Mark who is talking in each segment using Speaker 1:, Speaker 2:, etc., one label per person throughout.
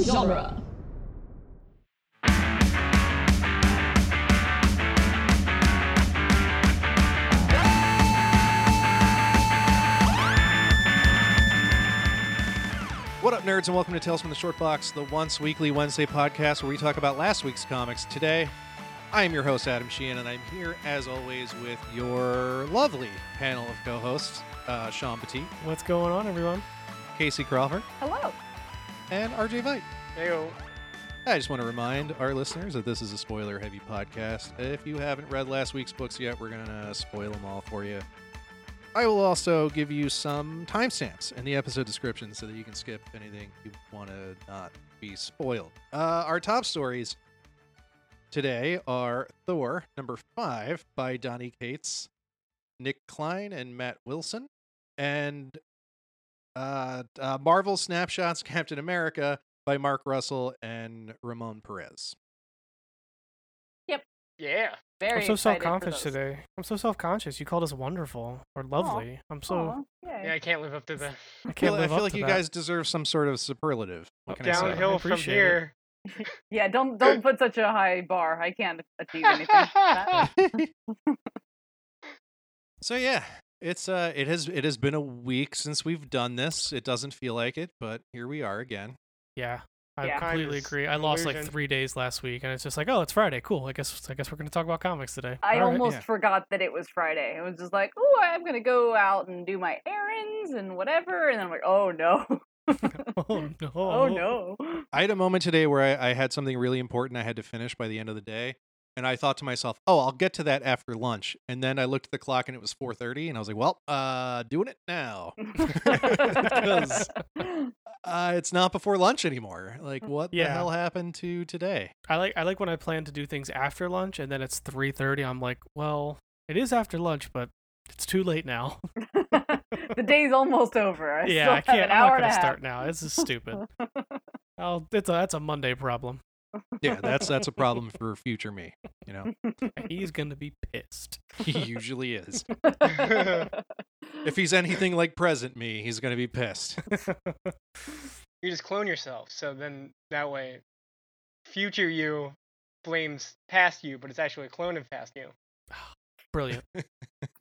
Speaker 1: genre.
Speaker 2: What up, nerds, and welcome to Tales from the Short Box, the once weekly Wednesday podcast where we talk about last week's comics. Today, I am your host, Adam Sheehan, and I'm here, as always, with your lovely panel of co hosts uh, Sean Petit,
Speaker 3: What's going on, everyone?
Speaker 2: Casey Crawford,
Speaker 1: Hello.
Speaker 2: and RJ Vite.
Speaker 3: Heyo.
Speaker 2: I just want to remind our listeners that this is a spoiler heavy podcast. If you haven't read last week's books yet, we're going to spoil them all for you. I will also give you some timestamps in the episode description so that you can skip anything you want to not be spoiled. Uh, our top stories today are Thor, number five, by Donnie Cates, Nick Klein, and Matt Wilson, and uh, uh, Marvel Snapshots Captain America, by Mark Russell and Ramon Perez.
Speaker 4: Yeah.
Speaker 3: I'm
Speaker 5: Very
Speaker 3: so
Speaker 5: excited for
Speaker 3: self-conscious
Speaker 5: those.
Speaker 3: today. I'm so self-conscious. You called us wonderful or lovely. I'm so
Speaker 1: Aw,
Speaker 4: Yeah,
Speaker 1: yay.
Speaker 4: I can't live up to the
Speaker 3: I can't
Speaker 2: Well,
Speaker 3: live
Speaker 2: I feel
Speaker 3: up
Speaker 2: like
Speaker 3: to
Speaker 2: you
Speaker 3: that. Oh,
Speaker 2: guys deserve some sort of superlative. What can I say?
Speaker 4: downhill from
Speaker 3: appreciate it.
Speaker 4: here.
Speaker 1: Yeah, don't don't put such a high bar. I can't achieve anything.
Speaker 2: So yeah, it's uh, it has it has been a week since we've done this. It doesn't feel like it, but here we are again.
Speaker 3: Yeah, I
Speaker 1: Yeah.
Speaker 3: completely
Speaker 4: Kindness,
Speaker 3: agree. I lost like
Speaker 4: illusion.
Speaker 3: three days last week, and it's just like, oh, it's Friday. Cool. I guess I guess we're gonna talk about comics today.
Speaker 1: I
Speaker 3: All right.
Speaker 1: almost
Speaker 2: Yeah.
Speaker 1: forgot that it was Friday. I was just like, oh, I'm gonna go out and do my errands and whatever, and I'm like, oh no,
Speaker 3: Oh no.
Speaker 1: oh no.
Speaker 2: I had a moment today where I, I had something really important I had to finish by the end of the day, and I thought to myself, "Oh, I'll get to that after lunch." And then I looked at the clock, and it was four thirty, and I was like, "Well, uh, doing it now." Because- Uh, it's not before lunch anymore. Like, what the
Speaker 3: Mm, Yeah.
Speaker 2: hell happened to today?
Speaker 3: I like I like when I plan to do things after lunch, and then it's three thirty. I'm like, well, it is after lunch, but it's too late now.
Speaker 1: the day's almost over. I
Speaker 3: yeah,
Speaker 1: still
Speaker 3: I can't.
Speaker 1: Have an
Speaker 3: I'm not
Speaker 1: hour and
Speaker 3: gonna
Speaker 1: a half.
Speaker 3: start now. This is stupid. oh, it's a, that's a Monday problem.
Speaker 2: Yeah, that's that's a problem for future me. You know,
Speaker 3: He's gonna be pissed.
Speaker 2: he usually is. If he's anything like present me, he's gonna be pissed.
Speaker 4: You just clone yourself, so then that way, future you blames past you, but it's actually a clone of past you.
Speaker 3: Brilliant.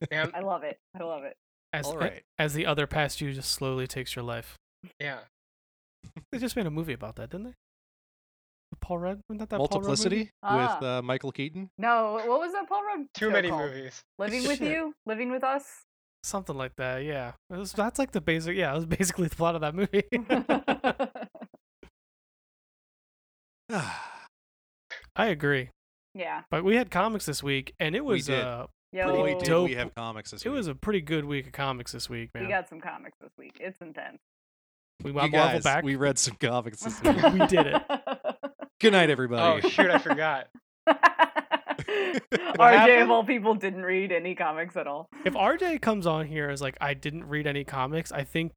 Speaker 4: Yeah,
Speaker 1: I love it. I love it.
Speaker 3: As,
Speaker 2: All right.
Speaker 3: as the other past you just slowly takes your life.
Speaker 4: yeah.
Speaker 3: They just made a movie about that, didn't they? With Paul Rudd? Ah. Wasn't that that
Speaker 2: Multiplicity
Speaker 1: Paul Rudd movie?
Speaker 2: with uh, Michael Keaton.
Speaker 1: No, what was that Paul Rudd?
Speaker 4: Too
Speaker 1: show
Speaker 4: many
Speaker 1: called?
Speaker 4: movies.
Speaker 1: Living with
Speaker 2: Shit.
Speaker 1: you, living with
Speaker 3: Paul
Speaker 1: us.
Speaker 3: Rudd movie? Something like that, yeah. It was- that's like the basic, yeah, it was basically the plot of that movie. I agree.
Speaker 1: yeah.
Speaker 3: But we had comics this week, and it was,
Speaker 2: did.
Speaker 3: uh,
Speaker 1: Yo,
Speaker 3: Pretty
Speaker 2: Boy,
Speaker 1: we,
Speaker 2: did
Speaker 3: dope.
Speaker 2: we have comics this
Speaker 3: it
Speaker 2: week.
Speaker 3: was a pretty good week of comics this week, man.
Speaker 1: got some comics this week. It's intense.
Speaker 3: we
Speaker 2: you
Speaker 3: went Marvel
Speaker 2: guys,
Speaker 3: back.
Speaker 2: we read some comics this week.
Speaker 3: We did it.
Speaker 2: Good night,
Speaker 4: Oh
Speaker 2: everybody.
Speaker 4: shoot, I forgot.
Speaker 1: RJ of
Speaker 4: happened?
Speaker 1: all people didn't read any comics at all.
Speaker 3: if RJ comes on here as like, I didn't read any comics, I think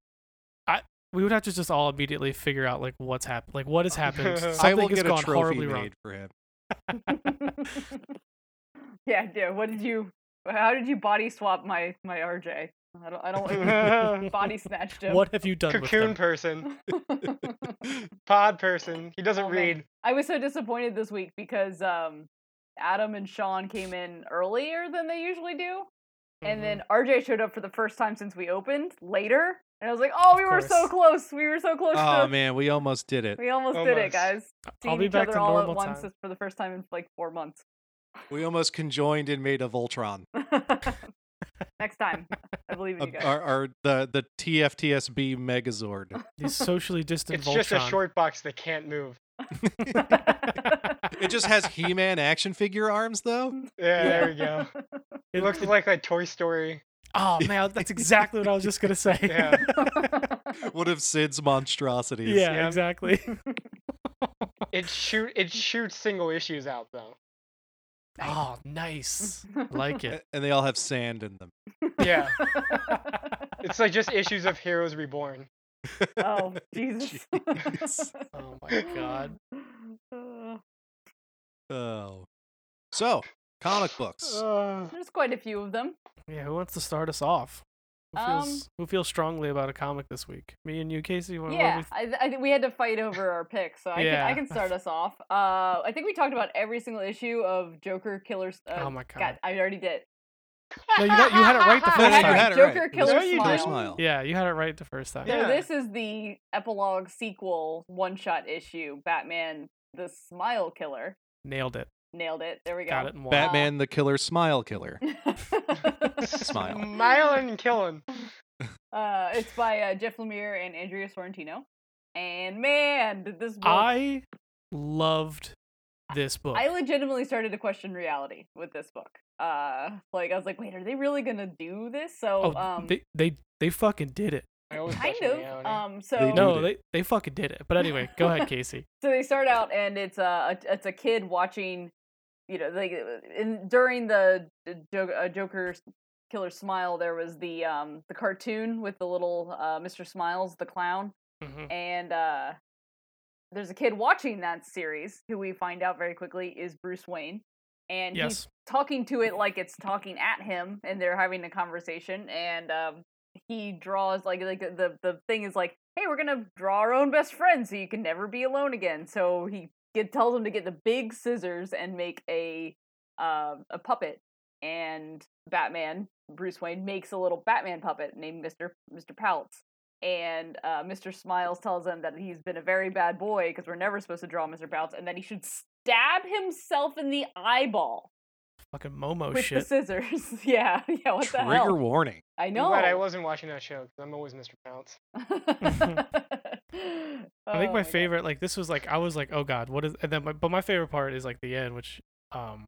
Speaker 3: I we would have to just all immediately figure out like what's happened, like what has happened.
Speaker 4: I will
Speaker 2: I
Speaker 3: Something
Speaker 2: will
Speaker 3: has
Speaker 2: get a
Speaker 3: gone
Speaker 2: trophy
Speaker 3: horribly
Speaker 2: made
Speaker 3: wrong.
Speaker 2: for him.
Speaker 1: yeah, yeah. What did you? How did you body swap my my RJ? I don't. I don't
Speaker 4: Cocoon
Speaker 1: body snatched him.
Speaker 3: What have you done with them?
Speaker 4: person, pod person. He doesn't
Speaker 1: Oh, man.
Speaker 4: read.
Speaker 1: I was so disappointed this week because um, Adam and Sean came in earlier than they usually do, and then
Speaker 3: Mm-hmm.
Speaker 1: RJ showed up for the first time since we opened later, and I was like, "Oh, we were so
Speaker 3: course.
Speaker 1: close! We were so close!
Speaker 2: Oh
Speaker 1: to...
Speaker 2: man, we almost did it.
Speaker 1: We almost, did it,
Speaker 4: Almost.
Speaker 1: guys! Seeing
Speaker 3: be
Speaker 1: each
Speaker 3: back
Speaker 1: other
Speaker 3: to
Speaker 1: all at
Speaker 3: normal
Speaker 1: once
Speaker 3: time.
Speaker 1: is for the first time in like four months.
Speaker 2: We almost conjoined and made a Voltron.
Speaker 1: Next time, I believe in
Speaker 2: A-
Speaker 1: you guys.
Speaker 2: Our, our the the TFTSB Megazord.
Speaker 3: These socially distant
Speaker 4: It's just a
Speaker 3: Voltron.
Speaker 4: short box that can't move.
Speaker 2: It just has He-Man action figure arms though.
Speaker 4: Yeah, there we go. It
Speaker 3: It-
Speaker 4: looks
Speaker 3: it-
Speaker 4: like a Toy Story.
Speaker 3: oh man, that's exactly what I was just gonna say.
Speaker 4: Yeah.
Speaker 2: One of Sid's monstrosities.
Speaker 3: Yeah,
Speaker 4: Yeah.
Speaker 3: exactly.
Speaker 4: It shoot. It shoots single issues out though.
Speaker 3: Oh, nice. Like
Speaker 2: A-
Speaker 3: it.
Speaker 2: And they all have sand in them.
Speaker 4: Yeah. It's like just issues of Heroes Reborn.
Speaker 1: oh Jesus!
Speaker 2: Jeez.
Speaker 3: Oh my god.
Speaker 1: Uh,
Speaker 2: Oh. So, comic books.
Speaker 4: Uh,
Speaker 1: Oh. there's quite a few of them.
Speaker 3: Yeah, who wants to start us off? Who feels,
Speaker 1: Um,
Speaker 3: who feels strongly about a comic this week? Me and you, Casey. What, what
Speaker 1: yeah,
Speaker 3: we th-
Speaker 1: I, th- I think we had to fight over our picks, so I,
Speaker 3: Yeah.
Speaker 1: can, I can start us off. Uh, I think we talked about every single issue of Joker Killers. Uh,
Speaker 3: oh my god.
Speaker 1: God, I already did.
Speaker 3: No, you got- you had it right the
Speaker 2: No,
Speaker 3: first
Speaker 2: no, you
Speaker 3: time.
Speaker 2: had it
Speaker 1: Joker
Speaker 2: right.
Speaker 1: Killer
Speaker 2: It was
Speaker 4: Smile.
Speaker 2: Killer
Speaker 3: Yeah, you had it right the first time.
Speaker 1: So
Speaker 4: Yeah.
Speaker 1: this is the epilogue sequel one shot issue. Batman the Smile Killer
Speaker 3: Nailed it.
Speaker 1: nailed it. There we go.
Speaker 3: Got it. In one.
Speaker 2: Batman the Killer Smile Killer. Smile.
Speaker 4: Smile and kill him.
Speaker 1: uh, it's by uh, Jeff Lemire and Andrea Sorrentino. And man, did this book!
Speaker 3: I loved this book.
Speaker 1: I legitimately started to question reality with this book. Uh, like I was like, wait, are they really gonna do this? So,
Speaker 3: oh,
Speaker 1: um,
Speaker 3: they, they they fucking did it.
Speaker 4: I always
Speaker 1: kind
Speaker 4: question
Speaker 1: of.
Speaker 4: reality.
Speaker 1: Um, so
Speaker 2: They do.
Speaker 3: No,
Speaker 2: Dude.
Speaker 3: they they fucking did it. But anyway, go ahead, Casey.
Speaker 1: so they start out and it's a it's a kid watching you know like uh, in, during the jo- uh, joker killer smile there was the um the cartoon with the little uh mr smiles the clown
Speaker 2: Mm-hmm.
Speaker 3: Mhm.
Speaker 1: and uh there's a kid watching that series who we find out very quickly is bruce wayne and he's
Speaker 3: Yes.
Speaker 1: talking to it like it's talking at him and they're having a conversation and um he draws like like the the thing is like hey we're gonna draw our own best friend so you can never be alone again so he get, tells him to get the big scissors and make a um a puppet and batman bruce wayne makes a little batman puppet named mr mr paltz and uh, mr smiles tells him that he's been a very bad boy because we're never supposed to draw mr paltz and that he should stab himself in the eyeball
Speaker 3: Fucking Momo
Speaker 1: with the
Speaker 3: Oh, shit.
Speaker 1: scissors. yeah, yeah. What the
Speaker 2: Trigger
Speaker 1: hell?
Speaker 2: warning.
Speaker 1: I
Speaker 4: I'm
Speaker 1: know.
Speaker 4: glad I wasn't watching that show 'cause I'm always Mr. Bounce.
Speaker 3: I
Speaker 1: Oh
Speaker 3: think my
Speaker 1: God.
Speaker 3: favorite, like this was like I was like, oh god, what is? And then, my, but my favorite part is like the end, which, um,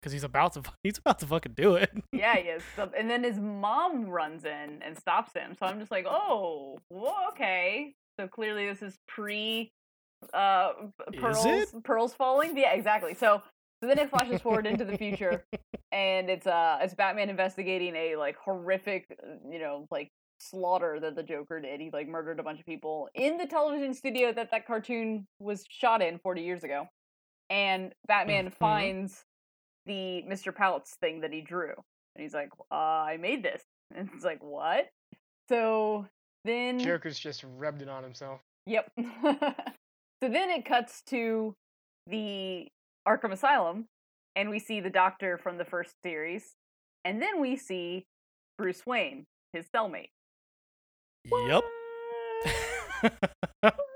Speaker 3: because he's about to, fu- he's about to fucking do it.
Speaker 1: Yeah, yes. And then his mom runs in and stops him. So I'm just like, oh, whoa, okay. So clearly this is pre uh p-
Speaker 3: Is
Speaker 1: pearls pearls falling. Yeah, exactly. So so then it flashes forward into the future and it's uh it's Batman investigating a like horrific, uh, you know, like slaughter that the Joker did. He like murdered a bunch of people in the television studio that that cartoon was shot in 40 years ago. And Batman
Speaker 3: Mhm.
Speaker 1: finds the Mr. Paltz thing that he drew. And he's like, uh, I made this. And it's like, what? So then.
Speaker 4: Joker's just rubbed it on himself.
Speaker 1: Yep. so then it cuts to the Arkham Asylum, and we see the doctor from the first series. And then we see Bruce Wayne, his cellmate.
Speaker 3: yep.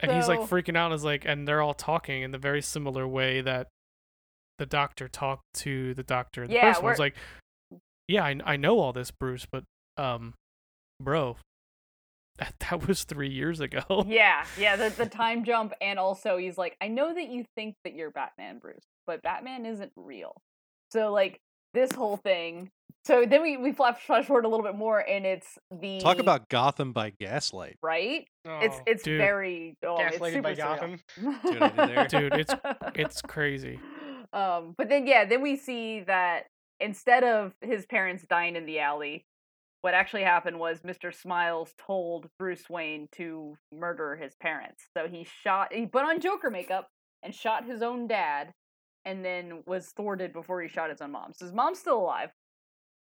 Speaker 3: and he's like
Speaker 1: So-
Speaker 3: freaking out. Is like, and they're all talking in the very similar way that the doctor talked to the doctor. in The
Speaker 1: Yeah,
Speaker 3: first one It's
Speaker 1: we're-
Speaker 3: like, yeah, I, I know all this, Bruce, but um, bro, that that was three years ago.
Speaker 1: yeah, yeah, the, the time jump. And also, he's like, I know that you think that you're Batman, Bruce, but Batman isn't real. So, like, this whole thing. So then we, we flash, flash forward a little bit more, and it's the.
Speaker 2: Talk about Gotham by gaslight.
Speaker 1: Right?
Speaker 4: Oh,
Speaker 1: It's it's
Speaker 3: Dude.
Speaker 1: very oh, it's
Speaker 4: gaslighted
Speaker 1: super
Speaker 4: by
Speaker 1: surreal.
Speaker 4: Gotham.
Speaker 2: what I did there?
Speaker 3: Dude, it's- It's crazy.
Speaker 1: Um, but then yeah, then we see that instead of his parents dying in the alley, what actually happened was Mr. Smiles told Bruce Wayne to murder his parents. So he shot he put on Joker makeup and shot his own dad and then was thwarted before he shot his own mom. So his mom's still alive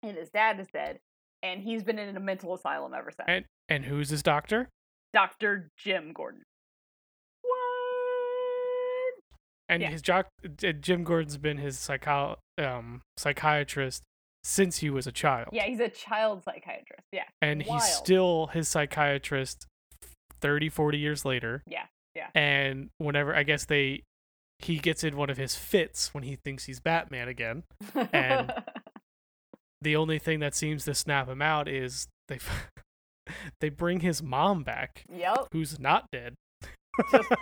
Speaker 1: and his dad is dead and he's been in a mental asylum ever since.
Speaker 3: And who's this doctor?
Speaker 1: Dr. Jim Gordon. What?
Speaker 3: and
Speaker 1: Yeah.
Speaker 3: his jock J- Jim Gordon's been his psycho um psychiatrist since he was a child.
Speaker 1: Yeah, he's a child psychiatrist. Yeah.
Speaker 3: and
Speaker 1: wild.
Speaker 3: he's still his psychiatrist 30 40 years later.
Speaker 1: Yeah, yeah.
Speaker 3: And whenever I guess they he gets in one of his fits when he thinks he's Batman again. and- The only thing that seems to snap him out is they f- they bring his mom back
Speaker 1: yep,
Speaker 3: who's not dead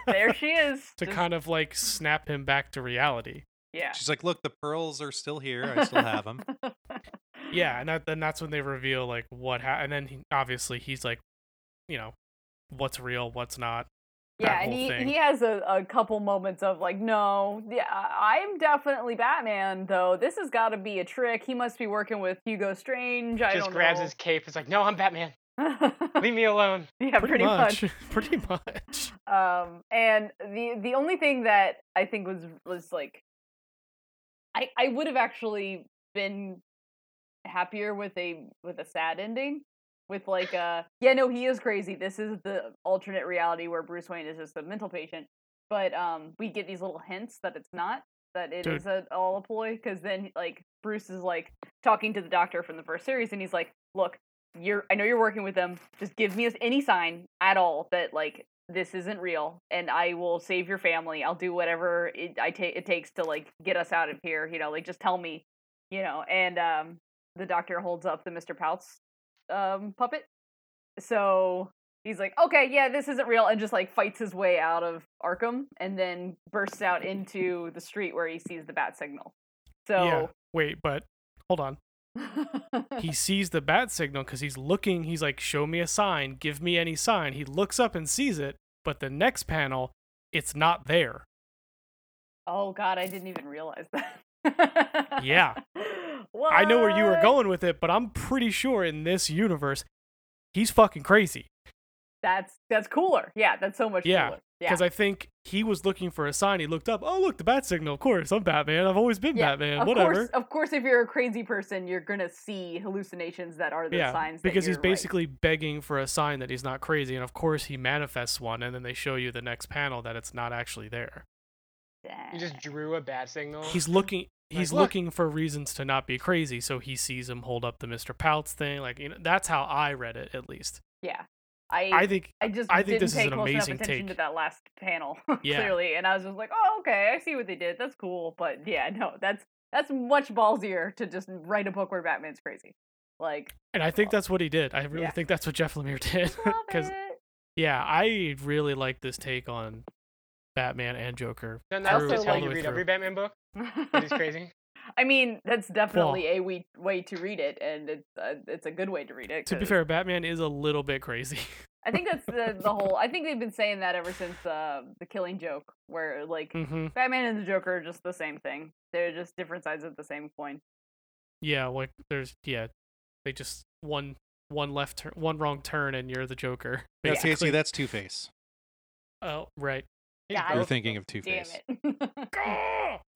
Speaker 1: there she is.
Speaker 3: to
Speaker 1: Just-
Speaker 3: kind of like snap him back to reality.
Speaker 1: yeah.
Speaker 2: She's like, look, the pearls are still here. I still have them.
Speaker 3: yeah and that, then that's when they reveal like what ha- and then he, obviously he's like you know what's real what's not
Speaker 1: Yeah, and
Speaker 3: whole
Speaker 1: he,
Speaker 3: thing.
Speaker 1: he has a, a couple moments of like, no, yeah, I- I'm definitely Batman though. This has got to be a trick. He must be working with Hugo Strange. I
Speaker 4: Just
Speaker 1: don't
Speaker 4: grabs
Speaker 1: know.
Speaker 4: his cape. Is like, no, I'm Batman.
Speaker 1: yeah,
Speaker 4: Leave me alone.
Speaker 1: pretty, much.
Speaker 3: pretty much
Speaker 1: um and the the only thing that i think was was like i i would have actually been happier with a with a sad ending. With like uh yeah, no, he is crazy. This is the alternate reality where Bruce Wayne is just a mental patient. But um we get these little hints that it's not, that it is
Speaker 3: Dude.
Speaker 1: a, all a ploy, because then like Bruce is like talking to the doctor from the first series and he's like, Look, you're I know you're working with them. Just give me any sign at all that like this isn't real and I will save your family. I'll do whatever it I take it takes to like get us out of here, you know, like just tell me, you know. And um the doctor holds up the Mr. Pouts um puppet. So he's like, "Okay, yeah, this isn't real." And just like fights his way out of Arkham and then bursts out into the street where he sees the bat signal.
Speaker 3: Yeah.
Speaker 1: So
Speaker 3: Wait, but hold on. He sees the bat signal because he's looking. He's like, "Show me a sign. Give me any sign." He looks up and sees it, but the next panel, it's not there.
Speaker 1: Oh god, I didn't even realize that.
Speaker 3: Yeah. I know where you were
Speaker 1: What?
Speaker 3: going with it, but I'm pretty sure in this universe, he's fucking crazy.
Speaker 1: That's that's cooler. Yeah, that's so much
Speaker 3: Yeah,
Speaker 1: cooler. Yeah.
Speaker 3: Because I think he was looking for a sign. He looked up. Oh, look, the bat signal. Of course, I'm Batman. I've always been
Speaker 1: Yeah,
Speaker 3: Batman.
Speaker 1: of
Speaker 3: Whatever.
Speaker 1: course, of course, if you're a crazy person, you're gonna see hallucinations that are the
Speaker 3: yeah,
Speaker 1: signs. that
Speaker 3: because he's
Speaker 1: you're right.
Speaker 3: basically begging for a sign that he's not crazy, and of course he manifests one, and then they show you the next panel that it's not actually there.
Speaker 4: He just drew a bat signal.
Speaker 3: He's looking. He's
Speaker 4: look.
Speaker 3: looking for reasons to not be crazy, so he sees him hold up the Mr. Pouts thing. Like you know, that's how I read it, at least.
Speaker 1: yeah. I
Speaker 3: I think
Speaker 1: I just
Speaker 3: I think
Speaker 1: didn't
Speaker 3: this is
Speaker 1: pay
Speaker 3: an
Speaker 1: close enough
Speaker 3: amazing
Speaker 1: attention
Speaker 3: take.
Speaker 1: to that last panel
Speaker 3: Yeah.
Speaker 1: clearly, and I was just like, oh okay, I see what they did. That's cool, but yeah, no, that's that's much ballsier to just write a book where Batman's crazy. Like,
Speaker 3: And I think that's what he did. I really
Speaker 1: Yeah.
Speaker 3: think that's what Jeff Lemire did.
Speaker 1: love
Speaker 3: Because
Speaker 1: it.
Speaker 3: yeah, I really like this take on Batman and Joker.
Speaker 4: Then
Speaker 1: I
Speaker 4: that's
Speaker 1: also
Speaker 4: just how
Speaker 1: like-
Speaker 4: you read every Batman book. That is crazy.
Speaker 1: I mean, that's definitely a we- way to read it, and it's uh, it's a good way to read it.
Speaker 3: To be
Speaker 1: 'cause
Speaker 3: fair, Batman is a little bit crazy.
Speaker 1: I think that's the the whole. I think they've been saying that ever since uh, the Killing Joke, where like
Speaker 3: hmm
Speaker 1: Batman and the Joker are just the same thing. They're just different sides of the same coin.
Speaker 3: Yeah, like there's yeah, they just one one left turn, one wrong turn, and you're the Joker.
Speaker 2: Yeah,
Speaker 3: Basically.
Speaker 2: Casey, that's Two Face.
Speaker 3: oh right.
Speaker 4: He's
Speaker 1: Yeah, I
Speaker 2: You're
Speaker 1: was-
Speaker 4: broke.
Speaker 2: thinking of Two
Speaker 1: Damn
Speaker 2: Face.
Speaker 1: it!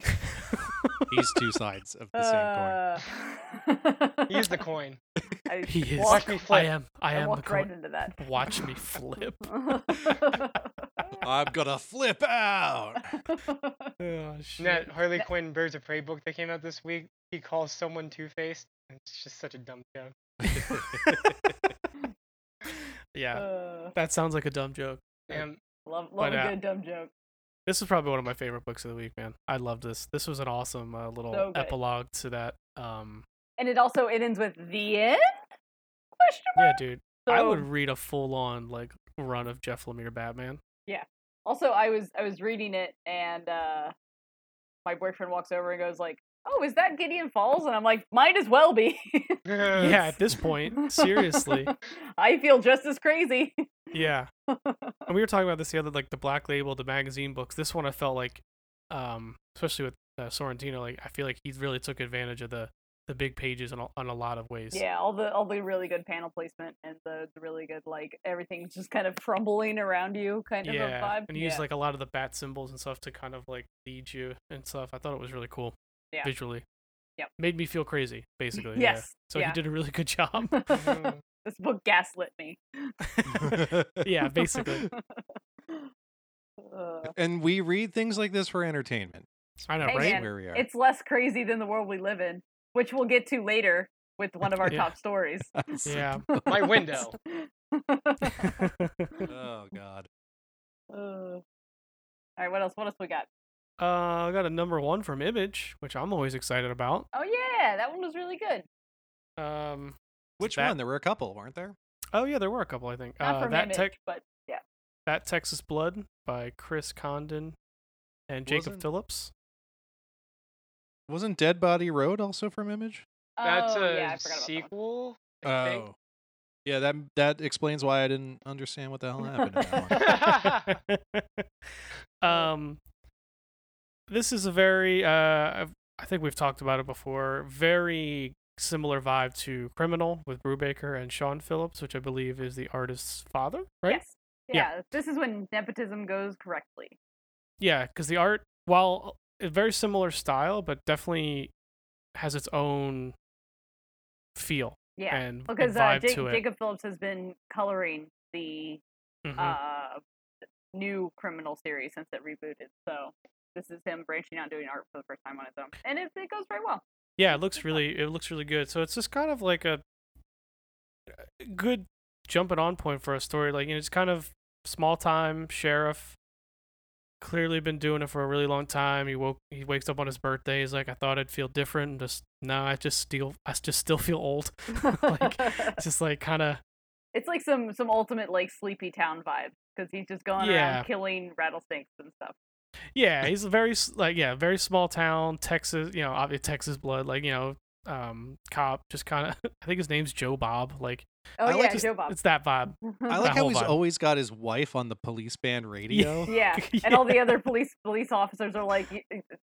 Speaker 2: He's two sides of the same coin.
Speaker 1: Uh,
Speaker 4: He is the coin.
Speaker 1: I
Speaker 3: he is.
Speaker 1: walked-
Speaker 4: Watch me
Speaker 3: I
Speaker 4: flip.
Speaker 3: am. I
Speaker 1: I
Speaker 3: am the
Speaker 1: walked right
Speaker 3: coin.
Speaker 1: into that.
Speaker 3: Watch me flip. Oh,
Speaker 1: Uh.
Speaker 2: I'm gonna flip out.
Speaker 3: Oh
Speaker 4: In
Speaker 3: shit.
Speaker 4: that Harley Quinn Birds of Prey book that came out this week, he calls someone Two Faced. It's just such a dumb joke.
Speaker 3: yeah,
Speaker 1: Uh,
Speaker 3: that sounds like a dumb joke.
Speaker 4: Damn.
Speaker 1: love love
Speaker 3: But,
Speaker 1: a
Speaker 3: uh,
Speaker 1: good dumb joke.
Speaker 3: This is probably one of my favorite books of the week, man. I love this. This was an awesome uh, little
Speaker 1: So good.
Speaker 3: epilogue to that. Um,
Speaker 1: And it also it ends with the end? Question mark.
Speaker 3: yeah, dude. I would
Speaker 1: So-
Speaker 3: read a full on like run of Jeff Lemire Batman.
Speaker 1: also i was i was reading it and uh my boyfriend walks over and goes like oh is that gideon falls and i'm like might as well be
Speaker 3: Yeah, at this point, seriously.
Speaker 1: i feel just as crazy
Speaker 3: Yeah. and we were talking about this the other like the Black Label, the magazine books. This one I felt like um especially with uh, Sorrentino, like I feel like he really took advantage of the the big pages in a, on a lot of ways.
Speaker 1: yeah all the all the really good panel placement and the, the really good like everything's just kind of crumbling around you kind of a
Speaker 3: Yeah,
Speaker 1: vibe
Speaker 3: and he used
Speaker 1: Yeah.
Speaker 3: like a lot of the bat symbols and stuff to kind of like lead you and stuff. I thought it was really cool
Speaker 1: Yeah.
Speaker 3: visually.
Speaker 1: Yep.
Speaker 3: Made me feel crazy, basically. Yeah.
Speaker 1: yes
Speaker 3: So
Speaker 1: yeah.
Speaker 3: he did a really good job.
Speaker 4: Mm.
Speaker 1: this book gaslit me
Speaker 3: yeah, basically.
Speaker 1: Uh,
Speaker 2: and we read things like this for entertainment.
Speaker 3: I know,
Speaker 1: Hey,
Speaker 3: right?
Speaker 1: man,
Speaker 2: Where we are.
Speaker 1: it's less crazy than the world we live in which we'll get to later with one of our
Speaker 3: Yeah.
Speaker 1: top stories
Speaker 3: Yeah.
Speaker 4: My window.
Speaker 2: Oh God.
Speaker 1: Uh, all right, what else? What else we got?
Speaker 3: Uh, I got a number one from Image, which I'm always excited about.
Speaker 1: Oh yeah, that one was really good.
Speaker 3: Um,
Speaker 2: Which
Speaker 3: That-
Speaker 2: one? There were a couple, weren't there?
Speaker 3: oh yeah, there were a couple, I think.
Speaker 1: Not
Speaker 3: uh,
Speaker 1: from
Speaker 3: that
Speaker 1: Image,
Speaker 3: Tex-
Speaker 1: but yeah,
Speaker 3: that Texas Blood by Chris Condon and Jacob
Speaker 2: Wasn't-
Speaker 3: Phillips.
Speaker 2: Wasn't Dead Body Road also from Image? Oh.
Speaker 4: That's
Speaker 1: oh,
Speaker 4: a
Speaker 1: yeah, I forgot about that one.
Speaker 4: sequel. I think.
Speaker 2: Yeah, that that explains why I didn't understand what the hell happened. in that one.
Speaker 3: um, this is a very uh, I've- I think we've talked about it before. Very similar vibe to Criminal with Brubaker and Sean Phillips, which I believe is the artist's father, right?
Speaker 1: Yes. Yeah,
Speaker 3: Yeah.
Speaker 1: this is when nepotism goes correctly.
Speaker 3: Yeah, because the art, while a very similar style, but definitely has its own feel
Speaker 1: Yeah.
Speaker 3: and a
Speaker 1: because uh,
Speaker 3: vibe
Speaker 1: Jake,
Speaker 3: to it.
Speaker 1: Jacob Phillips has been coloring the
Speaker 3: Mhm.
Speaker 1: uh, new criminal series since it rebooted. So this is him branching out and doing art for the first time on his own, and it, it goes very well.
Speaker 3: yeah, it looks really it looks really good. So it's just kind of like a a good jumping on point for a story. Like you know, it's kind of small time sheriff. Clearly been doing it for a really long time. He woke he wakes up on his birthday. He's like, I thought I'd feel different. and Just no, I just still I just still feel old. like it's just like kind of
Speaker 1: it's like some some ultimate like Sleepy Town vibe because he's just going
Speaker 3: Yeah.
Speaker 1: around killing rattlesnakes and stuff.
Speaker 3: yeah he's a very s- like yeah very small town texas you know obviously texas blood like you know um cop just kind of i think his name's joe bob like
Speaker 1: Oh
Speaker 2: I
Speaker 1: yeah,
Speaker 2: like to s-
Speaker 1: Joe Bob.
Speaker 3: it's that vibe
Speaker 2: I like how
Speaker 3: whole
Speaker 2: he's
Speaker 3: vibe.
Speaker 2: always got his wife on the police band radio.
Speaker 1: yeah. And all the other police police officers are like, "Y-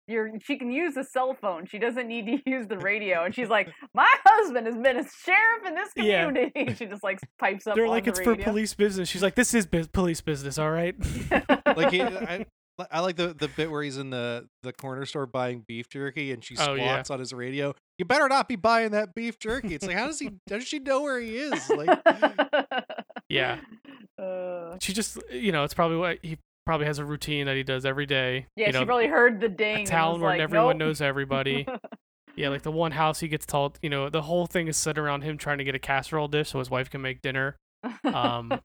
Speaker 1: "You're she can use a cell phone. She doesn't need to use the radio." And she's like, "My husband has been a sheriff in this
Speaker 3: Yeah.
Speaker 1: community." she just like pipes up.
Speaker 3: they're
Speaker 1: on
Speaker 3: like
Speaker 1: the
Speaker 3: it's for
Speaker 1: radio.
Speaker 3: police business she's like this is bus police business all right
Speaker 2: like he, I, I like the the bit where he's in the the corner store buying beef jerky and she
Speaker 3: Oh,
Speaker 2: squats
Speaker 3: yeah.
Speaker 2: on his radio. You better not be buying that beef jerky. It's like how does he? Does she know where he is? Like
Speaker 3: yeah
Speaker 1: Uh,
Speaker 3: she just you know it's probably what he probably has a routine that he does every day
Speaker 1: yeah,
Speaker 3: you know,
Speaker 1: she probably heard the
Speaker 3: a
Speaker 1: ding.
Speaker 3: town
Speaker 1: and was
Speaker 3: where
Speaker 1: like,
Speaker 3: everyone
Speaker 1: "Nope."
Speaker 3: knows everybody yeah like the one house he gets told you know the whole thing is set around him trying to get a casserole dish so his wife can make dinner um,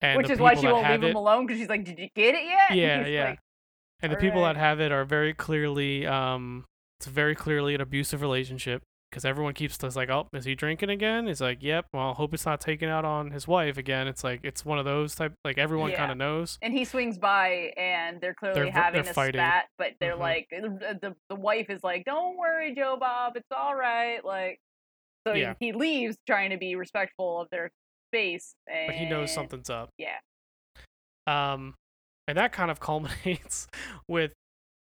Speaker 3: and
Speaker 1: Which
Speaker 3: the
Speaker 1: is why
Speaker 3: people
Speaker 1: she
Speaker 3: that
Speaker 1: won't
Speaker 3: have
Speaker 1: leave
Speaker 3: it,
Speaker 1: him alone because she's like, "Did you get it yet?" And
Speaker 3: Yeah,
Speaker 1: he's
Speaker 3: yeah.
Speaker 1: like,
Speaker 3: and the people
Speaker 1: Alright.
Speaker 3: that have it are very clearly um it's very clearly an abusive relationship because everyone keeps just like oh is he drinking again it's like yep well I hope it's not taken out on his wife again it's like it's one of those type like everyone
Speaker 1: Yeah.
Speaker 3: kind of knows
Speaker 1: and he swings by and they're clearly
Speaker 3: v- they're
Speaker 1: having a
Speaker 3: fighting.
Speaker 1: spat but they're
Speaker 3: Mhm.
Speaker 1: like the, the the wife is like don't worry joe bob it's all right like so he-
Speaker 3: Yeah.
Speaker 1: he, leaves trying to be respectful of their space and
Speaker 3: but he knows something's up
Speaker 1: Eh, yeah.
Speaker 3: um and that kind of culminates with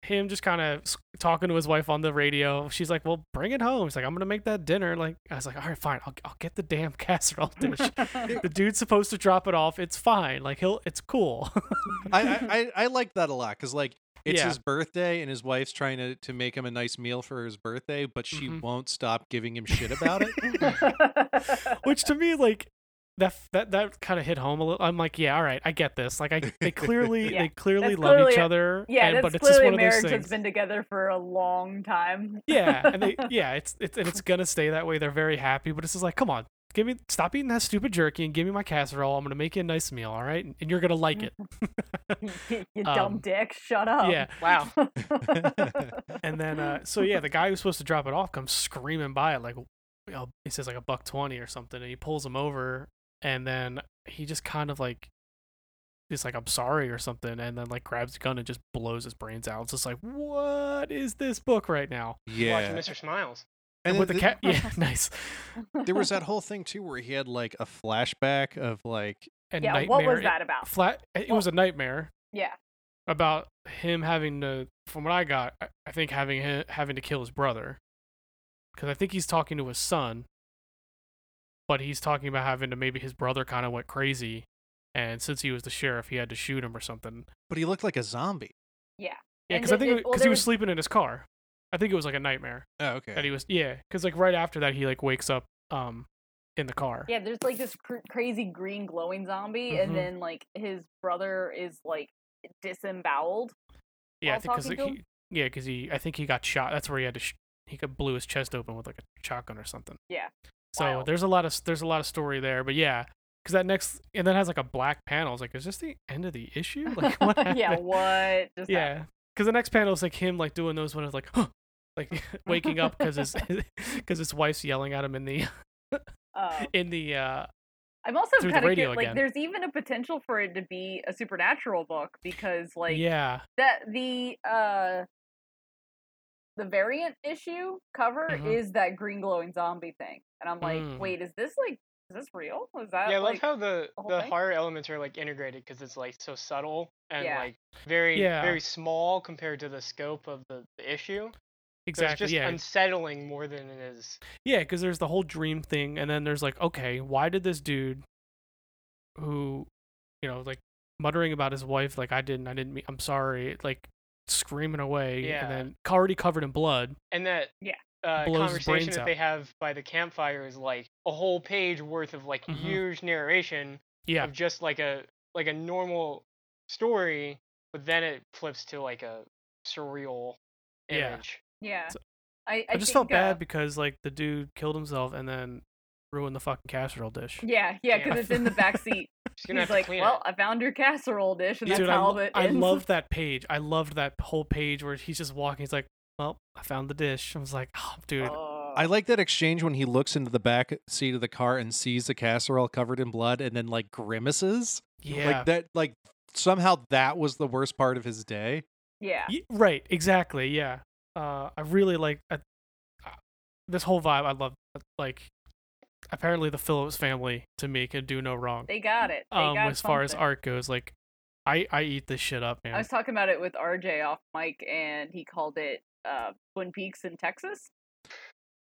Speaker 3: him just kind of talking to his wife on the radio she's like well bring it home he's like i'm gonna make that dinner like i was like all right fine i'll, I'll get the damn casserole dish the dude's supposed to drop it off. It's fine. Like he'll, it's cool.
Speaker 2: I I, I, I like that a lot because like it's
Speaker 3: Yeah.
Speaker 2: his birthday and his wife's trying to to make him a nice meal for his birthday, but she
Speaker 3: Mhm.
Speaker 2: won't stop giving him shit about it.
Speaker 3: Which to me, like that that that kind of hit home a little. I'm like, yeah, all right, I get this. Like, I they clearly
Speaker 1: Yeah.
Speaker 3: they clearly
Speaker 1: That's
Speaker 3: love each
Speaker 1: clearly-
Speaker 3: other.
Speaker 1: yeah
Speaker 3: and,
Speaker 1: that's
Speaker 3: but it's just
Speaker 1: clearly
Speaker 3: one
Speaker 1: a
Speaker 3: of those
Speaker 1: marriage
Speaker 3: things.
Speaker 1: that's been together for a long time
Speaker 3: yeah, and they, yeah, it's it's and it's gonna stay that way. They're very happy, but it's just like, come on, give me stop eating that stupid jerky and give me my casserole. I'm gonna make you a nice meal, all right, and, and you're gonna like it.
Speaker 1: you
Speaker 3: Um,
Speaker 1: dumb dick shut up
Speaker 3: Yeah,
Speaker 4: Wow.
Speaker 3: and then uh, so yeah, the guy who's supposed to drop it off comes screaming by it like you know, he says like a buck twenty or something, and he pulls him over, and then he just kind of like he's like I'm sorry or something, and then like grabs the gun and just blows his brains out. It's just like what is this book right now?
Speaker 2: yeah,
Speaker 4: Watching Mr. Smiles.
Speaker 2: and
Speaker 3: With
Speaker 2: then
Speaker 3: the
Speaker 2: th-
Speaker 3: cat, yeah, nice.
Speaker 2: there was that whole thing too where he had like a flashback of like
Speaker 3: And
Speaker 1: yeah
Speaker 3: nightmare.
Speaker 1: what was
Speaker 3: it-
Speaker 1: that about
Speaker 3: Flat. It was a nightmare
Speaker 1: yeah
Speaker 3: about him having to. From what I got, I- I think having hi- having to kill his brother, because I think he's talking to his son. But he's talking about having to maybe his brother kind of went crazy, and since he was the sheriff, he had to shoot him or something.
Speaker 2: but he looked like a zombie.
Speaker 3: Yeah,
Speaker 1: And
Speaker 3: because I
Speaker 1: they-
Speaker 3: think
Speaker 1: they- well,
Speaker 3: because he
Speaker 1: there
Speaker 3: was
Speaker 1: was-
Speaker 3: sleeping in his car. I think it was like a nightmare
Speaker 2: Oh,
Speaker 3: that
Speaker 2: okay.
Speaker 3: he was. Yeah, because like right after that, he like wakes up um in the car.
Speaker 1: Yeah, there's like this cr- crazy green glowing zombie,
Speaker 3: Mhm.
Speaker 1: and then like his brother is like disemboweled.
Speaker 3: Yeah, I
Speaker 1: while
Speaker 3: think because
Speaker 1: talking to
Speaker 3: he, yeah, 'cause he, I think he got shot. That's where he had to, sh- he got blew his chest open with like a shotgun or something.
Speaker 1: Yeah.
Speaker 3: So
Speaker 1: Wild.
Speaker 3: there's a lot of there's a lot of story there, but yeah, because that next and then it has like a black panel. It's like, is this the end of the issue? Like, what?
Speaker 1: yeah,
Speaker 3: happened?
Speaker 1: what? Just
Speaker 3: Yeah, because the next panel is like him like doing those when it's like, huh, like waking up because his because his wife's yelling at him in the
Speaker 1: happened? Um,
Speaker 3: in the uh
Speaker 1: I'm also
Speaker 3: Through the
Speaker 1: kind of
Speaker 3: radio
Speaker 1: like,
Speaker 3: again.
Speaker 1: there's even a potential for it to be a supernatural book because like
Speaker 3: yeah
Speaker 1: that the uh the variant issue cover
Speaker 3: Mhm.
Speaker 1: is that green glowing zombie thing, and I'm like,
Speaker 3: Mm.
Speaker 1: wait, is this like is this real? Is that
Speaker 4: Yeah, I love
Speaker 1: like
Speaker 4: how the
Speaker 1: the whole
Speaker 4: the
Speaker 1: thing?
Speaker 4: horror elements are like integrated because it's like so subtle and
Speaker 1: Yeah.
Speaker 4: like very
Speaker 3: Yeah.
Speaker 4: very small compared to the scope of the, the issue. So
Speaker 3: exactly
Speaker 4: it's just
Speaker 3: yeah
Speaker 4: unsettling more than it is.
Speaker 3: Yeah, because there's the whole dream thing, and then there's like, okay, why did this dude, who, you know, like muttering about his wife, like I didn't, I didn't, mean, I'm sorry, like screaming away,
Speaker 4: Yeah.
Speaker 3: and then already covered in blood.
Speaker 4: And that
Speaker 1: Yeah.
Speaker 3: Blows
Speaker 4: uh,
Speaker 3: his
Speaker 4: conversation
Speaker 3: brains
Speaker 4: that
Speaker 3: out.
Speaker 4: they have by the campfire is like a whole page worth of like
Speaker 3: Mhm.
Speaker 4: huge narration
Speaker 3: Yeah.
Speaker 4: of just like a like a normal story, but then it flips to like a surreal
Speaker 3: Yeah.
Speaker 4: image.
Speaker 1: Yeah.
Speaker 3: So-
Speaker 1: I, I,
Speaker 3: I, just felt
Speaker 1: think, uh,
Speaker 3: bad because like the dude killed himself and then ruined the fucking casserole dish.
Speaker 1: yeah, yeah,
Speaker 4: Yeah.
Speaker 1: because it's in the back seat.
Speaker 4: She's gonna
Speaker 1: He's
Speaker 4: have to
Speaker 1: like,
Speaker 4: clean
Speaker 1: "Well,
Speaker 4: it.
Speaker 1: I found your casserole dish, and that's
Speaker 3: Dude, I,
Speaker 1: how
Speaker 3: lo-
Speaker 1: it
Speaker 3: I
Speaker 1: ends."
Speaker 3: loved that page. I loved that whole page where he's just walking. He's like, "Well, I found the dish." I was like, "Oh, dude,
Speaker 1: Oh.
Speaker 2: I like that exchange when he looks into the back seat of the car and sees the casserole covered in blood and then like grimaces.
Speaker 3: yeah,
Speaker 2: Like that like somehow that was the worst part of his day.
Speaker 1: yeah.
Speaker 3: Ye- right, exactly, yeah." Uh, I really like I, uh, this whole vibe. I love uh, like apparently the Phillips family to me can do no wrong.
Speaker 1: They got it. They
Speaker 3: um,
Speaker 1: got
Speaker 3: as far as
Speaker 1: something.
Speaker 3: art goes, like I I eat this shit up, man.
Speaker 1: I was talking about it with RJ off mic, and he called it uh, Twin Peaks in Texas.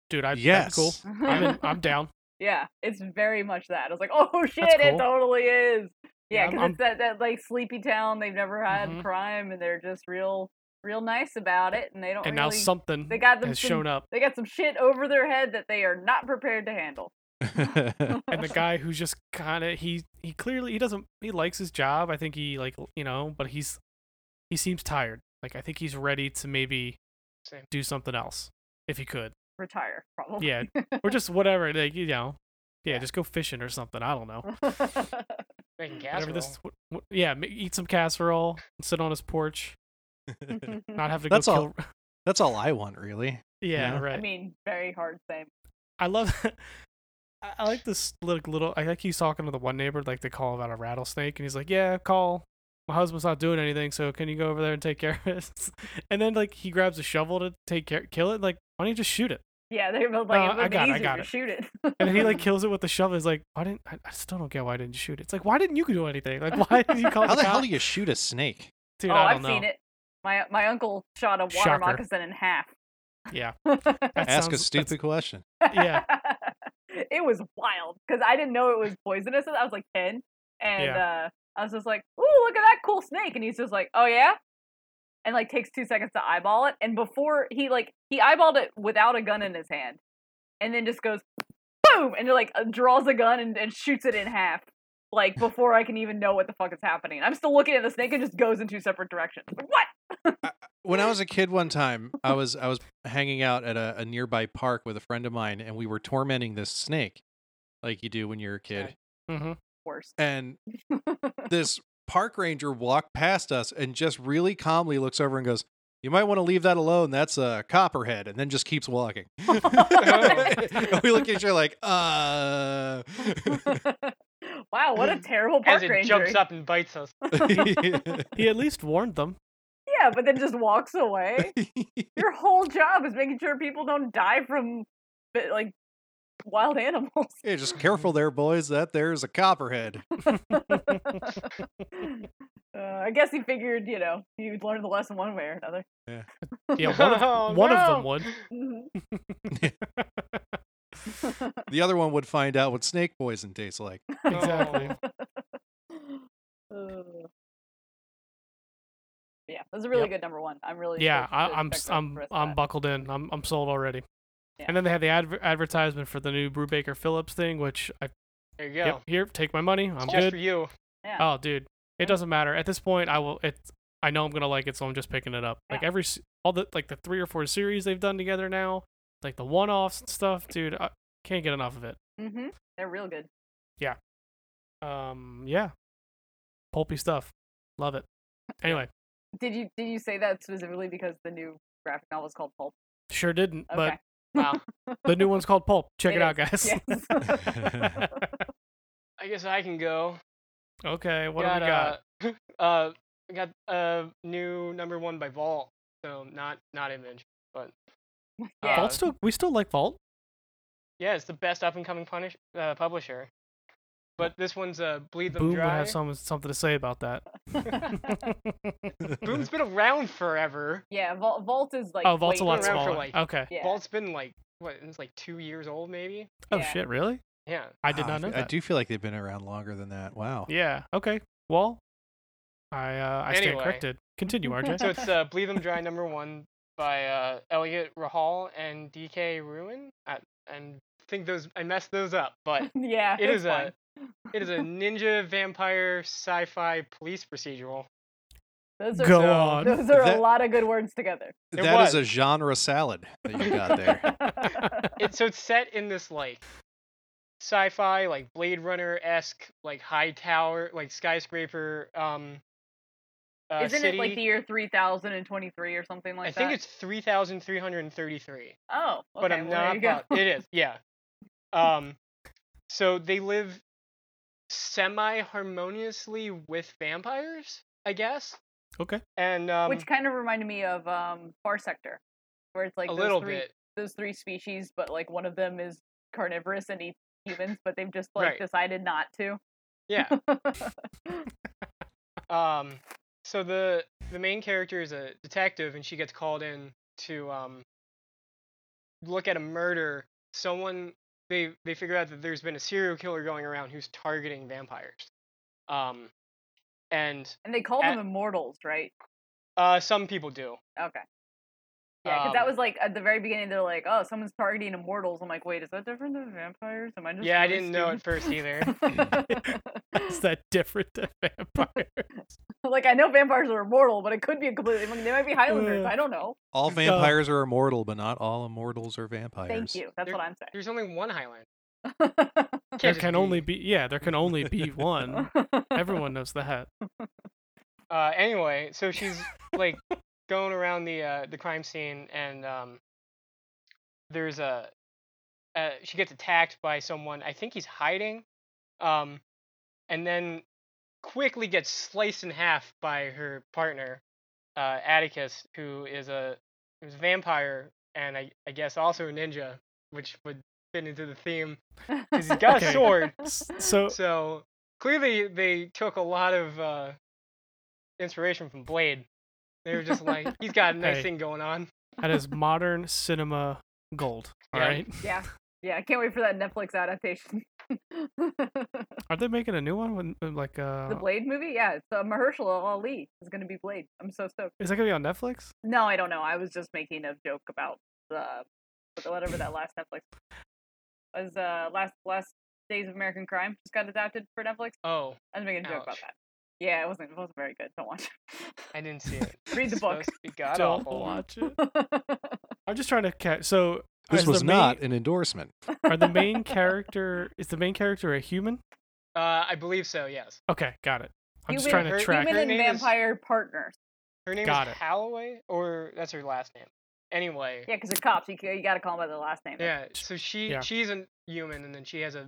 Speaker 3: dude, I
Speaker 2: yes.
Speaker 3: that's cool. I'm in, I'm down.
Speaker 1: yeah, it's very much that. I was like, oh shit, it
Speaker 3: cool.
Speaker 1: totally is.
Speaker 3: Yeah,
Speaker 1: Yeah,
Speaker 3: I'm-
Speaker 1: because it's that, that like sleepy town. They've never had
Speaker 3: Mhm.
Speaker 1: crime, and they're just real, real nice about it. And they don't.
Speaker 3: And now
Speaker 1: really,
Speaker 3: something
Speaker 1: they got them
Speaker 3: has
Speaker 1: some-
Speaker 3: shown up.
Speaker 1: They got some shit over their head that they are not prepared to handle.
Speaker 3: and the guy who's just kind of he he clearly he doesn't he likes his job i think he like you know but he's he seems tired like i think he's ready to maybe
Speaker 4: Same.
Speaker 3: do something else if he could
Speaker 1: Retire, probably.
Speaker 3: yeah or just whatever like you know yeah, just go fishing or something i don't know
Speaker 4: Making
Speaker 3: whatever
Speaker 4: casserole.
Speaker 3: this what, what, yeah ma- eat some casserole sit on his porch not have to
Speaker 2: That's
Speaker 3: go
Speaker 2: all-
Speaker 3: kill
Speaker 2: That's all I want, really.
Speaker 3: yeah,
Speaker 2: Yeah.
Speaker 1: I
Speaker 3: right
Speaker 1: mean, very hard same.
Speaker 3: I love. I I like this like little. I like he's talking to the one neighbor, like they call about a rattlesnake, and he's like, "Yeah, call. My husband's not doing anything, so can you go over there and take care of it?" and then like he grabs a shovel to take care, kill it. Like, why don't you just shoot it?
Speaker 1: Yeah, they were like,
Speaker 3: No,
Speaker 1: it
Speaker 3: I
Speaker 1: would be
Speaker 3: got it, I
Speaker 1: easier
Speaker 3: got
Speaker 1: to
Speaker 3: it.
Speaker 1: shoot it.
Speaker 3: And then he like kills it with the shovel. He's like, "Why didn't? I, I still don't get why didn't you shoot it? It's like, why didn't you do anything? Like, why did you call
Speaker 2: How
Speaker 3: the
Speaker 2: the hell
Speaker 3: cops?
Speaker 2: do you shoot a snake?
Speaker 3: Dude,
Speaker 1: oh,
Speaker 3: I
Speaker 1: I've
Speaker 3: don't know.
Speaker 1: seen it. My my uncle shot a water
Speaker 3: Shocker.
Speaker 1: moccasin in half.
Speaker 3: Yeah, That
Speaker 2: Ask a
Speaker 3: sounds- that's-
Speaker 2: stupid question.
Speaker 3: Yeah.
Speaker 1: it was wild because I didn't know it was poisonous. I was like ten, and uh, I was just like, "Ooh, look at that cool snake!" And he's just like, "Oh yeah," and like takes two seconds to eyeball it. And before he like he eyeballed it without a gun in his hand, and then just goes boom and like uh, draws a gun and, and shoots it in half. Like before I can even know what the fuck is happening, I'm still looking at the snake and just goes in two separate directions. Like, what?
Speaker 2: when I was a kid one time, I was I was hanging out at a, a nearby park with a friend of mine, and we were tormenting this snake, like you do when you're a kid.
Speaker 3: hmm
Speaker 1: Worse.
Speaker 2: And this park ranger walked past us and just really calmly looks over and goes, "You might want to leave that alone. That's a copperhead," and then just keeps walking.
Speaker 4: Oh.
Speaker 1: Oh
Speaker 2: And we look at each other like, "Uh."
Speaker 1: wow, what a terrible park
Speaker 4: As it
Speaker 1: ranger.
Speaker 4: jumps up and bites us.
Speaker 3: He at least warned them.
Speaker 1: Yeah, but then just walks away. Your whole job is making sure people don't die from bi- like wild animals.
Speaker 2: Hey, just careful there, boys. That there's a copperhead.
Speaker 1: Uh, I guess he figured, you know, he'd learn the lesson one way or another.
Speaker 3: Yeah, one of,
Speaker 4: Oh,
Speaker 3: one of
Speaker 4: no.
Speaker 3: them would.
Speaker 1: Mhm.
Speaker 2: The other one would find out what snake poison tastes like.
Speaker 3: Exactly.
Speaker 4: Oh.
Speaker 1: Uh, yeah, that was a really
Speaker 3: Yep.
Speaker 1: good number one. I'm really
Speaker 3: yeah,
Speaker 1: stoked
Speaker 3: I,
Speaker 1: to
Speaker 3: I'm
Speaker 1: check
Speaker 3: s-
Speaker 1: the
Speaker 3: I'm
Speaker 1: rest of
Speaker 3: I'm
Speaker 1: that.
Speaker 3: buckled in. I'm I'm sold already.
Speaker 1: Yeah.
Speaker 3: And then they had the adver- advertisement for the new Brubaker Phillips thing, which I
Speaker 4: There you go.
Speaker 3: yep, here take my money. I'm
Speaker 4: It's just for
Speaker 3: good.
Speaker 4: you.
Speaker 1: Yeah.
Speaker 3: Oh, dude, it doesn't matter. At this point, I will. It I know I'm gonna like it, so I'm just picking it up. Like
Speaker 1: Yeah.
Speaker 3: every s- all the like the three or four series they've done together now, like the one offs and stuff, dude. I can't get enough of it.
Speaker 1: Mm-hmm. They're real good.
Speaker 3: Um, yeah, pulpy stuff. Love it. Anyway,
Speaker 1: Did you did you say that specifically because the new graphic novel is called Pulp?
Speaker 3: sure didn't,
Speaker 1: Okay.
Speaker 4: Wow.
Speaker 3: but the new one's called Pulp. Check it,
Speaker 1: It
Speaker 3: out, guys.
Speaker 1: yes.
Speaker 4: I guess I can go.
Speaker 3: okay, what
Speaker 4: got,
Speaker 3: do we got?
Speaker 4: Uh, uh, we got a new number one by Vault. So not not image, but uh,
Speaker 1: Yeah.
Speaker 3: Uh, Vault still we still like Vault.
Speaker 4: yeah, it's the best up and coming punish uh, publisher. But this one's uh, bleed them
Speaker 3: Boom would
Speaker 4: dry.
Speaker 3: have some, something to say about that.
Speaker 4: Boom's been around forever.
Speaker 1: yeah, Vault, Vault is like
Speaker 3: oh, Vault's a
Speaker 1: way
Speaker 3: lot
Speaker 4: been around for
Speaker 1: different.
Speaker 3: smaller.
Speaker 4: like-
Speaker 3: okay.
Speaker 1: Yeah.
Speaker 4: Vault's been like what? It's like two years old maybe.
Speaker 3: Oh
Speaker 1: yeah.
Speaker 3: shit, really?
Speaker 4: Yeah.
Speaker 3: I did
Speaker 2: Wow,
Speaker 3: not know
Speaker 2: Ah, I
Speaker 3: that.
Speaker 2: do feel like they've been around longer than that. Wow.
Speaker 3: Yeah. Okay. Well, I uh, I stand
Speaker 4: Anyway.
Speaker 3: corrected. Continue, RJ.
Speaker 4: So it's uh, bleed them dry number one by uh, Elliot Rahal and DK Ruin. I, and think those I messed those up, but
Speaker 1: yeah,
Speaker 4: it
Speaker 1: it's
Speaker 4: is
Speaker 1: fine.
Speaker 4: a it is a ninja vampire sci-fi police procedural.
Speaker 1: Those are
Speaker 3: Go
Speaker 4: So-
Speaker 3: on.
Speaker 1: those are
Speaker 2: That-
Speaker 1: a lot of good words together.
Speaker 4: It
Speaker 2: That is
Speaker 4: was.
Speaker 2: a genre salad that you got there.
Speaker 4: Uh, It so it's set in this like sci-fi like Blade Runner esque like high tower like skyscraper um uh,
Speaker 1: Isn't it like
Speaker 4: city.
Speaker 1: the year three thousand and twenty-three or something like
Speaker 4: I
Speaker 1: that?
Speaker 4: think it's three thousand three hundred and thirty-three.
Speaker 1: oh, okay,
Speaker 4: but I'm
Speaker 1: well, there
Speaker 4: not.
Speaker 1: you go.
Speaker 4: po- it is, yeah. Um, so they live semi harmoniously with vampires, I guess.
Speaker 3: Okay.
Speaker 4: And um,
Speaker 1: Which kind of reminded me of um, Far Sector, where it's like
Speaker 4: a
Speaker 1: those
Speaker 4: little
Speaker 1: three
Speaker 4: bit,
Speaker 1: those three species, but like one of them is carnivorous and eats humans, but they've just like
Speaker 4: Right.
Speaker 1: decided not to.
Speaker 4: yeah. um, so the the main character is a detective, and she gets called in to um look at a murder. Someone they they figure out that there's been a serial killer going around who's targeting vampires. Um, and
Speaker 1: and they call them
Speaker 4: At-
Speaker 1: immortals, right?
Speaker 4: uh, some people do.
Speaker 1: Okay. Yeah, because that
Speaker 4: Um,
Speaker 1: was like at the very beginning. They're like, "Oh, someone's targeting immortals." I'm like, "Wait, is that different than vampires? Am I just
Speaker 4: Yeah, I
Speaker 1: really
Speaker 4: didn't know at
Speaker 1: stupid?"
Speaker 4: first either.
Speaker 3: Is that different than vampire?
Speaker 1: like I know vampires are immortal, but it could be a completely. They might be Highlanders.
Speaker 3: Uh,
Speaker 1: I don't know.
Speaker 2: All vampires are immortal, but not all immortals are vampires.
Speaker 1: Thank you. That's
Speaker 4: They're-
Speaker 1: what I'm
Speaker 4: There's only one Highlander.
Speaker 1: saying.
Speaker 4: Can't
Speaker 3: there
Speaker 4: just
Speaker 3: can only be yeah, there can only be one.
Speaker 4: Mm.
Speaker 3: Everyone knows that.
Speaker 4: Uh, anyway, so she's like going around the uh, the crime scene, and um, there's a uh, she gets attacked by someone. I think he's hiding, um, and then quickly gets sliced in half by her partner, uh, Atticus, who is a who's a vampire and I, I guess also a ninja, which would fit into the theme. he's got
Speaker 3: a
Speaker 4: sword.
Speaker 3: S- So
Speaker 4: So clearly, they took a lot of uh, inspiration from Blade. They were just like, he's got a nice
Speaker 3: Hey.
Speaker 4: thing going on.
Speaker 3: that is modern cinema gold. All
Speaker 4: Yeah.
Speaker 3: right.
Speaker 1: yeah, yeah. I can't wait for that Netflix adaptation. the
Speaker 3: Are they making a new one? When, uh, like uh,
Speaker 4: Oh.
Speaker 1: Blade movie. Yeah, it's uh, Mahershala Ali is going to be Blade. I'm so stoked.
Speaker 3: is that gonna be on Netflix?
Speaker 1: No, I don't know. I was just making a joke about the but whatever that last Netflix was. Uh, last last Days of American Crime just got adapted for Netflix.
Speaker 4: Oh,
Speaker 1: I was making a joke about
Speaker 4: Ouch.
Speaker 1: that. Yeah, it wasn't it wasn't very good. Don't watch.
Speaker 4: I didn't see it.
Speaker 1: Read the
Speaker 4: It's
Speaker 1: book.
Speaker 4: supposed to be god
Speaker 3: Don't
Speaker 4: awful.
Speaker 3: watch it. I'm just trying to catch. So
Speaker 2: This
Speaker 3: is the
Speaker 2: was
Speaker 3: main-
Speaker 2: not an endorsement.
Speaker 3: Are the main character is the main character a human?
Speaker 4: Uh, I believe so. Yes.
Speaker 3: Okay, got it. I'm just
Speaker 1: Human-
Speaker 3: trying
Speaker 4: her-
Speaker 3: to track.
Speaker 1: Human
Speaker 4: Her
Speaker 1: and
Speaker 4: name is-
Speaker 1: vampire partners.
Speaker 4: Her name
Speaker 3: Got
Speaker 4: is
Speaker 3: it.
Speaker 4: Halloway, or that's her last name. Anyway.
Speaker 1: Yeah, because they're cops. You, ca- you got to call them by their last name.
Speaker 4: Yeah, So she
Speaker 3: Yeah.
Speaker 4: she's a human, and then she has a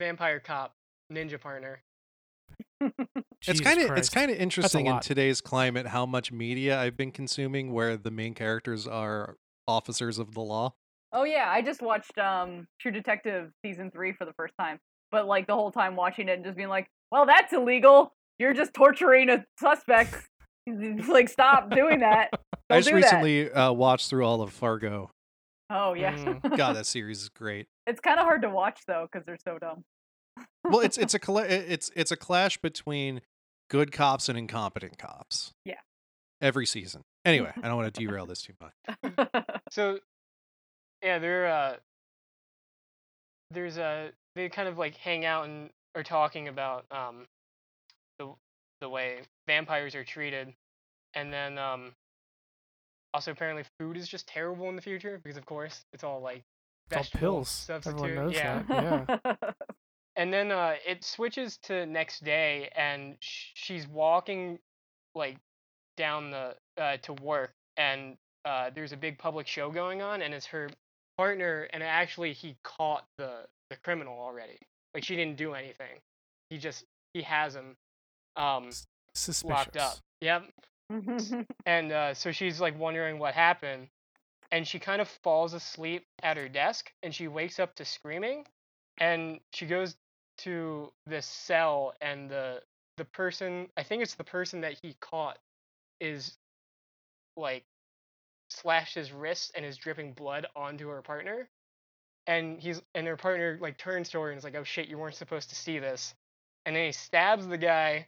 Speaker 4: vampire cop ninja partner.
Speaker 2: it's kind of it's kind of interesting in
Speaker 3: lot.
Speaker 2: today's climate how much media I've been consuming where the main characters are officers of the law.
Speaker 1: Oh yeah, I just watched um True Detective season three for the first time. But like the whole time watching it and just being like, "Well, that's illegal. You're just torturing a suspect. like, stop doing that."
Speaker 2: I
Speaker 1: Don't
Speaker 2: just
Speaker 1: do that.
Speaker 2: recently uh, watched through all of Fargo.
Speaker 1: Oh yeah,
Speaker 3: Mm.
Speaker 2: God, that series is great.
Speaker 1: it's kind of hard to watch though because they're so dumb.
Speaker 2: Well, it's it's a colla- it's it's a clash between good cops and incompetent cops.
Speaker 1: Yeah.
Speaker 2: Every season. Anyway, I don't want to derail this too much.
Speaker 3: Uh,
Speaker 4: So, yeah, they're uh, there's a they kind of like hang out and are talking about um, the the way vampires are treated, and then um, also apparently food is just terrible in the future because of course it's all like
Speaker 3: It's all
Speaker 4: vegetable
Speaker 3: pills.
Speaker 4: substitute.
Speaker 3: Everyone knows
Speaker 4: yeah.
Speaker 3: that. Yeah.
Speaker 4: and then uh, it switches to next day, and sh- she's walking like down the uh, to work, and uh, there's a big public show going on, and it's her partner, and actually he caught the the criminal already. Like she didn't do anything. He just he has him um,
Speaker 3: Suspicious.
Speaker 4: locked up. Yep and uh, so she's like wondering what happened and she kind of falls asleep at her desk and she wakes up to screaming and she goes to this cell and the the person i think it's the person that he caught is like slashed his wrist and is dripping blood onto her partner and he's and her partner like turns to her and is like oh shit you weren't supposed to see this and then he stabs the guy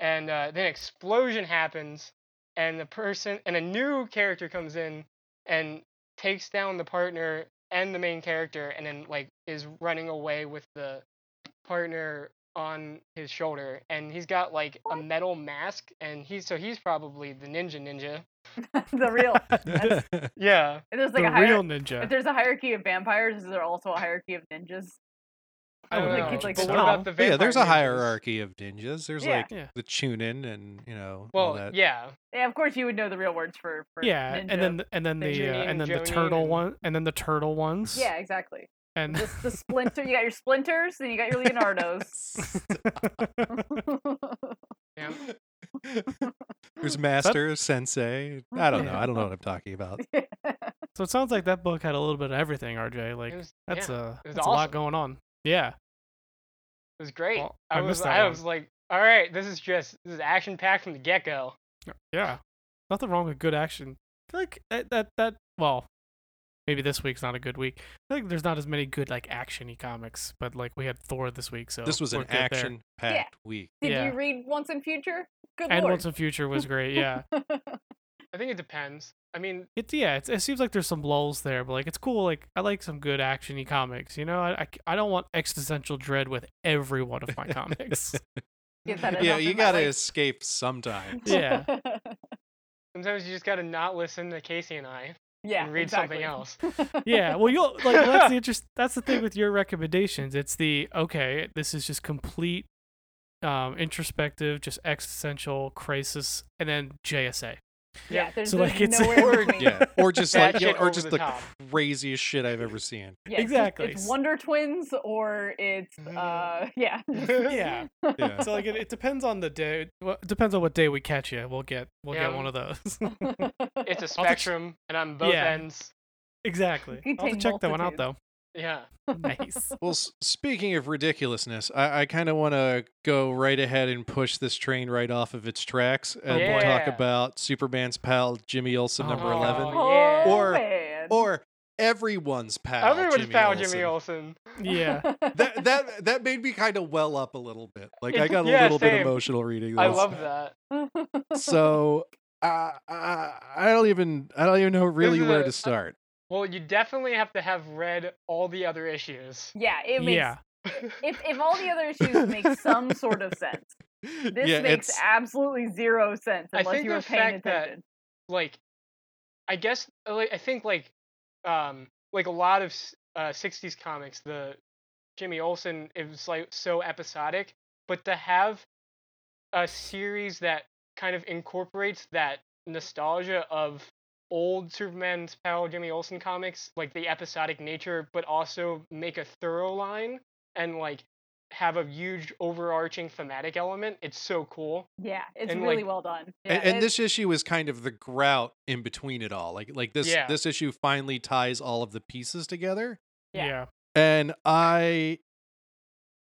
Speaker 4: and uh, then an explosion happens and the person and a new character comes in and takes down the partner and the main character and then like is running away with the partner on his shoulder and he's got like a metal mask and he's so he's probably the ninja ninja
Speaker 1: the real. That's-
Speaker 4: yeah
Speaker 1: If there's
Speaker 3: the
Speaker 1: like a
Speaker 3: real
Speaker 1: hierarchy. If
Speaker 3: ninja.
Speaker 1: there's a hierarchy of vampires, is there also a hierarchy of ninjas?
Speaker 4: i don't
Speaker 1: would
Speaker 4: know
Speaker 1: think it's like
Speaker 4: but what
Speaker 1: so.
Speaker 4: about the
Speaker 2: yeah, there's a
Speaker 4: vampire ninjas?
Speaker 2: hierarchy of ninjas. There's
Speaker 1: Yeah.
Speaker 2: like
Speaker 3: Yeah.
Speaker 2: the Chunin and you know all
Speaker 4: well
Speaker 2: that.
Speaker 4: yeah
Speaker 1: Yeah, of course you would know the real words for, for
Speaker 3: Yeah,
Speaker 1: ninja.
Speaker 3: and then the- and then the
Speaker 4: Ninja
Speaker 3: uh, and then
Speaker 4: and
Speaker 3: the
Speaker 4: Jonin
Speaker 3: turtle
Speaker 4: and-
Speaker 3: one, and then the turtle ones.
Speaker 1: yeah, exactly.
Speaker 3: and
Speaker 1: The, the splinter. You got your splinters, then you got your Leonardos.
Speaker 4: yeah
Speaker 2: There's master sensei. I don't know.
Speaker 3: Yeah.
Speaker 2: I don't know what I'm talking about.
Speaker 3: so it sounds like that book had a little bit of everything. RJ, like
Speaker 4: it was,
Speaker 3: that's
Speaker 4: yeah,
Speaker 3: uh
Speaker 4: was
Speaker 3: that's a lot
Speaker 4: awesome.
Speaker 3: going on. Yeah,
Speaker 4: it was great
Speaker 3: well,
Speaker 4: i,
Speaker 3: I
Speaker 4: was
Speaker 3: missed that
Speaker 4: i
Speaker 3: one.
Speaker 4: was like all right this is just this is action packed from the get-go
Speaker 3: yeah, nothing wrong with good action. I feel like that that, that well, maybe this week's not a good week. I feel like there's not as many good like actiony comics, but like we had Thor this week, so
Speaker 2: This was
Speaker 3: we're
Speaker 2: an
Speaker 3: good there.
Speaker 2: action packed week.
Speaker 1: Did
Speaker 3: Yeah.
Speaker 1: you read Once in Future? Good
Speaker 3: And
Speaker 1: lord.
Speaker 3: Once in Future was great. Yeah,
Speaker 4: i think it depends i mean
Speaker 3: it's yeah. It's, it seems like there's some lulls there, but like it's cool. Like I like some good actiony comics. You know, I I, c- I don't want existential dread with every one of my comics.
Speaker 1: Get that
Speaker 2: Yeah,
Speaker 1: enough
Speaker 2: you
Speaker 1: in my
Speaker 2: gotta
Speaker 1: life.
Speaker 2: escape sometime.
Speaker 3: Yeah.
Speaker 4: sometimes you just gotta not listen to casey and i
Speaker 1: yeah.
Speaker 4: and read
Speaker 1: exactly.
Speaker 4: something else
Speaker 3: yeah well you'll like well, that's the interest that's the thing with your recommendations it's the okay this is just complete um introspective just existential crisis and then jsa
Speaker 1: Yeah. There's,
Speaker 3: So,
Speaker 1: there's
Speaker 3: like, it's-
Speaker 1: nowhere in between.
Speaker 2: Yeah, or just like
Speaker 4: That
Speaker 2: yeah,
Speaker 4: shit
Speaker 2: or
Speaker 4: over
Speaker 2: just
Speaker 4: the
Speaker 2: the
Speaker 4: top.
Speaker 2: craziest shit I've ever seen.
Speaker 1: Yeah, it's just-
Speaker 3: Exactly.
Speaker 1: It's, Wonder Twins or it's uh yeah.
Speaker 3: yeah
Speaker 2: Yeah.
Speaker 3: so like it, it depends on the day well, it depends on what day we catch you we'll get we'll
Speaker 4: Yeah.
Speaker 3: get one of those
Speaker 4: it's a
Speaker 3: I'll just-
Speaker 4: spectrum and on both
Speaker 3: Yeah.
Speaker 4: ends
Speaker 3: exactly
Speaker 1: You
Speaker 3: i'll have to
Speaker 1: contain
Speaker 3: check that one out though
Speaker 2: Uh,
Speaker 4: yeah
Speaker 3: nice
Speaker 2: Well, s- speaking of ridiculousness, I, I kind of want to go right ahead and push this train right off of its tracks and
Speaker 4: boy.
Speaker 2: talk
Speaker 4: Oh, Yeah.
Speaker 2: about Superman's pal Jimmy Olsen,
Speaker 3: Oh
Speaker 2: number
Speaker 3: my
Speaker 2: eleven,
Speaker 4: God.
Speaker 1: Oh,
Speaker 4: Yeah.
Speaker 2: Or-
Speaker 1: man.
Speaker 2: or everyone's pal.
Speaker 4: everyone's
Speaker 2: Jimmy
Speaker 4: found
Speaker 2: Olsen.
Speaker 4: jimmy olsen
Speaker 3: yeah
Speaker 2: That that that made me kind of well up a little bit. Like I got a
Speaker 4: Yeah,
Speaker 2: little bit
Speaker 4: same.
Speaker 2: emotional reading this.
Speaker 4: i love that
Speaker 2: So uh, uh, I don't even I don't even know really
Speaker 4: is
Speaker 2: where
Speaker 4: a-
Speaker 2: to start.
Speaker 4: well you definitely have to have read all the other issues
Speaker 1: yeah, it makes
Speaker 3: yeah
Speaker 1: if if all the other issues make some sort of sense. This
Speaker 2: yeah,
Speaker 1: makes
Speaker 2: it's,
Speaker 1: absolutely zero sense
Speaker 4: I
Speaker 1: unless
Speaker 4: think
Speaker 1: you were
Speaker 4: the
Speaker 1: paying
Speaker 4: fact that-
Speaker 1: attention.
Speaker 4: like i guess uh, like i think like um like a lot of s- uh 60s comics the jimmy olsen it was like so episodic but to have a series that kind of incorporates that nostalgia of old superman's pal jimmy olsen comics like the episodic nature but also make a thorough line and like have a huge overarching thematic element it's so cool
Speaker 1: yeah, it's
Speaker 4: and,
Speaker 1: really
Speaker 4: like-
Speaker 1: well done.
Speaker 2: a-
Speaker 1: Yeah,
Speaker 2: and,
Speaker 1: it-
Speaker 2: this issue is kind of the grout in between it all. Like like this
Speaker 4: Yeah.
Speaker 2: this issue finally ties all of the pieces together,
Speaker 1: Yeah.
Speaker 3: yeah
Speaker 2: and I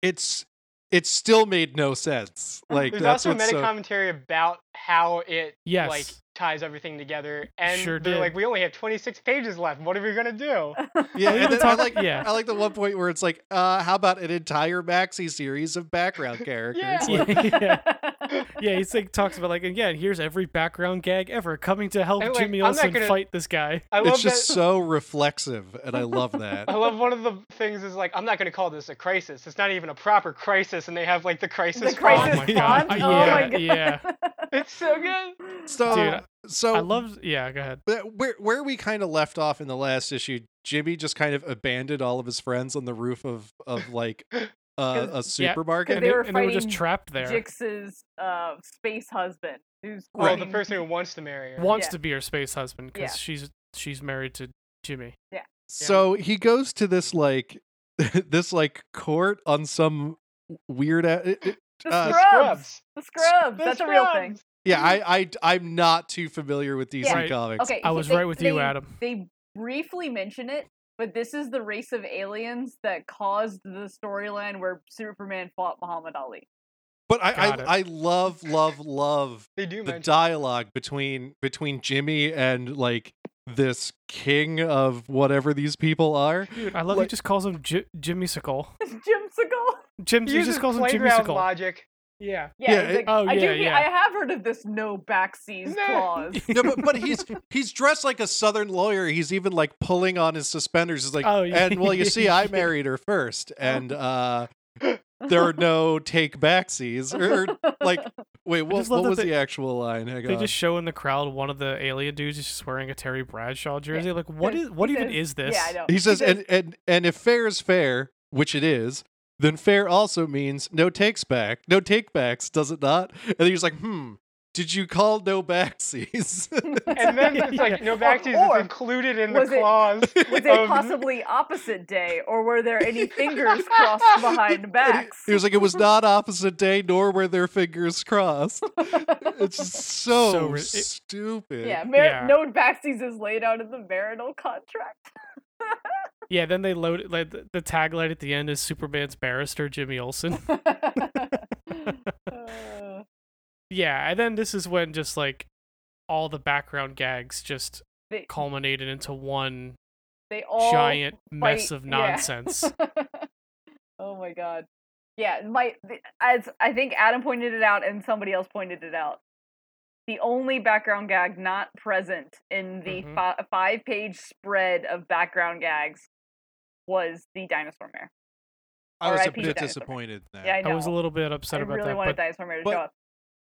Speaker 2: it's it still made no sense. Like
Speaker 4: There's
Speaker 2: that's
Speaker 4: also
Speaker 2: what's uh
Speaker 4: meta
Speaker 2: so,
Speaker 4: commentary about how it
Speaker 3: yes
Speaker 4: like ties everything together, and
Speaker 3: Sure
Speaker 4: they're
Speaker 3: did.
Speaker 4: like, "We only have 26 pages left. What are we gonna do?"
Speaker 2: yeah.
Speaker 3: We
Speaker 2: And
Speaker 3: even
Speaker 2: then I
Speaker 3: talked-
Speaker 2: like
Speaker 3: yeah.
Speaker 2: I like the one point where it's like, uh, how about an entire maxi series of background characters?
Speaker 4: Yeah.
Speaker 2: Like,
Speaker 3: yeah yeah, he's like talks about like, and yeah, here's every background gag ever coming to help
Speaker 4: And, like,
Speaker 3: Jimmy
Speaker 4: I'm not
Speaker 3: Olsen
Speaker 4: gonna-
Speaker 3: fight this guy.
Speaker 4: I love
Speaker 2: it's just
Speaker 4: that.
Speaker 2: so reflexive, and I love that.
Speaker 4: I love one of the things is like, "I'm not gonna call this a crisis. It's not even a proper crisis," and they have like the crisis.
Speaker 1: the crisis
Speaker 3: my
Speaker 4: font.
Speaker 3: God.
Speaker 1: font.
Speaker 3: Uh,
Speaker 1: Oh
Speaker 3: yeah,
Speaker 1: my god.
Speaker 3: yeah.
Speaker 4: It's so good.
Speaker 2: So,
Speaker 3: Dude,
Speaker 2: so
Speaker 3: I love. Yeah, go ahead.
Speaker 2: But where where we kind of left off in the last issue, Jimmy just kind of abandoned all of his friends on the roof of of like uh, a supermarket.
Speaker 1: they
Speaker 3: and,
Speaker 1: were
Speaker 3: and they were just
Speaker 1: fighting
Speaker 3: trapped there.
Speaker 1: Jix's uh, space husband, who's
Speaker 4: Well, Oh, the
Speaker 1: quoting-
Speaker 4: person who wants to marry her.
Speaker 3: Wants
Speaker 1: Yeah.
Speaker 3: to be her space husband because
Speaker 1: Yeah.
Speaker 3: she's she's married to Jimmy.
Speaker 2: So he goes to this like this like court on some weird. a- it- it-
Speaker 1: the
Speaker 2: uh,
Speaker 1: scrubs.
Speaker 4: Scrubs.
Speaker 1: The scrubs.
Speaker 4: The
Speaker 1: That's a real thing.
Speaker 4: Scrubs.
Speaker 2: yeah, I I I'm not too familiar with DC
Speaker 1: Yeah.
Speaker 3: Right.
Speaker 2: comics.
Speaker 1: Okay,
Speaker 3: I
Speaker 1: so
Speaker 3: was
Speaker 1: they-
Speaker 3: right with you,
Speaker 1: they-
Speaker 3: Adam.
Speaker 1: They briefly mention it, but this is the race of aliens that caused the storyline where Superman fought Muhammad Ali.
Speaker 2: But I
Speaker 3: Got it.
Speaker 2: I, I love love love
Speaker 4: They do
Speaker 2: the
Speaker 4: mention.
Speaker 2: dialogue between between Jimmy and like this king of whatever these people are.
Speaker 3: Dude, I love he
Speaker 2: like-
Speaker 3: just calls him J- Jimmy Sickle.
Speaker 1: Jim Segal.
Speaker 3: Jim, he
Speaker 4: uses
Speaker 3: just calls him Jimmy
Speaker 4: playground
Speaker 3: Sickle.
Speaker 4: logic.
Speaker 3: Yeah.
Speaker 1: Yeah,
Speaker 2: Yeah,
Speaker 1: he's
Speaker 2: it-
Speaker 1: like,
Speaker 3: oh,
Speaker 1: I do.
Speaker 3: yeah,
Speaker 1: be-
Speaker 3: yeah.
Speaker 1: I have heard of this no backseas
Speaker 4: No.
Speaker 1: clause.
Speaker 2: No, but, but he's he's dressed like a southern lawyer. He's even like pulling on his suspenders. He's like,
Speaker 3: Oh, yeah.
Speaker 2: and well, you see, I married her first, and uh, there are no take backsies. Or, or, like, wait, what,
Speaker 3: just love
Speaker 2: what
Speaker 3: that
Speaker 2: was
Speaker 3: they-
Speaker 2: the actual line? Hang
Speaker 3: They
Speaker 2: on.
Speaker 3: just show in the crowd one of the alien dudes is just wearing a Terry Bradshaw jersey. Like, what is what
Speaker 1: He
Speaker 3: even
Speaker 1: says-
Speaker 3: is this?
Speaker 1: Yeah, I know.
Speaker 2: he says, and and and if fair is fair, which it is, then fair also means no takes back, no take backs, does it not? And he's like, hmm, did you call no backsies?
Speaker 4: And then it's like
Speaker 3: Yeah.
Speaker 4: no vaccines
Speaker 1: Or-
Speaker 4: is included in the
Speaker 1: was it-
Speaker 4: clause.
Speaker 1: Was it
Speaker 2: Um,
Speaker 4: of-
Speaker 1: possibly opposite day, or were there any fingers crossed behind backs?
Speaker 2: He was like, it was not opposite day, nor were their fingers crossed. It's just so,
Speaker 3: So ri- it-
Speaker 2: stupid.
Speaker 1: yeah, mar-
Speaker 3: Yeah.
Speaker 1: no backseas is laid out in the marital contract.
Speaker 3: Yeah, then they load it. Like the, the tagline at the end is Superman's barrister Jimmy Olsen.
Speaker 1: Uh,
Speaker 3: yeah, and then this is when just like all the background gags just
Speaker 1: they,
Speaker 3: culminated into one
Speaker 1: they all
Speaker 3: giant mess
Speaker 1: fight-
Speaker 3: of
Speaker 1: yeah.
Speaker 3: nonsense.
Speaker 1: oh my god. Yeah, my th- as I think Adam pointed it out and somebody else pointed it out. The only background gag not present in the
Speaker 3: Mhm.
Speaker 1: fi- five-page spread of background gags was the dinosaur mare.
Speaker 2: I was a
Speaker 1: R.I.P.
Speaker 2: bit
Speaker 1: dinosaur.
Speaker 2: disappointed. in that.
Speaker 1: Yeah, I
Speaker 3: I,
Speaker 1: know.
Speaker 3: was a little bit
Speaker 1: I
Speaker 3: upset about
Speaker 1: really
Speaker 3: that.
Speaker 1: wanted
Speaker 3: But
Speaker 1: dinosaur mare to
Speaker 2: but-
Speaker 1: show up.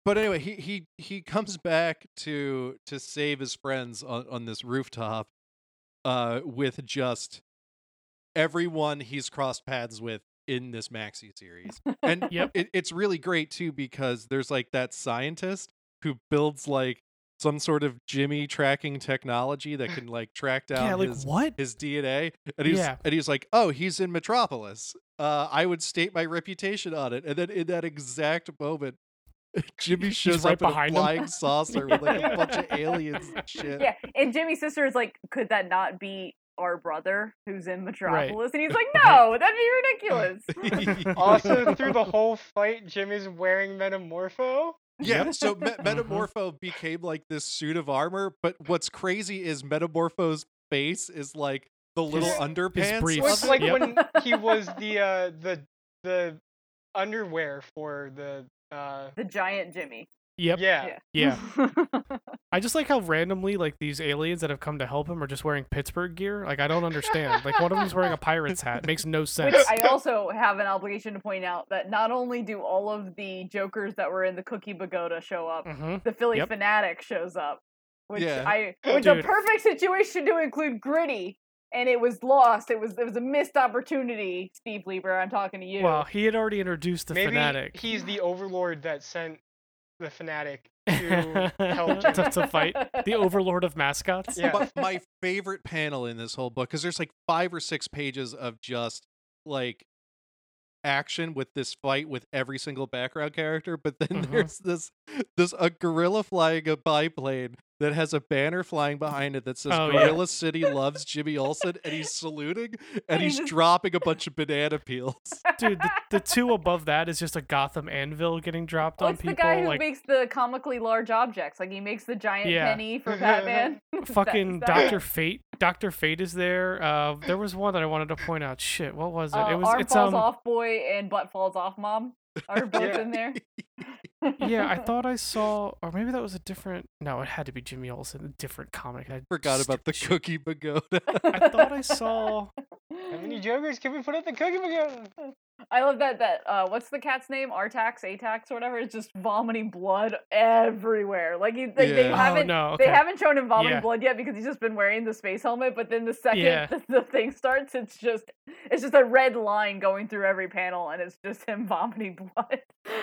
Speaker 2: But anyway, he he he comes back to to save his friends on, on this rooftop, uh, with just everyone he's crossed paths with in this maxi series, and
Speaker 3: Yep.
Speaker 2: it, it's really great too because there's like that scientist who builds like some sort of Jimmy tracking technology that can like track down
Speaker 3: yeah, like
Speaker 2: his
Speaker 3: what?
Speaker 2: his DNA, and he's
Speaker 3: Yeah.
Speaker 2: and he's like, "Oh, he's in Metropolis. Uh, I would state my reputation on it." And then in that exact moment, Jimmy
Speaker 3: He's
Speaker 2: shows
Speaker 3: right
Speaker 2: up in a
Speaker 3: behind him.
Speaker 2: flying saucer with like a bunch of aliens and
Speaker 3: uh
Speaker 2: shit.
Speaker 1: Yeah, and Jimmy's sister is like, could that not be our brother who's in Metropolis? And he's like, no, that'd be ridiculous.
Speaker 4: Also, through the whole fight, Jimmy's wearing Metamorpho.
Speaker 2: Yeah,
Speaker 3: Yep.
Speaker 2: so Me-
Speaker 3: Mhm.
Speaker 2: Metamorpho became like this suit of armor, but what's crazy is Metamorpho's face is like the little
Speaker 4: His- his
Speaker 2: underpants.
Speaker 3: briefs.
Speaker 4: It's
Speaker 2: of
Speaker 3: Yep.
Speaker 4: like
Speaker 1: Yep.
Speaker 4: when he was the uh, the the underwear for the uh,
Speaker 1: the giant Jimmy.
Speaker 3: Yep. Yeah.
Speaker 4: yeah.
Speaker 3: I just like how randomly like these aliens that have come to help him are just wearing Pittsburgh gear. Like I don't understand. like one of them's wearing a pirate's hat. It makes no sense.
Speaker 1: Which I also have an obligation to point out that not only do all of the jokers that were in the Cookie Pagoda show up,
Speaker 3: hmm
Speaker 1: the Philly
Speaker 3: Yep.
Speaker 1: fanatic shows up, which
Speaker 2: Yeah.
Speaker 1: I was a
Speaker 3: Dude.
Speaker 1: perfect situation to include Gritty, and it was lost. It was it was a missed opportunity. Steve Lieber, I'm talking to you.
Speaker 3: Well, he had already introduced the
Speaker 4: Maybe
Speaker 3: fanatic
Speaker 4: he's the overlord that sent the fanatic to help Jimmy.
Speaker 3: to, to fight the overlord of mascots.
Speaker 4: Yeah.
Speaker 2: but my favorite panel in this whole book because there's like five or six pages of just like action with this fight with every single background character but then
Speaker 3: Mhm.
Speaker 2: there's this this a gorilla flying a biplane that has a banner flying behind it that says
Speaker 3: Oh, yeah.
Speaker 2: gorilla city loves jimmy olsen and he's saluting and
Speaker 1: And he
Speaker 2: he's
Speaker 1: just-
Speaker 2: dropping a bunch of banana peels
Speaker 3: Dude, the, the two above that is just a Gotham anvil getting dropped on
Speaker 1: What's
Speaker 3: people.
Speaker 1: the guy who
Speaker 3: like
Speaker 1: makes the comically large objects? Like he makes the giant
Speaker 3: Yeah.
Speaker 1: penny for Batman. Is that-
Speaker 3: fucking
Speaker 1: is that-
Speaker 3: Doctor Fate. Doctor Fate is there. Uh, there was one that I wanted to point out. Shit, what was it?
Speaker 1: Uh,
Speaker 3: it was
Speaker 1: arm
Speaker 3: it's
Speaker 1: falls
Speaker 3: um.
Speaker 1: off boy and butt falls off mom are both
Speaker 4: Yeah.
Speaker 1: in there.
Speaker 3: yeah, I thought I saw, or maybe that was a different. No, it had to be Jimmy Olsen, a different comic. I
Speaker 2: forgot about the
Speaker 3: stupid
Speaker 2: cookie pagoda
Speaker 3: shit. I thought I saw. oh,
Speaker 4: How many jokers can we put at the cookie again?
Speaker 1: I love that. That uh, what's the cat's name? Artax, Atax, or whatever. It's just vomiting blood everywhere. Like, he, they- they
Speaker 2: Yeah. Oh,
Speaker 1: haven't.
Speaker 3: oh no,
Speaker 1: They
Speaker 3: okay.
Speaker 1: haven't shown him vomiting
Speaker 3: Yeah.
Speaker 1: blood yet because he's just been wearing the space helmet. But then the second
Speaker 3: Yeah.
Speaker 1: the, thing starts, it's just it's just a red line going through every panel, and it's just him vomiting blood.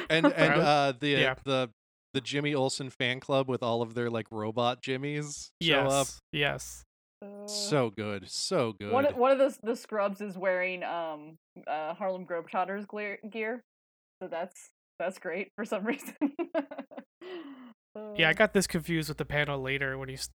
Speaker 2: and and
Speaker 3: Right.
Speaker 2: uh the
Speaker 3: Yeah.
Speaker 2: the the Jimmy Olsen fan club with all of their like robot Jimmies show
Speaker 3: yes,
Speaker 2: up.
Speaker 3: yes.
Speaker 1: Uh,
Speaker 2: So good, so good.
Speaker 1: One of, one of the the scrubs is wearing um uh Harlem Globetrotters glare- gear, so that's that's great for some reason.
Speaker 3: Yeah, I
Speaker 1: Uh,
Speaker 3: got this confused with the panel later when he's,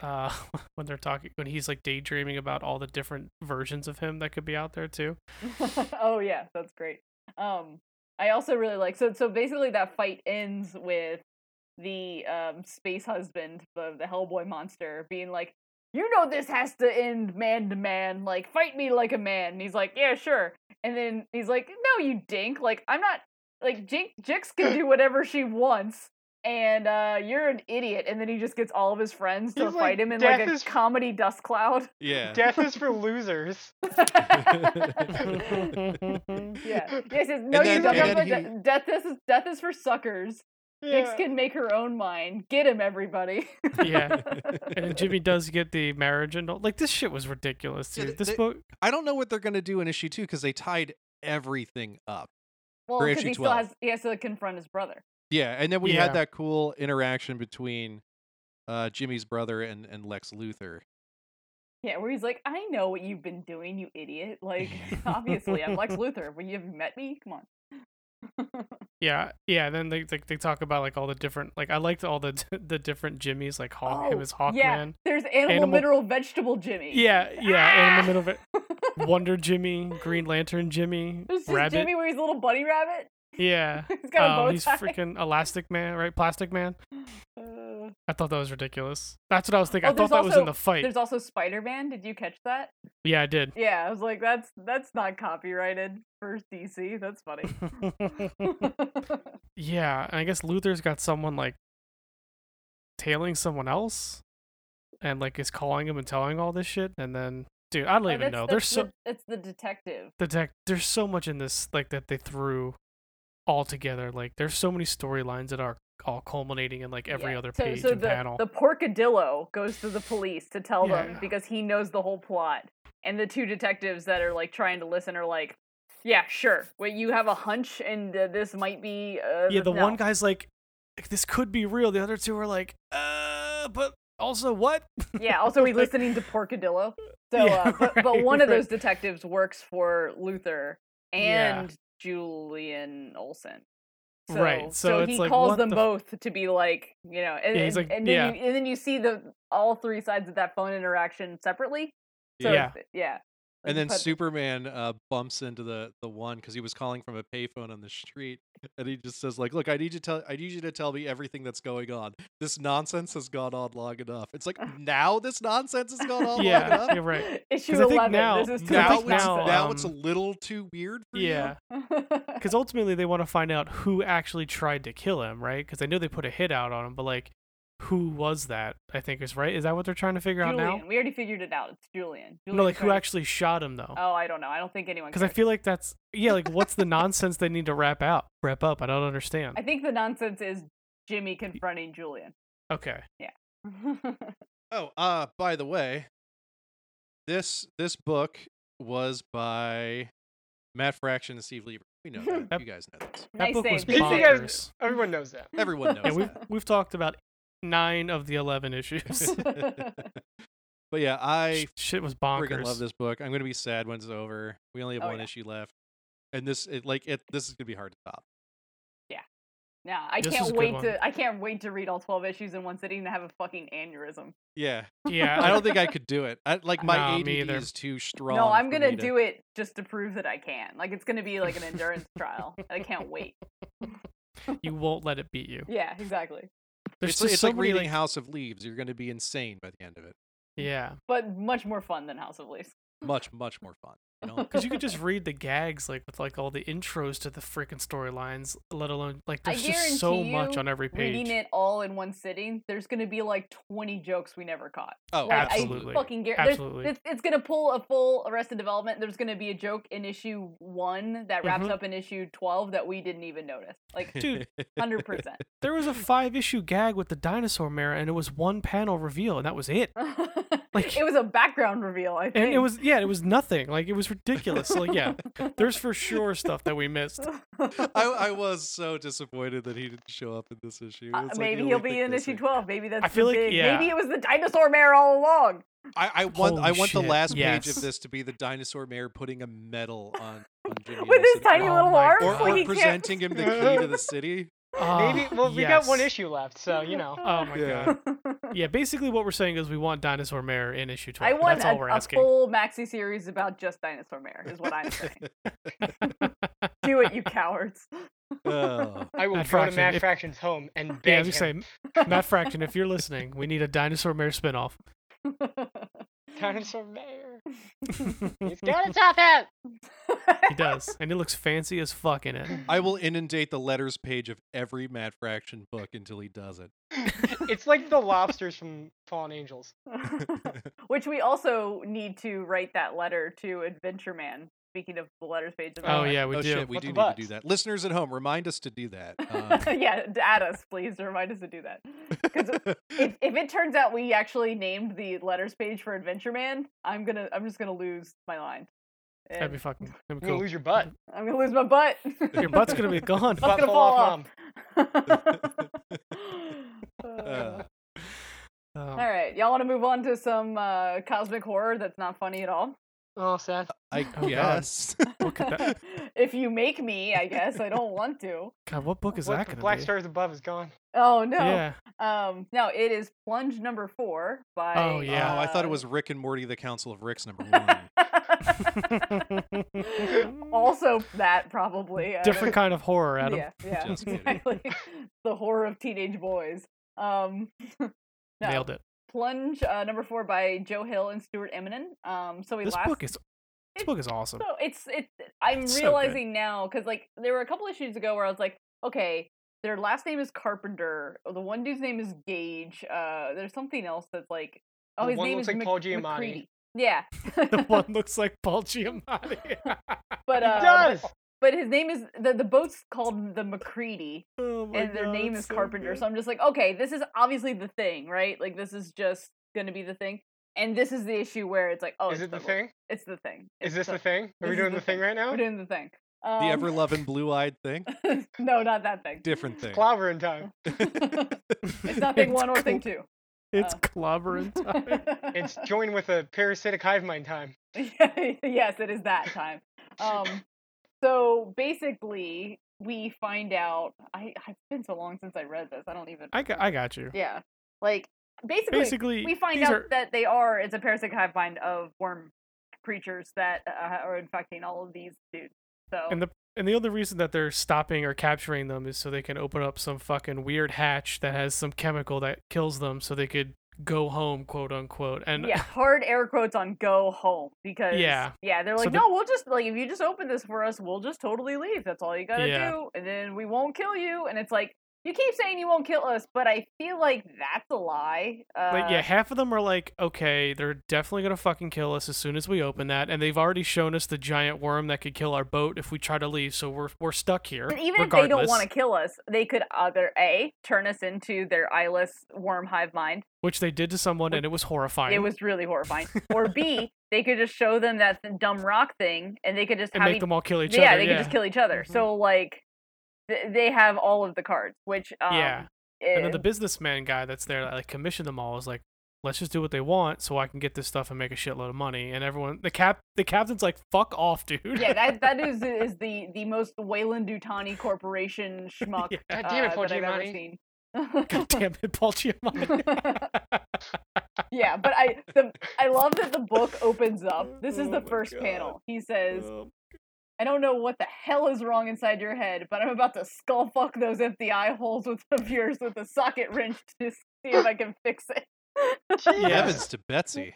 Speaker 3: uh, when they're talking when he's like daydreaming about all the different versions of him that could be out there too.
Speaker 1: oh yeah, that's great. Um, I also really like so so basically that fight ends with the um space husband, the the Hellboy monster, being like, "You know this has to end man to man. Like fight me like a man." And he's like, "Yeah, sure." And then he's like, "No, you dink. Like I'm not like Jink Jix can do whatever she wants, and uh, you're an idiot. And then he just gets all of his friends to
Speaker 4: He's
Speaker 1: fight
Speaker 4: like,
Speaker 1: him in
Speaker 4: "Death
Speaker 1: like a
Speaker 4: is-
Speaker 1: comedy dust cloud.
Speaker 2: Yeah.
Speaker 4: Death is for losers.
Speaker 1: yeah. Yeah, he says, no,
Speaker 2: then-
Speaker 1: you don't
Speaker 2: and then
Speaker 1: have de- death is death is for suckers. Jix
Speaker 4: Yeah.
Speaker 1: can make her own mind. Get him, everybody.
Speaker 3: yeah. And then Jimmy does get the marriage and all. Like this shit was ridiculous,
Speaker 2: Yeah,
Speaker 3: dude.
Speaker 2: they-
Speaker 3: this
Speaker 2: they-
Speaker 3: book.
Speaker 2: I don't know what they're going to do in issue two because they tied everything up.
Speaker 1: well,
Speaker 2: For
Speaker 1: because
Speaker 2: issue
Speaker 1: he still
Speaker 2: 12.
Speaker 1: has he has to confront his brother.
Speaker 2: Yeah, and then we
Speaker 3: Yeah.
Speaker 2: had that cool interaction between uh, Jimmy's brother and, and Lex Luthor.
Speaker 1: Yeah, where he's like, I know what you've been doing, you idiot. Like, obviously, I'm Lex Luthor. When you've met me, come on.
Speaker 3: Yeah, yeah. Then they, they they talk about like all the different like I liked all the the different Jimmys like Hawk him
Speaker 1: Oh,
Speaker 3: as Hawkman.
Speaker 1: yeah, there's animal,
Speaker 3: Animal-
Speaker 1: mineral, vegetable Jimmy.
Speaker 3: Yeah, yeah, and in the middle of it,
Speaker 1: there's
Speaker 3: Wonder Jimmy, Green Lantern Jimmy,
Speaker 1: this
Speaker 3: Rabbit.
Speaker 1: Jimmy where he's a little bunny rabbit.
Speaker 3: Yeah,
Speaker 1: he's got a
Speaker 3: um,
Speaker 1: bow
Speaker 3: he's
Speaker 1: tie.
Speaker 3: freaking Elastic Man, right? Plastic Man.
Speaker 1: Uh,
Speaker 3: I thought that was ridiculous. That's what I was thinking. I
Speaker 1: Oh,
Speaker 3: thought
Speaker 1: there's
Speaker 3: that was in
Speaker 1: also-
Speaker 3: the fight.
Speaker 1: there's also Spider Man. Did you catch that?
Speaker 3: Yeah, I did.
Speaker 1: Yeah, I was like, that's that's not copyrighted for DC. That's funny.
Speaker 3: yeah, and I guess Luther's got someone like tailing someone else, and like is calling him and telling all this shit, and then dude, I don't
Speaker 1: Oh,
Speaker 3: even
Speaker 1: that's-
Speaker 3: know.
Speaker 1: that's
Speaker 3: There's so
Speaker 1: the, it's the detective.
Speaker 3: the tech there's so much in this like that they threw all together like there's so many storylines that are all culminating in like every
Speaker 1: Yeah.
Speaker 3: other
Speaker 1: so,
Speaker 3: page
Speaker 1: so
Speaker 3: and
Speaker 1: the,
Speaker 3: panel
Speaker 1: The porcadillo goes to the police to tell them
Speaker 3: Yeah.
Speaker 1: because he knows the whole plot. And the two detectives that are like trying to listen are like, yeah, sure. Wait, you have a hunch, and uh, this might be. Uh,
Speaker 3: yeah the
Speaker 1: no."
Speaker 3: one guy's like this could be real the other two are like uh but also what
Speaker 1: Yeah. Also, we listening to Porcadillo. So,
Speaker 3: Yeah,
Speaker 1: uh, but, but
Speaker 3: right,
Speaker 1: one of
Speaker 3: right.
Speaker 1: those detectives works for Luther
Speaker 3: Yeah.
Speaker 1: and Julian Olson.
Speaker 3: Right, so it's
Speaker 1: he
Speaker 3: like,
Speaker 1: calls
Speaker 3: what
Speaker 1: them
Speaker 3: the
Speaker 1: both to be like, you know, and,
Speaker 3: Yeah, he's
Speaker 1: and-
Speaker 3: like,
Speaker 1: and then
Speaker 3: yeah.
Speaker 1: you, and then you see the all three sides of that phone interaction separately. So
Speaker 3: Yeah.
Speaker 1: it's- yeah.
Speaker 2: and
Speaker 1: Like,
Speaker 2: then
Speaker 1: but-
Speaker 2: Superman uh, bumps into the the one because he was calling from a payphone on the street, and he just says like, "Look, I need you to tell I need you to tell me everything that's going on. This nonsense has gone on long enough. It's like now this nonsense has gone on long
Speaker 3: yeah
Speaker 2: enough.
Speaker 3: you're right
Speaker 1: issue
Speaker 3: 'Cause I think
Speaker 1: eleven.
Speaker 3: now-
Speaker 1: this is too
Speaker 2: Now
Speaker 1: much
Speaker 2: it's
Speaker 3: now,
Speaker 1: nonsense.
Speaker 2: now it's a
Speaker 3: um,
Speaker 2: little too weird for
Speaker 3: yeah because ultimately they want to find out who actually tried to kill him right because i know they put a hit out on him but like who was that i think is right is that what they're trying to figure
Speaker 1: Julian.
Speaker 3: out now
Speaker 1: We already figured it out. It's Julian. Julian
Speaker 3: no like who
Speaker 1: tried-
Speaker 3: actually shot him though
Speaker 1: Oh, I don't know. I don't think anyone.
Speaker 3: Because I
Speaker 1: could.
Speaker 3: feel like that's yeah, like what's the nonsense they need to wrap out, wrap up? I don't understand.
Speaker 1: I think the nonsense is Jimmy confronting Julian.
Speaker 3: Okay,
Speaker 2: you. Oh, uh, by the way, this this book was by Matt Fraction and Steve Lieber. We know that.
Speaker 3: Yep.
Speaker 2: you guys know this.
Speaker 3: that
Speaker 1: nice
Speaker 3: book was
Speaker 1: save.
Speaker 4: You
Speaker 1: Good
Speaker 4: think
Speaker 1: save.
Speaker 4: I've-
Speaker 3: bonkers.
Speaker 4: Everyone knows that.
Speaker 2: Everyone knows
Speaker 3: Yeah, we've
Speaker 2: that.
Speaker 3: we've talked about nine of the eleven issues.
Speaker 2: But yeah, I
Speaker 3: Shit was
Speaker 2: freaking
Speaker 3: bonkers.
Speaker 2: love this book. I'm gonna be sad when it's over. We only have
Speaker 1: Oh,
Speaker 2: one
Speaker 1: yeah.
Speaker 2: issue left, and this it, like it. This is gonna be hard to top.
Speaker 1: Yeah, I
Speaker 3: This is a
Speaker 1: can't
Speaker 3: good
Speaker 1: wait
Speaker 3: one.
Speaker 1: to I can't wait to read all twelve issues in one sitting and have a fucking aneurysm.
Speaker 2: Yeah,
Speaker 3: Yeah,
Speaker 2: I don't think I could do it. I, like my
Speaker 3: Nah, me
Speaker 2: ADD
Speaker 3: either.
Speaker 2: is too strong.
Speaker 1: no, I'm
Speaker 2: for
Speaker 1: gonna
Speaker 2: me to-
Speaker 1: do it just to prove that I can. Like it's gonna be like an endurance trial. and I can't wait.
Speaker 3: you won't let it beat you.
Speaker 1: Yeah, exactly.
Speaker 3: There's
Speaker 2: It's,
Speaker 3: just
Speaker 2: like, it's
Speaker 3: so
Speaker 2: like
Speaker 3: many,
Speaker 2: reading
Speaker 3: like-
Speaker 2: House of Leaves. You're gonna be insane by the end of it.
Speaker 3: yeah,
Speaker 1: But much more fun than House of Leaves.
Speaker 2: Much much more fun. You know?
Speaker 3: because you could just read the gags like with like all the intros to the freaking storylines. Let alone like
Speaker 1: I
Speaker 3: there's just so
Speaker 1: guarantee
Speaker 3: much
Speaker 1: you,
Speaker 3: on every page.
Speaker 1: Reading it all in one sitting, there's gonna be like twenty jokes we never caught.
Speaker 2: Oh,
Speaker 1: Like,
Speaker 3: Absolutely.
Speaker 1: I fucking guarantee. there's-
Speaker 3: Absolutely.
Speaker 1: It's, it's gonna pull a full Arrested Development. There's gonna be a joke in issue one that wraps
Speaker 3: Mhm.
Speaker 1: up in issue twelve that we didn't even notice. Like
Speaker 3: Dude,
Speaker 1: hundred percent.
Speaker 3: there was a five issue gag with the dinosaur mare, and it was one panel reveal, and that was it. Like-
Speaker 1: it was a background reveal. I think
Speaker 3: and it was yeah, it was nothing. Like it was ridiculous. So, like yeah, there's for sure stuff that we missed.
Speaker 2: I, I was so disappointed that he didn't show up in this issue.
Speaker 1: Uh,
Speaker 2: It's like the
Speaker 1: maybe
Speaker 2: only
Speaker 1: he'll
Speaker 2: thing
Speaker 1: be in issue
Speaker 2: missing.
Speaker 1: twelve. Maybe that's.
Speaker 3: feel
Speaker 1: the
Speaker 3: like-
Speaker 1: big-
Speaker 3: yeah.
Speaker 1: Maybe it was the dinosaur mare all along.
Speaker 2: I, I want
Speaker 3: Holy
Speaker 2: I want the
Speaker 3: shit,
Speaker 2: last page
Speaker 3: yes.
Speaker 2: of this to be the dinosaur mayor putting a medal on, on Jimmy
Speaker 1: With his
Speaker 2: Olsen uh,
Speaker 1: tiny
Speaker 3: Oh
Speaker 1: little
Speaker 3: my
Speaker 1: arms,
Speaker 2: or,
Speaker 3: God.
Speaker 1: like
Speaker 2: or
Speaker 1: he
Speaker 2: presenting him the key to the city.
Speaker 3: Ah,
Speaker 4: Maybe. Well, we got one
Speaker 3: yes.
Speaker 4: issue left, so you know.
Speaker 3: Oh my
Speaker 2: Yeah.
Speaker 3: god. Yeah, basically what we're saying is we want dinosaur mare in issue
Speaker 1: I
Speaker 3: twelve.
Speaker 1: want
Speaker 3: That's all
Speaker 1: a,
Speaker 3: we're
Speaker 1: a
Speaker 3: asking.
Speaker 1: full maxi series about just dinosaur mare. Is what I'm saying. Do it, you cowards.
Speaker 2: Oh.
Speaker 4: I will
Speaker 3: Matt
Speaker 4: go to
Speaker 3: Fraction,
Speaker 4: Matt
Speaker 3: if-
Speaker 4: Fraction's home and
Speaker 3: yeah, I
Speaker 4: beg
Speaker 3: was
Speaker 4: him.
Speaker 3: gonna say Matt Fraction, if you're listening, we need a dinosaur mare spinoff.
Speaker 4: Dinosaur mayor. He's got a top hat.
Speaker 3: He does, and it looks fancy as fuck in it.
Speaker 2: I will inundate the letters page of every Mad Fraction book until he does it.
Speaker 4: It's like the lobsters from Fallen Angels.
Speaker 3: Oh,
Speaker 1: Which we also need to write that letter to Adventure Man. Speaking of the letters page. Of
Speaker 3: Oh
Speaker 1: our-
Speaker 3: yeah, we
Speaker 2: oh
Speaker 3: do.
Speaker 2: shit, we
Speaker 4: What
Speaker 2: do
Speaker 4: the
Speaker 2: need
Speaker 4: bucks?
Speaker 2: to do that. Listeners at home, remind us to do that.
Speaker 3: Uh.
Speaker 2: Um,
Speaker 1: yeah, d- add us, please. to Remind us to do that. Because if, if it turns out we actually named the letters page for Adventure Man, I'm gonna I'm just gonna lose my line.
Speaker 3: That'd be
Speaker 1: And
Speaker 3: fucking. That'd be
Speaker 4: You're gonna
Speaker 3: cool.
Speaker 4: lose your butt.
Speaker 1: I'm gonna lose my butt.
Speaker 3: Your butt's gonna be gone.
Speaker 1: Butt's
Speaker 4: Butt
Speaker 1: gonna
Speaker 4: fall
Speaker 1: fall
Speaker 4: off,
Speaker 1: off. Uh,
Speaker 2: uh,
Speaker 1: all
Speaker 3: Um,
Speaker 1: right, y'all want to move on to some uh, cosmic horror that's not funny at all?
Speaker 4: Oh, sad.
Speaker 2: I
Speaker 3: God.
Speaker 2: guess.
Speaker 3: Look at that.
Speaker 1: if you make me, I guess I don't want to.
Speaker 3: God, what book is
Speaker 4: What-
Speaker 3: that gonna
Speaker 4: Black
Speaker 3: be?
Speaker 4: Stars Above is gone.
Speaker 1: Oh no.
Speaker 3: Yeah.
Speaker 1: Um, no, it is plunge number four by.
Speaker 3: Oh, yeah.
Speaker 2: Oh, I thought it
Speaker 1: uh,
Speaker 2: was Rick and Morty, the Council of Ricks, number one.
Speaker 1: uh, also, that probably uh,
Speaker 3: Different kind of horror, Adam.
Speaker 1: Yeah, yeah,
Speaker 2: Just kidding.
Speaker 1: exactly. the horror of teenage boys. Um, no.
Speaker 3: Nailed it.
Speaker 1: Plunge uh, number four by Joe Hill and Stuart Eminem. Um, so we
Speaker 3: This
Speaker 1: last
Speaker 3: book is. This book is awesome.
Speaker 1: So it's it. I'm
Speaker 3: It's so good.
Speaker 1: realizing now because like there were a couple issues ago where I was like, okay, their last name is Carpenter. The one dude's name is Gage. Uh, there's something else that's like, oh,
Speaker 4: The
Speaker 1: his
Speaker 4: one
Speaker 1: name
Speaker 4: looks
Speaker 1: is
Speaker 4: like
Speaker 1: Mc-
Speaker 4: Paul Giamatti.
Speaker 1: McCready. Yeah,
Speaker 3: the one looks like Paul Giamatti.
Speaker 1: but
Speaker 4: He
Speaker 1: uh,
Speaker 4: does.
Speaker 1: but his name is the the boat's called the McCready,
Speaker 3: Oh my
Speaker 1: and their
Speaker 3: God,
Speaker 1: name
Speaker 3: it's
Speaker 1: is
Speaker 3: so
Speaker 1: Carpenter.
Speaker 3: good.
Speaker 1: So I'm just like, okay, this is obviously the thing, right? Like this is just gonna be the thing. And this is the issue where it's like, oh,
Speaker 4: is
Speaker 1: it's
Speaker 4: it the
Speaker 1: book.
Speaker 4: thing?
Speaker 1: It's the thing.
Speaker 4: Is
Speaker 1: It's
Speaker 4: this the thing? Are
Speaker 1: this is
Speaker 4: we doing
Speaker 1: the
Speaker 4: the thing
Speaker 1: thing.
Speaker 4: right now?
Speaker 1: We're doing the thing. Um,
Speaker 2: the ever loving blue eyed thing.
Speaker 1: no, not that thing.
Speaker 2: Different thing.
Speaker 4: Clobbering time.
Speaker 1: it's not thing one or thing
Speaker 3: cl-
Speaker 1: two.
Speaker 3: It's
Speaker 1: Uh.
Speaker 3: clobbering time.
Speaker 4: It's joined with a parasitic hive mind time.
Speaker 1: yes, it is that time. Um, so basically, we find out. I I've been so long since I read this. I don't even.
Speaker 3: I got, I got you.
Speaker 1: yeah, like basically,
Speaker 3: Basically,
Speaker 1: we find
Speaker 3: these
Speaker 1: out
Speaker 3: are-
Speaker 1: that they are it's a parasitic hive mind of worm creatures that uh, are infecting all of these dudes. So
Speaker 3: And the and the only reason that they're stopping or capturing them is so they can open up some fucking weird hatch that has some chemical that kills them, so they could go home, quote unquote. And
Speaker 1: yeah, hard air quotes on go home because
Speaker 3: Yeah.
Speaker 1: they're
Speaker 3: So
Speaker 1: like,
Speaker 3: the-
Speaker 1: no, we'll just like if you just open this for us, we'll just totally leave. That's all you gotta
Speaker 3: Yeah.
Speaker 1: do, and then we won't kill you. And it's like you keep saying you won't kill us, but I feel like that's a lie. Uh,
Speaker 3: Like yeah, half of them are like, okay, they're definitely gonna fucking kill us as soon as we open that, and they've already shown us the giant worm that could kill our boat if we try to leave, so we're we're stuck here.
Speaker 1: But even if they
Speaker 3: regardless,
Speaker 1: don't want to kill us, they could either a turn us into their eyeless worm hive mind.
Speaker 3: which they did to someone, and it was horrifying.
Speaker 1: It was really horrifying. or b they could just show them that th- dumb rock thing, and they could just
Speaker 3: and
Speaker 1: have
Speaker 3: make
Speaker 1: each
Speaker 3: them all kill each
Speaker 1: yeah,
Speaker 3: other.
Speaker 1: they
Speaker 3: yeah, Mm-hmm.
Speaker 1: can just kill each other. So like, th- they have all of the cards, which um,
Speaker 3: Yeah. And then the
Speaker 1: is-
Speaker 3: businessman guy that's there, that, like commissioned them all, is like, "Let's just do what they want, so I can get this stuff and make a shitload of money." And everyone, the cap, the captain's like, "Fuck off, dude."
Speaker 1: yeah, that that is is the the most Wayland Dutani Corporation schmuck
Speaker 3: Yeah.
Speaker 4: God damn it,
Speaker 1: uh,
Speaker 4: Paul
Speaker 1: that I've ever
Speaker 4: Giamatti.
Speaker 1: seen.
Speaker 3: God damn it, Paul Giamatti.
Speaker 1: yeah, but I the I love that the book opens up. This is
Speaker 3: Oh
Speaker 1: the
Speaker 3: my
Speaker 1: first
Speaker 3: God.
Speaker 1: panel. He says,
Speaker 3: Um,
Speaker 1: "I don't know what the hell is wrong inside your head, but I'm about to skull fuck those empty eye holes with of yours with a socket wrench to see if I can fix it."
Speaker 2: Heavens to Betsy.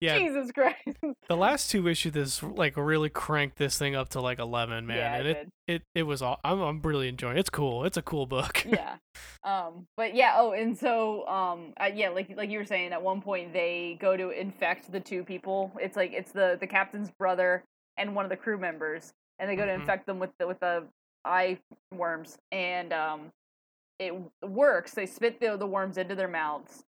Speaker 3: Yeah.
Speaker 1: Jesus Christ!
Speaker 3: the last two issues this like really cranked this thing up to like eleven, man,
Speaker 1: yeah,
Speaker 3: and
Speaker 1: I
Speaker 3: it,
Speaker 1: did.
Speaker 3: it it was all. I'm I'm really enjoying. it. It's cool. It's a cool book.
Speaker 1: yeah um but yeah oh and so um uh, yeah like like you were saying at one point they go to infect the two people it's like it's the the captain's brother and one of the crew members and they go
Speaker 3: Mhm.
Speaker 1: to infect them with the with the eye worms and um it works they spit the the worms into their mouths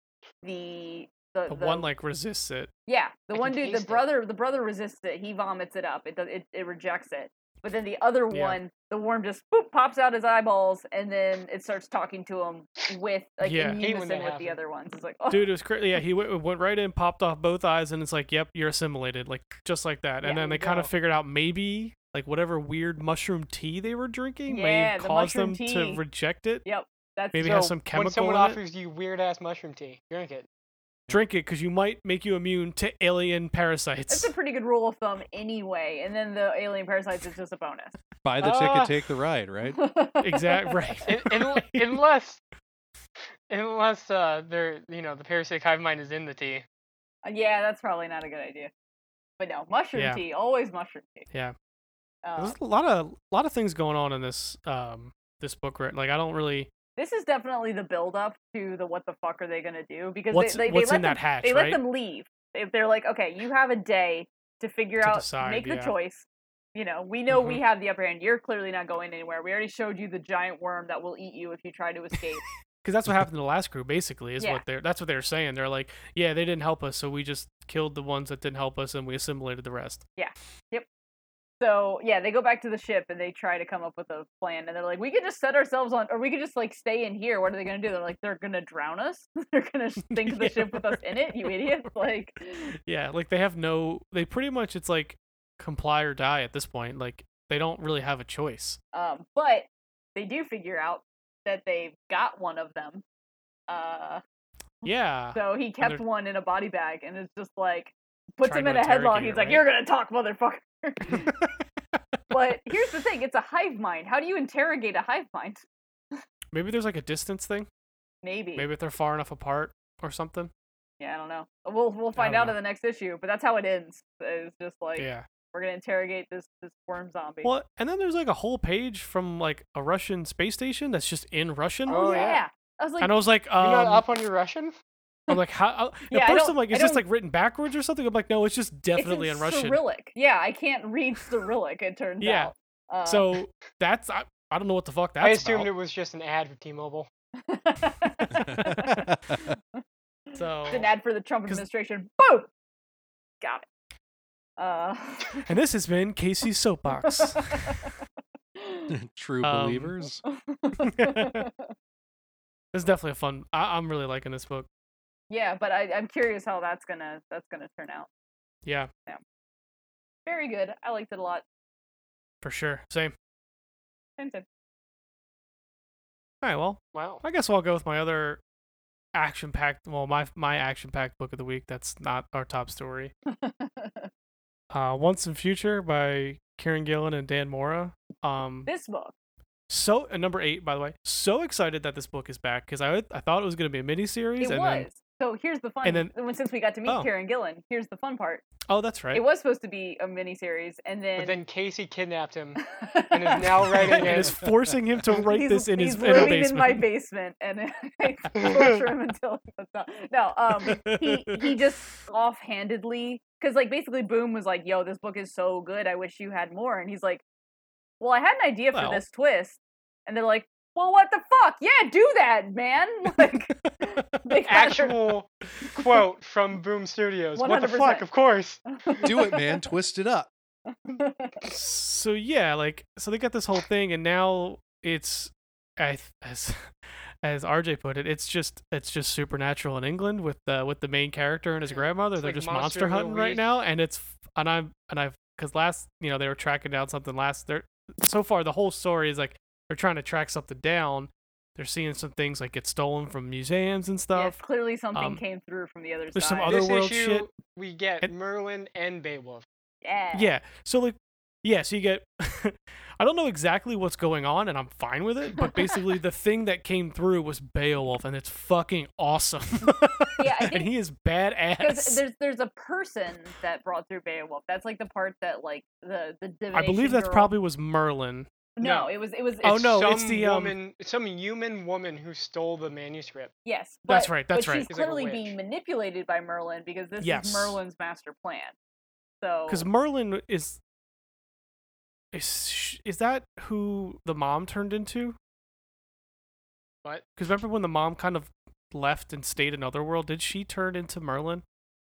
Speaker 1: the the,
Speaker 3: The
Speaker 1: the
Speaker 3: one like resists it.
Speaker 1: yeah, the
Speaker 4: I
Speaker 1: one
Speaker 4: can
Speaker 1: dude, the
Speaker 4: taste it.
Speaker 1: brother, the brother resists it. He vomits it up. It does, it, it rejects it. But then the other
Speaker 3: Yeah.
Speaker 1: one, the worm just boop pops out his eyeballs, and then it starts talking to him with like
Speaker 3: Yeah.
Speaker 1: in
Speaker 4: Hate when that
Speaker 1: unison with the
Speaker 4: happens.
Speaker 1: other ones. It's like, oh,
Speaker 3: Dude, it was crazy. Yeah, he went, went right in, popped off both eyes, and it's like, yep, you're assimilated, like just like that. And
Speaker 1: Yeah,
Speaker 3: then
Speaker 4: there
Speaker 3: they
Speaker 4: you
Speaker 3: kind
Speaker 4: go.
Speaker 3: of figured out maybe like whatever weird mushroom tea they were drinking may
Speaker 1: Yeah,
Speaker 3: have
Speaker 1: the
Speaker 3: caused them
Speaker 1: mushroom
Speaker 3: to
Speaker 1: tea.
Speaker 3: reject it.
Speaker 1: yep, that's
Speaker 3: Maybe
Speaker 1: so-
Speaker 3: has some
Speaker 4: When
Speaker 3: chemical
Speaker 4: someone
Speaker 3: in it.
Speaker 4: offers you weird ass mushroom tea, drink it.
Speaker 3: Drink it because you might make you immune to alien
Speaker 1: That's
Speaker 3: parasites.
Speaker 1: a pretty good rule of thumb anyway. And then the alien parasites is just a bonus.
Speaker 2: Buy the
Speaker 4: Ah.
Speaker 2: ticket, take the ride, right?
Speaker 3: exact right.
Speaker 4: In- in- unless, unless uh, they're you know the parasitic hive mind is in the tea.
Speaker 1: Uh, Yeah, that's probably not a good idea. But no, mushroom
Speaker 3: Yeah.
Speaker 1: tea, always mushroom tea.
Speaker 3: Yeah.
Speaker 1: Uh,
Speaker 3: There's a lot of lot of things going on in this um this book right like I don't really
Speaker 1: this is definitely the build up to the what the fuck are they gonna do because
Speaker 3: what's
Speaker 1: they, they,
Speaker 3: what's
Speaker 1: they let
Speaker 3: in
Speaker 1: them,
Speaker 3: that hatch,
Speaker 1: they
Speaker 3: right?
Speaker 1: let them leave if they're like okay you have a day to figure
Speaker 3: To
Speaker 1: out
Speaker 3: decide,
Speaker 1: make
Speaker 3: yeah. Mm-hmm.
Speaker 1: the choice you know we know we have the upper hand you're clearly not going anywhere we already showed you the giant worm that will eat you if you try to escape
Speaker 3: Because that's what happened to the last crew, basically, is
Speaker 1: Yeah.
Speaker 3: what they're that's what they're saying. They're like, yeah, they didn't help us, so we just killed the ones that didn't help us, and we assimilated the rest.
Speaker 1: so yeah they go back to the ship and they try to come up with a plan and they're like we could just set ourselves on or we could just like stay in here what are they gonna do they're like they're gonna drown us they're gonna sink the
Speaker 3: Yeah,
Speaker 1: ship with us in it you idiots like
Speaker 3: Yeah, like they have no, they pretty much it's like comply or die at this point. Like they don't really have a choice.
Speaker 1: Um, but they do figure out that they've got one of them. Uh,
Speaker 3: Yeah,
Speaker 1: so he kept
Speaker 3: Ah, they're-
Speaker 1: one in a body bag, and it's just like puts
Speaker 3: Trying
Speaker 1: him in
Speaker 3: to
Speaker 1: a headlock.
Speaker 3: interrogate
Speaker 1: He's
Speaker 3: it,
Speaker 1: like,
Speaker 3: right?
Speaker 1: "You're gonna talk, motherfucker." but here's the thing: it's a hive mind. How do you interrogate a hive mind?
Speaker 3: maybe there's like a distance thing.
Speaker 1: Maybe.
Speaker 3: Maybe if they're far enough apart or something.
Speaker 1: Yeah, I don't know. We'll we'll find
Speaker 3: don't
Speaker 1: out
Speaker 3: know.
Speaker 1: in the next issue. But that's how it ends. It's just like
Speaker 3: yeah.
Speaker 1: we're gonna interrogate this this worm zombie.
Speaker 3: Well, and then there's like a whole page from like a Russian space station that's just in Russian.
Speaker 1: oh,
Speaker 4: Oh,
Speaker 1: yeah.
Speaker 4: yeah.
Speaker 1: I was like,
Speaker 3: and I was like, um,
Speaker 4: You're not up on your Russian?
Speaker 3: I'm like, how? I,
Speaker 1: Yeah, I
Speaker 3: at first,
Speaker 1: don't-
Speaker 3: I'm like,
Speaker 1: I
Speaker 3: is this
Speaker 1: don't-
Speaker 3: like written backwards or something? I'm like, no, it's just definitely
Speaker 1: it's
Speaker 3: in Russian.
Speaker 1: Cyrillic. Yeah, I can't read Cyrillic. It turns
Speaker 3: Yeah.
Speaker 1: out. Uh,
Speaker 3: So that's I, I don't know what the fuck that's
Speaker 4: I assumed
Speaker 3: about.
Speaker 4: it was just an ad for T-Mobile.
Speaker 1: it's
Speaker 3: so
Speaker 1: an ad for the Trump
Speaker 3: 'Cause-
Speaker 1: administration. Boom. Got it. Uh,
Speaker 3: and this has been Casey's soapbox.
Speaker 2: True
Speaker 3: Um,
Speaker 2: believers.
Speaker 3: It's definitely a fun. I, I'm really liking this book.
Speaker 1: yeah, but I, I'm curious how that's gonna that's gonna turn out.
Speaker 3: Yeah,
Speaker 1: Very good. I liked it a lot.
Speaker 3: for sure. Same.
Speaker 1: Same, same.
Speaker 3: All right. Well,
Speaker 4: Wow.
Speaker 3: I guess I'll go with my other action-packed. Well, my my action-packed book of the week. That's not our top story. Uh, Once in Future by Karen Gillan and Dan Mora. Um,
Speaker 1: This book.
Speaker 3: so uh, number eight, by the way. So excited that this book is back because I I thought it was going to be a mini series.
Speaker 1: It
Speaker 3: and
Speaker 1: was.
Speaker 3: Then,
Speaker 1: so here's the fun.
Speaker 3: and then-
Speaker 1: since we got to meet
Speaker 3: Oh.
Speaker 1: Karen Gillan, here's the fun part.
Speaker 3: oh, that's right.
Speaker 1: It was supposed to be a miniseries, and then,
Speaker 4: But then Casey kidnapped him and is now writing
Speaker 3: and is
Speaker 4: it.
Speaker 3: forcing him to write
Speaker 1: he's,
Speaker 3: this in
Speaker 1: he's
Speaker 3: his in a
Speaker 1: living
Speaker 3: basement.
Speaker 1: in my basement, and I torture him until that's not. No, um, he he just offhandedly because like basically boom was like yo this book is so good i wish you had more and he's like well i had an idea for
Speaker 3: Well.
Speaker 1: this twist and they're like well what the fuck yeah do that man like they got her-
Speaker 4: Actual quote from Boom Studios. What the fuck?
Speaker 1: 100%.
Speaker 4: Of course.
Speaker 2: Do it, man. Twist it up.
Speaker 3: so yeah, like so they got this whole thing, and now it's I, th- as as RJ put it, it's just it's just supernatural in England with the with the main character and his
Speaker 4: Yeah,
Speaker 3: grandmother.
Speaker 4: it's
Speaker 3: They're
Speaker 4: like
Speaker 3: just
Speaker 4: Monster
Speaker 3: monster,
Speaker 4: of the
Speaker 3: hunting right
Speaker 4: Week.
Speaker 3: now, and it's f- and I'm and I've because last you know they were tracking down something last. They're so far the whole story is like they're trying to track something down. They're seeing some things like get stolen from museums and
Speaker 1: Yeah,
Speaker 3: stuff.
Speaker 1: clearly something
Speaker 3: Um,
Speaker 1: came through from the other
Speaker 3: there's some
Speaker 1: side
Speaker 3: other
Speaker 4: this
Speaker 3: world
Speaker 4: issue,
Speaker 3: shit.
Speaker 4: we get
Speaker 3: And-
Speaker 4: Merlin and Beowulf.
Speaker 1: yeah
Speaker 3: yeah so like yeah so you get i don't know exactly what's going on and i'm fine with it but basically the thing that came through was beowulf and it's fucking awesome
Speaker 1: Yeah, I
Speaker 3: and
Speaker 1: think-
Speaker 3: he is
Speaker 1: because
Speaker 3: badass
Speaker 1: there's there's a person that brought through Beowulf. That's like the part that like the the
Speaker 3: i believe
Speaker 1: divination
Speaker 3: that's
Speaker 1: girl-
Speaker 3: probably was merlin
Speaker 1: no,
Speaker 4: No.
Speaker 1: It was it was
Speaker 3: Oh,
Speaker 1: it's-
Speaker 3: no,
Speaker 4: some
Speaker 3: it's the, um,
Speaker 4: woman, some human woman who stole the manuscript.
Speaker 1: yes.
Speaker 3: That's
Speaker 1: but-
Speaker 3: right, that's
Speaker 1: but
Speaker 3: right.
Speaker 1: She's
Speaker 4: He's like a
Speaker 1: clearly
Speaker 4: witch.
Speaker 1: being manipulated by Merlin because this
Speaker 3: Yes.
Speaker 1: is Merlin's master plan. So
Speaker 3: because merlin is is sh- is that who the mom turned into
Speaker 4: What?
Speaker 3: because remember when the mom kind of left and stayed in otherworld did she turn into merlin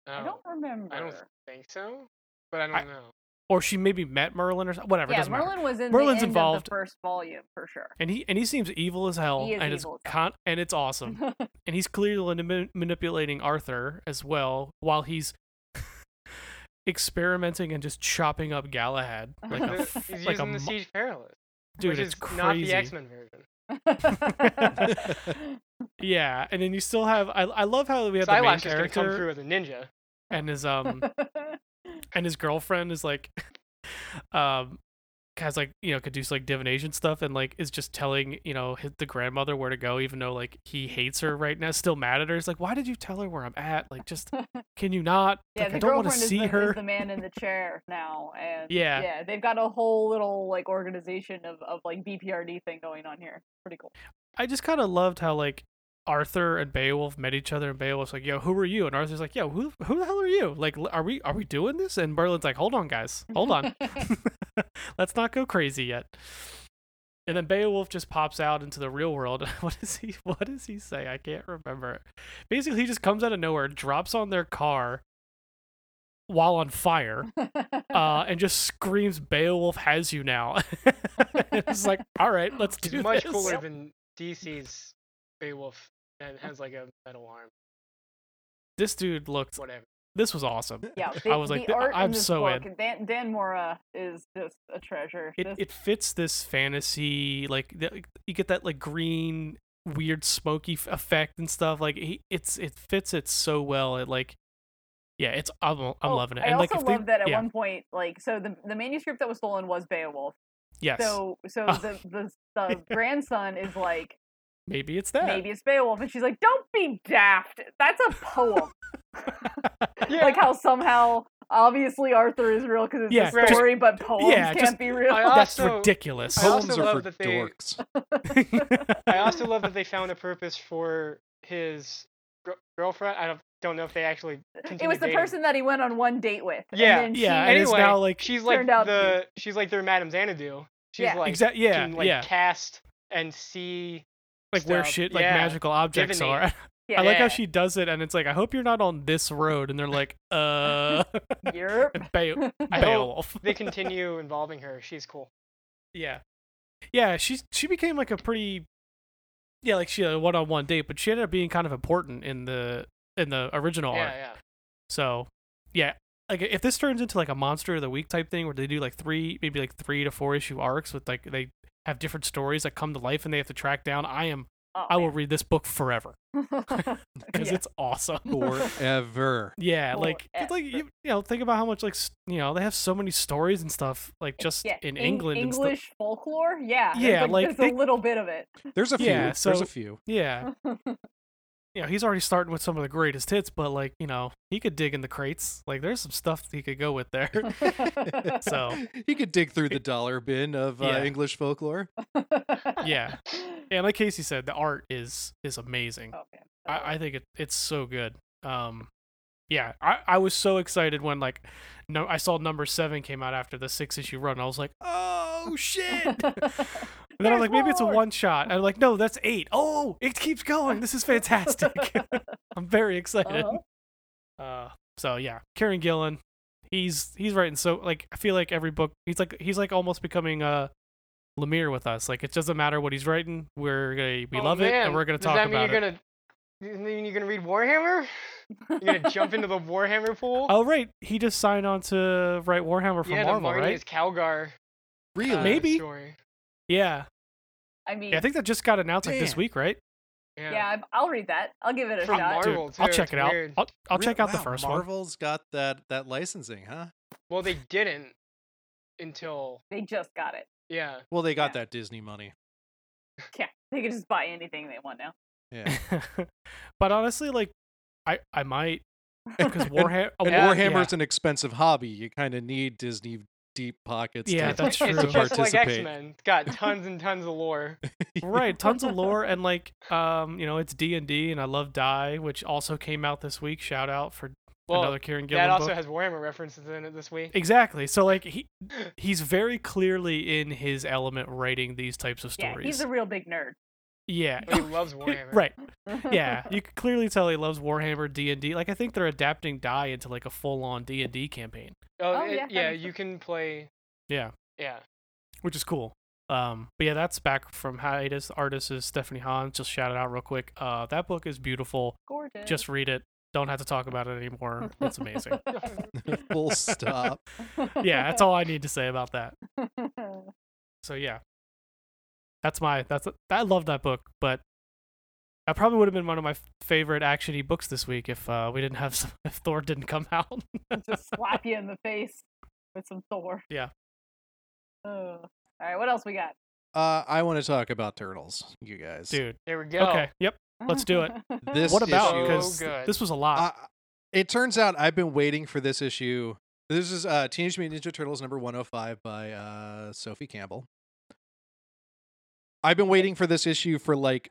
Speaker 1: I don't remember.
Speaker 4: I don't think so, but I don't
Speaker 3: I-
Speaker 4: know.
Speaker 3: or she maybe met merlin or so- whatever it
Speaker 1: yeah,
Speaker 3: doesn't matter.
Speaker 1: Merlin was in
Speaker 3: Merlin's
Speaker 1: the end
Speaker 3: involved.
Speaker 1: of the first volume for sure.
Speaker 3: and he and he seems evil as hell
Speaker 1: He is
Speaker 3: and
Speaker 1: evil
Speaker 3: it's
Speaker 1: as
Speaker 3: con- and it's awesome and he's clearly ma- manipulating arthur as well while he's experimenting and just chopping up galahad like a
Speaker 4: He's
Speaker 3: f-
Speaker 4: using
Speaker 3: like a
Speaker 4: the
Speaker 3: mo-
Speaker 4: Siege Perilous,
Speaker 3: dude
Speaker 4: which
Speaker 3: it's
Speaker 4: is not the
Speaker 3: crazy
Speaker 4: X Men version.
Speaker 3: yeah and then you still have i, I love how we have the main
Speaker 4: Psylocke is going to come
Speaker 3: character
Speaker 4: through as a ninja.
Speaker 3: and his um and his girlfriend is like um has like you know could do like divination stuff and like is just telling you know hit the grandmother where to go even though like he hates her right now still mad at her it's like why did you tell her where i'm at like just can you not
Speaker 1: Yeah,
Speaker 3: like,
Speaker 1: the
Speaker 3: i don't want to
Speaker 1: girlfriend is
Speaker 3: see
Speaker 1: the, is
Speaker 3: her
Speaker 1: the man in the chair now, and
Speaker 3: Yeah.
Speaker 1: yeah, they've got a whole little like organization of of like BPRD thing going on here. Pretty cool.
Speaker 3: i just kind of loved how like arthur and beowulf met each other and beowulf's like yo who are you and arthur's like yo who, who the hell are you like l- are we are we doing this and merlin's like hold on guys hold on let's not go crazy yet and then beowulf just pops out into the real world what does he what does he say i can't remember it basically he just comes out of nowhere drops on their car while on fire uh, and just screams beowulf has you now it's like all right let's do
Speaker 4: much
Speaker 3: this
Speaker 4: cooler than DC's Beowulf and has like a metal arm.
Speaker 3: this dude looked
Speaker 4: Whatever.
Speaker 3: this was awesome
Speaker 1: yeah, the,
Speaker 3: was like,
Speaker 1: the
Speaker 3: "Th-
Speaker 1: art
Speaker 3: I'm
Speaker 1: in this
Speaker 3: so
Speaker 1: book,
Speaker 3: in."
Speaker 1: Dan, Dan Mora is just a treasure.
Speaker 3: it,
Speaker 1: This-
Speaker 3: it fits this fantasy like the, you get that like green weird smoky f- effect and stuff like he, it's it fits it so well it like yeah it's i'm, I'm
Speaker 1: Oh,
Speaker 3: loving it
Speaker 1: I
Speaker 3: and like
Speaker 1: also
Speaker 3: if they-
Speaker 1: love that at
Speaker 3: yeah,
Speaker 1: one point, like, so the the manuscript that was stolen was Beowulf.
Speaker 3: yes
Speaker 1: So so
Speaker 3: Oh.
Speaker 1: the the, the grandson is like,
Speaker 3: maybe it's that
Speaker 1: maybe it's Beowulf, and she's like, don't be daft. That's a poem.
Speaker 4: Yeah.
Speaker 1: Like how somehow obviously Arthur is real because it's
Speaker 3: Yeah,
Speaker 1: a
Speaker 4: just-
Speaker 1: story, but poems
Speaker 3: yeah,
Speaker 1: can't
Speaker 3: just-
Speaker 1: be real.
Speaker 4: I
Speaker 3: Oh, that's
Speaker 4: also-
Speaker 3: ridiculous
Speaker 4: I also
Speaker 2: Poems are
Speaker 4: love
Speaker 2: for
Speaker 4: that they-
Speaker 2: dorks.
Speaker 4: I also love that they found a purpose for his gr- girlfriend. I don't don't know if they actually.
Speaker 1: Uh, it
Speaker 4: continue
Speaker 1: was the
Speaker 4: dating.
Speaker 1: person that he went on one date with.
Speaker 4: Yeah.
Speaker 1: and then
Speaker 3: Yeah,
Speaker 1: She,
Speaker 3: and it's
Speaker 4: Anyway,
Speaker 3: now, like,
Speaker 4: she's like
Speaker 1: turned out to
Speaker 4: the she's like their Madame Xanadu. She's
Speaker 1: Yeah.
Speaker 4: like
Speaker 3: exactly yeah
Speaker 4: can like
Speaker 3: yeah
Speaker 4: cast and see.
Speaker 3: like where
Speaker 4: stuff.
Speaker 3: shit like
Speaker 4: Yeah.
Speaker 3: magical objects
Speaker 4: Divinate.
Speaker 3: are
Speaker 1: yeah,
Speaker 3: i like how
Speaker 4: Yeah.
Speaker 3: she does it and it's like i hope you're not on this road and they're like uh
Speaker 1: Europe.
Speaker 3: Be-
Speaker 4: I hope
Speaker 3: beowulf
Speaker 4: They continue involving her. She's cool.
Speaker 3: Yeah. Yeah, she's she became like a pretty Yeah, like she had a one on one date, but she ended up being kind of important in the in the original
Speaker 4: Yeah,
Speaker 3: art.
Speaker 4: yeah.
Speaker 3: So yeah. Like if this turns into like a monster of the week type thing where they do like three maybe like three to four issue arcs with like they have different stories that come to life and they have to track down, I am
Speaker 1: Oh,
Speaker 3: I will read this book forever.
Speaker 1: man.
Speaker 3: Because
Speaker 1: Yeah.
Speaker 3: it's awesome.
Speaker 2: Forever.
Speaker 3: Yeah, like it's like
Speaker 1: Forever.
Speaker 3: you, you know, think about how much like s- you know, they have so many stories and stuff like just
Speaker 1: Yeah,
Speaker 3: in
Speaker 1: Eng-
Speaker 3: England and stuff.
Speaker 1: English folklore. Yeah, there's,
Speaker 3: Yeah,
Speaker 1: like,
Speaker 3: like,
Speaker 1: there's
Speaker 3: they-
Speaker 1: a little bit of it.
Speaker 2: There's a few.
Speaker 3: Yeah,
Speaker 2: There's
Speaker 3: so-
Speaker 2: a few.
Speaker 3: Yeah. you know, he's already starting with some of the greatest hits, but like, you know, he could dig in the crates. Like there's some stuff he could go with there. So
Speaker 2: he could dig through the dollar bin of uh,
Speaker 3: Yeah.
Speaker 2: English folklore.
Speaker 3: yeah. And like Casey said, the art is is amazing.
Speaker 1: Oh, man.
Speaker 3: I, I think it it's so good. Um yeah, I, I was so excited when like no I saw number seven came out after the six issue run. I was like, oh shit. and then I'm
Speaker 1: There's
Speaker 3: like, maybe it's a
Speaker 1: more.
Speaker 3: one shot. I'm like, no, that's eight. Oh, it keeps going. This is fantastic. I'm very excited.
Speaker 1: Uh-huh.
Speaker 3: Uh, so yeah, Karen Gillan, he's he's writing so like I feel like every book he's like he's like almost becoming uh Lemire with us. Like it doesn't matter what he's writing, we're gonna we
Speaker 4: Oh,
Speaker 3: love it
Speaker 4: man,
Speaker 3: and we're gonna
Speaker 4: does
Speaker 3: talk
Speaker 4: that mean
Speaker 3: about
Speaker 4: you're
Speaker 3: it.
Speaker 4: Gonna, does that mean you're gonna read Warhammer? You're gonna jump into the Warhammer pool?
Speaker 3: Oh right, he just signed on to write Warhammer for
Speaker 4: yeah, the
Speaker 3: Marvel,
Speaker 4: Marty
Speaker 3: right?
Speaker 4: is Calgar.
Speaker 2: Really?
Speaker 4: uh,
Speaker 3: Maybe.
Speaker 4: Story.
Speaker 3: Yeah.
Speaker 1: I mean,
Speaker 3: yeah, I think that just got announced like this
Speaker 2: Damn.
Speaker 3: week, right?
Speaker 4: Yeah.
Speaker 1: yeah, I- I'll read that. I'll give it a
Speaker 4: From
Speaker 1: shot.
Speaker 4: Marvel.
Speaker 3: Dude,
Speaker 4: too,
Speaker 3: I'll check
Speaker 4: it's
Speaker 3: it out.
Speaker 4: weird.
Speaker 3: I'll, I'll
Speaker 2: Really?
Speaker 3: check out the
Speaker 2: Wow,
Speaker 3: first one.
Speaker 2: Marvel's got that that licensing, huh?
Speaker 4: Well, they didn't until
Speaker 1: They just got it.
Speaker 4: yeah.
Speaker 2: Well, they got
Speaker 1: Yeah.
Speaker 2: that Disney money.
Speaker 1: Yeah, they can just buy anything they want now.
Speaker 2: Yeah.
Speaker 3: but honestly, like I I might because Warhammer
Speaker 2: And
Speaker 4: Yeah.
Speaker 2: Warhammer's an expensive hobby. You kind of need Disney deep pockets.
Speaker 3: Yeah,
Speaker 2: to,
Speaker 3: that's
Speaker 2: to
Speaker 3: true.
Speaker 4: It's just like X
Speaker 2: participate.
Speaker 4: Men. It's got tons and tons of lore.
Speaker 3: right tons of lore and like um you know it's d&d and i love die which also came out this week shout out for
Speaker 4: Well,
Speaker 3: another kieran gillen
Speaker 4: that also
Speaker 3: book
Speaker 4: has Warhammer references in it this week.
Speaker 3: exactly so like he he's very clearly in his element writing these types of
Speaker 1: Yeah,
Speaker 3: stories
Speaker 1: he's a real big nerd.
Speaker 3: yeah
Speaker 4: But he loves Warhammer.
Speaker 3: right yeah you can clearly tell he loves warhammer d&d like i think they're adapting die into like a full-on d&d campaign
Speaker 4: Oh,
Speaker 1: Oh,
Speaker 4: it-
Speaker 1: yeah, that
Speaker 4: yeah.
Speaker 1: makes
Speaker 4: You can play.
Speaker 3: Yeah.
Speaker 4: Yeah.
Speaker 3: which is cool. Um, but yeah, that's back from hiatus. The artist is Stephanie Hahn. Just shout it out real quick. Uh, that book is beautiful.
Speaker 1: Gorgeous.
Speaker 3: Just read it. Don't have to talk about it anymore. It's amazing.
Speaker 2: Full stop.
Speaker 3: yeah, that's all I need to say about that. So yeah, that's my that's I love that book, but that probably would have been one of my favorite actiony books this week if uh, we didn't have some, if Thor didn't come out.
Speaker 1: just slap you in the face with some Thor.
Speaker 3: Yeah.
Speaker 1: All right, what else we got?
Speaker 2: Uh, I want to talk about turtles, you guys.
Speaker 3: dude.
Speaker 4: There we go.
Speaker 3: Okay, yep. Let's do it.
Speaker 2: This
Speaker 3: what about?
Speaker 2: issue-
Speaker 3: Because
Speaker 4: So good.
Speaker 3: this was a lot.
Speaker 2: Uh, it turns out I've been waiting for this issue. This is uh, Teenage Mutant Ninja Turtles number 105 by uh, Sophie Campbell. I've been waiting for this issue for like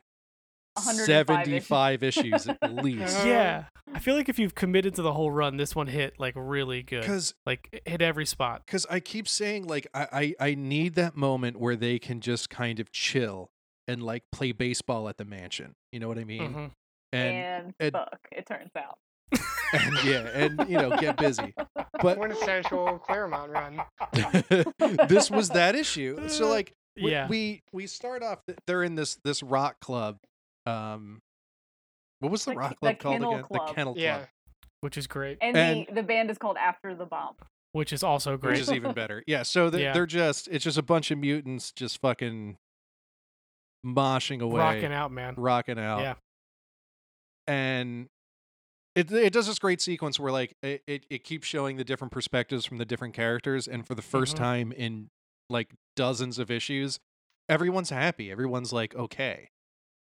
Speaker 2: 75
Speaker 1: 105 issues.
Speaker 2: issues at least.
Speaker 4: Uh,
Speaker 3: yeah, I feel like if you've committed to the whole run, this one hit like really good.
Speaker 2: Because
Speaker 3: Like it hit every spot.
Speaker 2: because I keep saying like I, I I need that moment where they can just kind of chill and like play baseball at the mansion. You know what I mean?
Speaker 3: Mhm.
Speaker 2: And,
Speaker 1: and,
Speaker 2: and-
Speaker 1: fuck, it turns out.
Speaker 2: and yeah, and you know get busy. But
Speaker 4: Quintessential Claremont run.
Speaker 2: this was that issue. So like we,
Speaker 3: Yeah,
Speaker 2: we we start off th- they're in this this rock club. Um what was the,
Speaker 1: The
Speaker 2: rock
Speaker 1: ki- the
Speaker 2: club called
Speaker 1: kennel
Speaker 2: again? The
Speaker 1: club.
Speaker 2: kennel club.
Speaker 4: Yeah.
Speaker 3: which is great.
Speaker 1: And,
Speaker 2: And-
Speaker 1: the, the band is called After the Bomb.
Speaker 3: Which is also
Speaker 2: Which
Speaker 3: great.
Speaker 2: is even better. Yeah, so they're,
Speaker 3: Yeah.
Speaker 2: they're just it's just a bunch of mutants just fucking moshing away.
Speaker 3: Rocking out, man.
Speaker 2: rocking out.
Speaker 3: Yeah.
Speaker 2: And it it does this great sequence where like it, it, it keeps showing the different perspectives from the different characters, and for the 1st
Speaker 3: Mhm.
Speaker 2: time in like dozens of issues, everyone's happy. Everyone's like okay.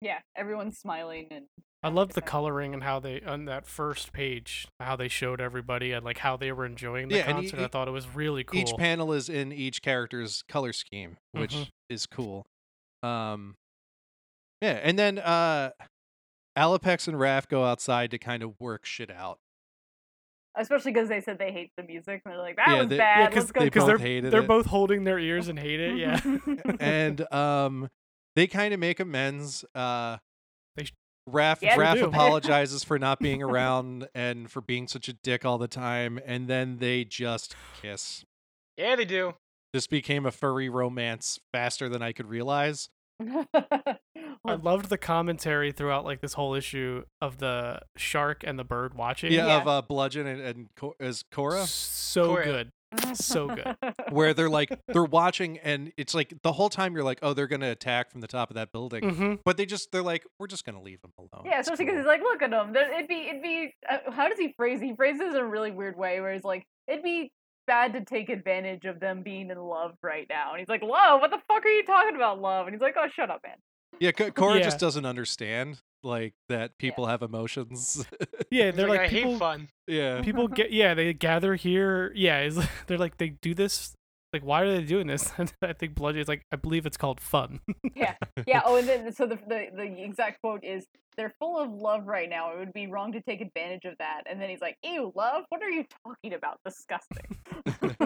Speaker 1: Yeah, everyone's smiling and
Speaker 3: I love the coloring and how they on that first page how they showed everybody and like how they were enjoying the
Speaker 2: Yeah, and
Speaker 3: concert.
Speaker 2: e-
Speaker 3: I thought it was really cool.
Speaker 2: Each panel is in each character's color scheme, which
Speaker 3: Mhm.
Speaker 2: is cool. Um Yeah, and then uh Alapex and Raph go outside to kind of work shit out.
Speaker 1: especially because they said they hate the music. And they're like, that
Speaker 2: Yeah,
Speaker 1: was
Speaker 2: they- yeah,
Speaker 1: bad.
Speaker 3: because
Speaker 1: Let's go.
Speaker 2: they
Speaker 1: kill
Speaker 2: both
Speaker 3: they're
Speaker 2: hated
Speaker 3: they're
Speaker 2: it.
Speaker 3: both holding their ears and hate it. Yeah,
Speaker 2: and um they kind of make amends uh
Speaker 3: They sh-
Speaker 2: Raph,
Speaker 1: Yeah, they
Speaker 2: Raph
Speaker 3: do.
Speaker 2: apologizes for not being around and for being such a dick all the time, and then they just kiss.
Speaker 4: Yeah, they do.
Speaker 2: This became a furry romance faster than I could realize.
Speaker 3: I loved the commentary throughout like this whole issue of the shark and the bird watching.
Speaker 2: Yeah,
Speaker 1: Yeah.
Speaker 2: of uh, Bludgeon and, and Co- is Cora,
Speaker 3: so
Speaker 4: Cora.
Speaker 3: good.
Speaker 2: Um,
Speaker 3: so good.
Speaker 2: where they're like they're watching, and it's like the whole time you're like, oh, they're gonna attack from the top of that building,
Speaker 3: hmm
Speaker 2: but they just they're like, we're just gonna leave them alone.
Speaker 1: Yeah,
Speaker 2: It's
Speaker 1: especially because
Speaker 2: cool."
Speaker 1: he's like, look at him. There- It'd be, it'd be. Uh, how does he phrase? it? He phrases it in a really weird way, where he's like, it'd be bad to take advantage of them being in love right now. And he's like, love? What the fuck are you talking about, love? And he's like, oh, shut up, man.
Speaker 2: yeah, Co- Cora
Speaker 3: Yeah.
Speaker 2: just doesn't understand like that people have emotions.
Speaker 3: Yeah,
Speaker 4: He's
Speaker 3: they're
Speaker 4: like,
Speaker 3: like
Speaker 4: I hate
Speaker 3: people.
Speaker 4: fun.
Speaker 2: yeah,
Speaker 3: People get yeah, they gather here. Yeah, is they're like they do this. Like, why are they doing this? And I think Bludgeon is like, I believe it's called fun.
Speaker 1: Yeah. Oh, and then so the, the the exact quote is, "They're full of love right now. It would be wrong to take advantage of that." And then he's like, "Ew, love? What are you talking about? Disgusting."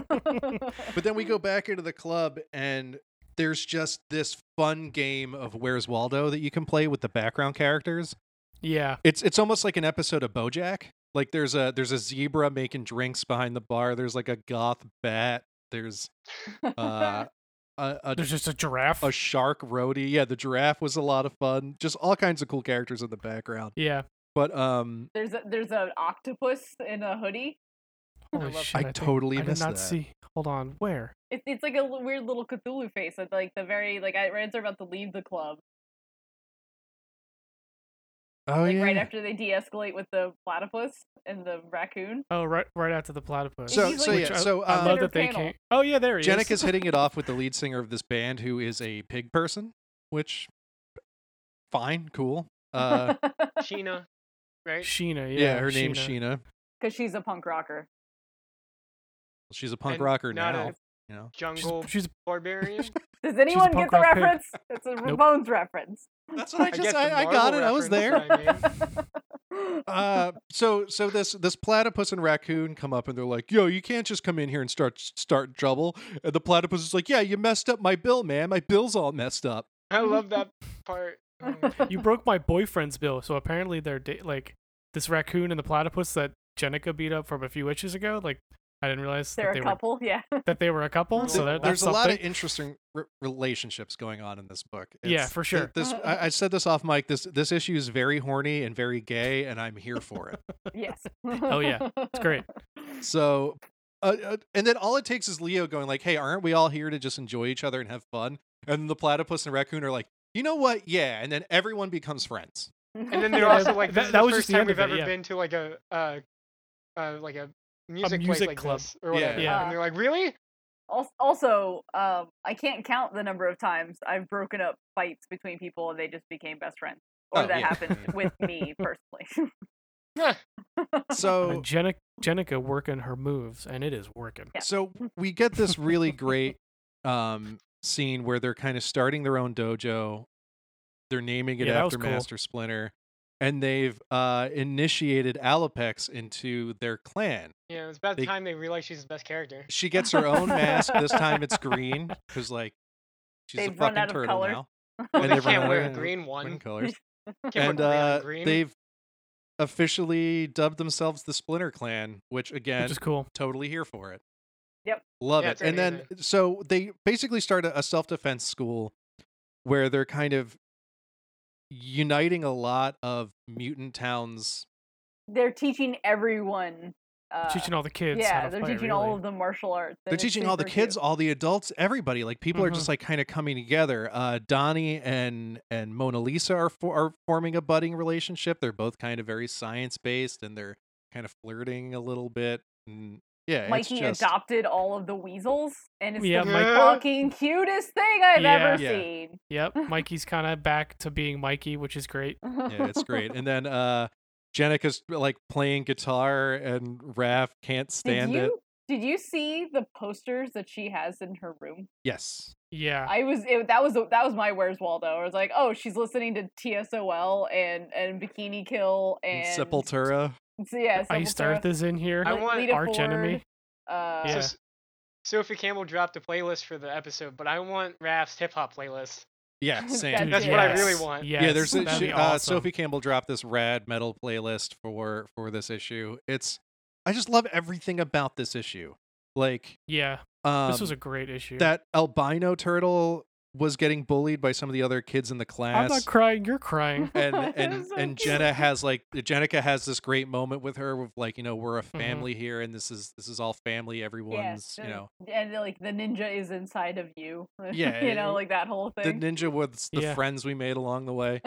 Speaker 2: But then we go back into the club and there's just this fun game of Where's Waldo that you can play with the background characters.
Speaker 3: yeah,
Speaker 2: It's it's almost like an episode of BoJack. Like there's a there's a zebra making drinks behind the bar. There's like a goth bat. There's uh, a, a
Speaker 3: there's just a giraffe.
Speaker 2: a shark roadie. Yeah, the giraffe was a lot of fun. Just all kinds of cool characters in the background.
Speaker 3: yeah,
Speaker 2: But um,
Speaker 1: there's a, there's an octopus in a hoodie.
Speaker 3: holy
Speaker 4: love
Speaker 3: shit!
Speaker 2: I,
Speaker 3: I, think-
Speaker 2: totally
Speaker 3: I did
Speaker 2: missed
Speaker 3: not
Speaker 2: that.
Speaker 3: see. Hold on, where?
Speaker 1: It's it's like a l- weird little Cthulhu face at like the very like I right as they're about to leave the club,
Speaker 2: oh
Speaker 1: like
Speaker 2: yeah.
Speaker 1: right after they de-escalate with the platypus and the raccoon.
Speaker 3: Oh, right, right after the platypus.
Speaker 2: so
Speaker 1: he's
Speaker 2: so
Speaker 1: like-
Speaker 2: yeah
Speaker 3: Which
Speaker 2: so
Speaker 3: I, I
Speaker 2: uh,
Speaker 3: love that they
Speaker 1: Center panel.
Speaker 3: can't. Oh yeah, there he
Speaker 2: Jenik
Speaker 3: is.
Speaker 2: is hitting it off with the lead singer of this band, who is a pig person, which fine, cool. Uh,
Speaker 1: Because
Speaker 4: Sheena, right?
Speaker 3: Sheena.
Speaker 2: yeah,
Speaker 3: Yeah,
Speaker 2: her name's Sheena.
Speaker 1: she's a punk rocker.
Speaker 2: She's a punk
Speaker 4: And
Speaker 2: rocker
Speaker 4: not
Speaker 2: now.
Speaker 4: a-
Speaker 2: You know,
Speaker 4: Jungle
Speaker 3: She's, she's
Speaker 4: barbarian.
Speaker 1: Does anyone
Speaker 3: punk
Speaker 1: get the
Speaker 3: rock pig.
Speaker 1: reference? It's a
Speaker 3: Nope.
Speaker 1: Ramones reference.
Speaker 2: that's what I
Speaker 4: get
Speaker 2: just
Speaker 4: the
Speaker 2: I, I,
Speaker 4: Marvel
Speaker 2: got it. I was there.
Speaker 4: reference, but I mean,
Speaker 2: Uh, so so this this platypus and raccoon come up and they're like, "Yo, you can't just come in here and start start trouble." And the platypus is like, "Yeah, you messed up my bill, man. My bill's all messed up."
Speaker 4: I love that part. Mm.
Speaker 3: you broke my boyfriend's bill. So apparently they're da- like this raccoon and the platypus that Jenica beat up from a few issues ago. Like I didn't realize
Speaker 1: They're
Speaker 3: that
Speaker 1: a
Speaker 3: they were
Speaker 1: couple, yeah.
Speaker 3: that they were a couple. So that,
Speaker 2: there's
Speaker 3: that's
Speaker 2: a lot of
Speaker 3: something.
Speaker 2: interesting re- relationships going on in this book.
Speaker 3: Yeah, for
Speaker 2: th-
Speaker 3: sure.
Speaker 2: This I, I said this off mic. This this issue is very horny and very gay, and I'm here for it.
Speaker 1: Yes.
Speaker 3: Oh, yeah. It's great.
Speaker 2: So, uh, uh, and then all it takes is Leo going like, "Hey, aren't we all here to just enjoy each other and have fun?" And the platypus and raccoon are like, "You know what? Yeah." And then everyone becomes friends.
Speaker 4: And then they're
Speaker 3: Yeah,
Speaker 4: also
Speaker 3: that-
Speaker 4: like,
Speaker 3: that-
Speaker 4: this is
Speaker 3: that
Speaker 4: the
Speaker 3: was just
Speaker 4: first
Speaker 3: the
Speaker 4: time
Speaker 3: end
Speaker 4: we've
Speaker 3: of it,
Speaker 4: ever
Speaker 3: yeah.
Speaker 4: been to like a, uh, uh, like a music, place
Speaker 3: music
Speaker 4: like
Speaker 3: club.
Speaker 4: this or
Speaker 2: Yeah.
Speaker 4: whatever.
Speaker 3: Yeah.
Speaker 4: And they're like, really?
Speaker 1: Al- Also, um, I can't count the number of times I've broken up fights between people and they just became best friends, or
Speaker 2: Oh,
Speaker 1: that
Speaker 2: yeah,
Speaker 1: happened
Speaker 2: yeah.
Speaker 1: with me personally.
Speaker 2: So
Speaker 3: And Jenica, Jenica working her moves, and it is working.
Speaker 1: Yeah.
Speaker 2: So we get this really great um scene where they're kind of starting their own dojo. They're naming it
Speaker 3: Yeah, that was
Speaker 2: after
Speaker 3: cool.
Speaker 2: Master Splinter. And they've uh initiated Alapex into their clan.
Speaker 4: Yeah, it was about
Speaker 2: They-
Speaker 4: time they realized she's the best character.
Speaker 2: She gets her own mask. This time it's green because like she's a
Speaker 1: They've run
Speaker 2: fucking
Speaker 1: out of
Speaker 2: turtle
Speaker 1: color.
Speaker 2: now.
Speaker 4: Well,
Speaker 2: And
Speaker 4: they
Speaker 2: they've run
Speaker 4: can't
Speaker 2: out
Speaker 4: wear a
Speaker 2: of
Speaker 4: green
Speaker 2: Green
Speaker 4: one.
Speaker 2: colors.
Speaker 4: Can't
Speaker 2: and
Speaker 4: wear green on
Speaker 2: uh,
Speaker 4: green.
Speaker 2: they've officially dubbed themselves the Splinter Clan, which again
Speaker 3: Which is cool.
Speaker 2: totally here for it.
Speaker 1: Yep.
Speaker 2: Love
Speaker 4: Yeah,
Speaker 2: it.
Speaker 4: it's
Speaker 2: And then so they basically start a, a self-defense school where they're kind of uniting a lot of mutant towns.
Speaker 1: they're teaching everyone. Uh,
Speaker 3: teaching all the kids. how
Speaker 1: yeah,
Speaker 3: to
Speaker 1: they're
Speaker 3: fight,
Speaker 1: teaching
Speaker 3: really.
Speaker 1: all of the martial arts. and
Speaker 2: They're
Speaker 1: it's
Speaker 2: teaching all the
Speaker 1: super
Speaker 2: kids,
Speaker 1: cute.
Speaker 2: all the adults, everybody. Like people are just like kind of coming together. Uh Donnie and and Mona Lisa are for, are forming a budding relationship. They're both kind of very science-based and they're kind of flirting a little bit. And yeah, it's
Speaker 1: Mikey
Speaker 2: just
Speaker 1: adopted all of the weasels, and it's
Speaker 3: Yeah,
Speaker 1: the
Speaker 3: Mike-
Speaker 1: fucking cutest thing I've
Speaker 3: Yeah.
Speaker 1: ever
Speaker 2: Yeah.
Speaker 1: seen.
Speaker 3: Yep, Mikey's kind of back to being Mikey, which is great.
Speaker 2: yeah, it's great. And then uh Jenica's uh, like playing guitar and Raph can't stand
Speaker 1: did you
Speaker 2: it.
Speaker 1: did you see the posters that she has in her room?
Speaker 2: Yes.
Speaker 3: Yeah,
Speaker 1: I was it, that was that was my Where's Waldo. I was like, oh, she's listening to TSOL and and Bikini Kill
Speaker 2: And
Speaker 1: and,
Speaker 2: Sepultura.
Speaker 1: So, yeah,
Speaker 3: Ice
Speaker 1: Sepultura,
Speaker 3: Earth is in here.
Speaker 4: I
Speaker 1: Le-
Speaker 4: want
Speaker 1: Lita
Speaker 3: Arch
Speaker 1: Ford,
Speaker 3: Enemy.
Speaker 1: Uh,
Speaker 4: So
Speaker 3: Yeah.
Speaker 4: S- Sophie Campbell dropped a playlist for the episode, but I want Raph's hip hop playlist.
Speaker 2: Yeah, same.
Speaker 1: Dude,
Speaker 4: That's what I really want.
Speaker 3: Yes,
Speaker 2: yeah, there's a,
Speaker 3: that'd
Speaker 2: she-
Speaker 3: be
Speaker 2: uh,
Speaker 3: awesome.
Speaker 2: Sophie Campbell dropped this rad metal playlist for for this issue. It's I just love everything about this issue. Like
Speaker 3: Yeah,
Speaker 2: um,
Speaker 3: this was a great issue.
Speaker 2: that albino turtle was getting bullied by some of the other kids in the class.
Speaker 3: I'm not crying. You're crying.
Speaker 2: and
Speaker 1: It
Speaker 2: and
Speaker 1: was so
Speaker 2: and
Speaker 1: cute.
Speaker 2: Jenna has like Jenica has this great moment with her with like you know we're
Speaker 1: Mm-hmm.
Speaker 2: a family here and this is this is all family everyone's you
Speaker 1: the-
Speaker 2: know
Speaker 1: and like the ninja is inside of you.
Speaker 2: Yeah,
Speaker 1: you know,
Speaker 2: it-
Speaker 1: like that whole
Speaker 2: the
Speaker 1: thing.
Speaker 2: ninja was the
Speaker 3: Yeah.
Speaker 2: friends we made along the way.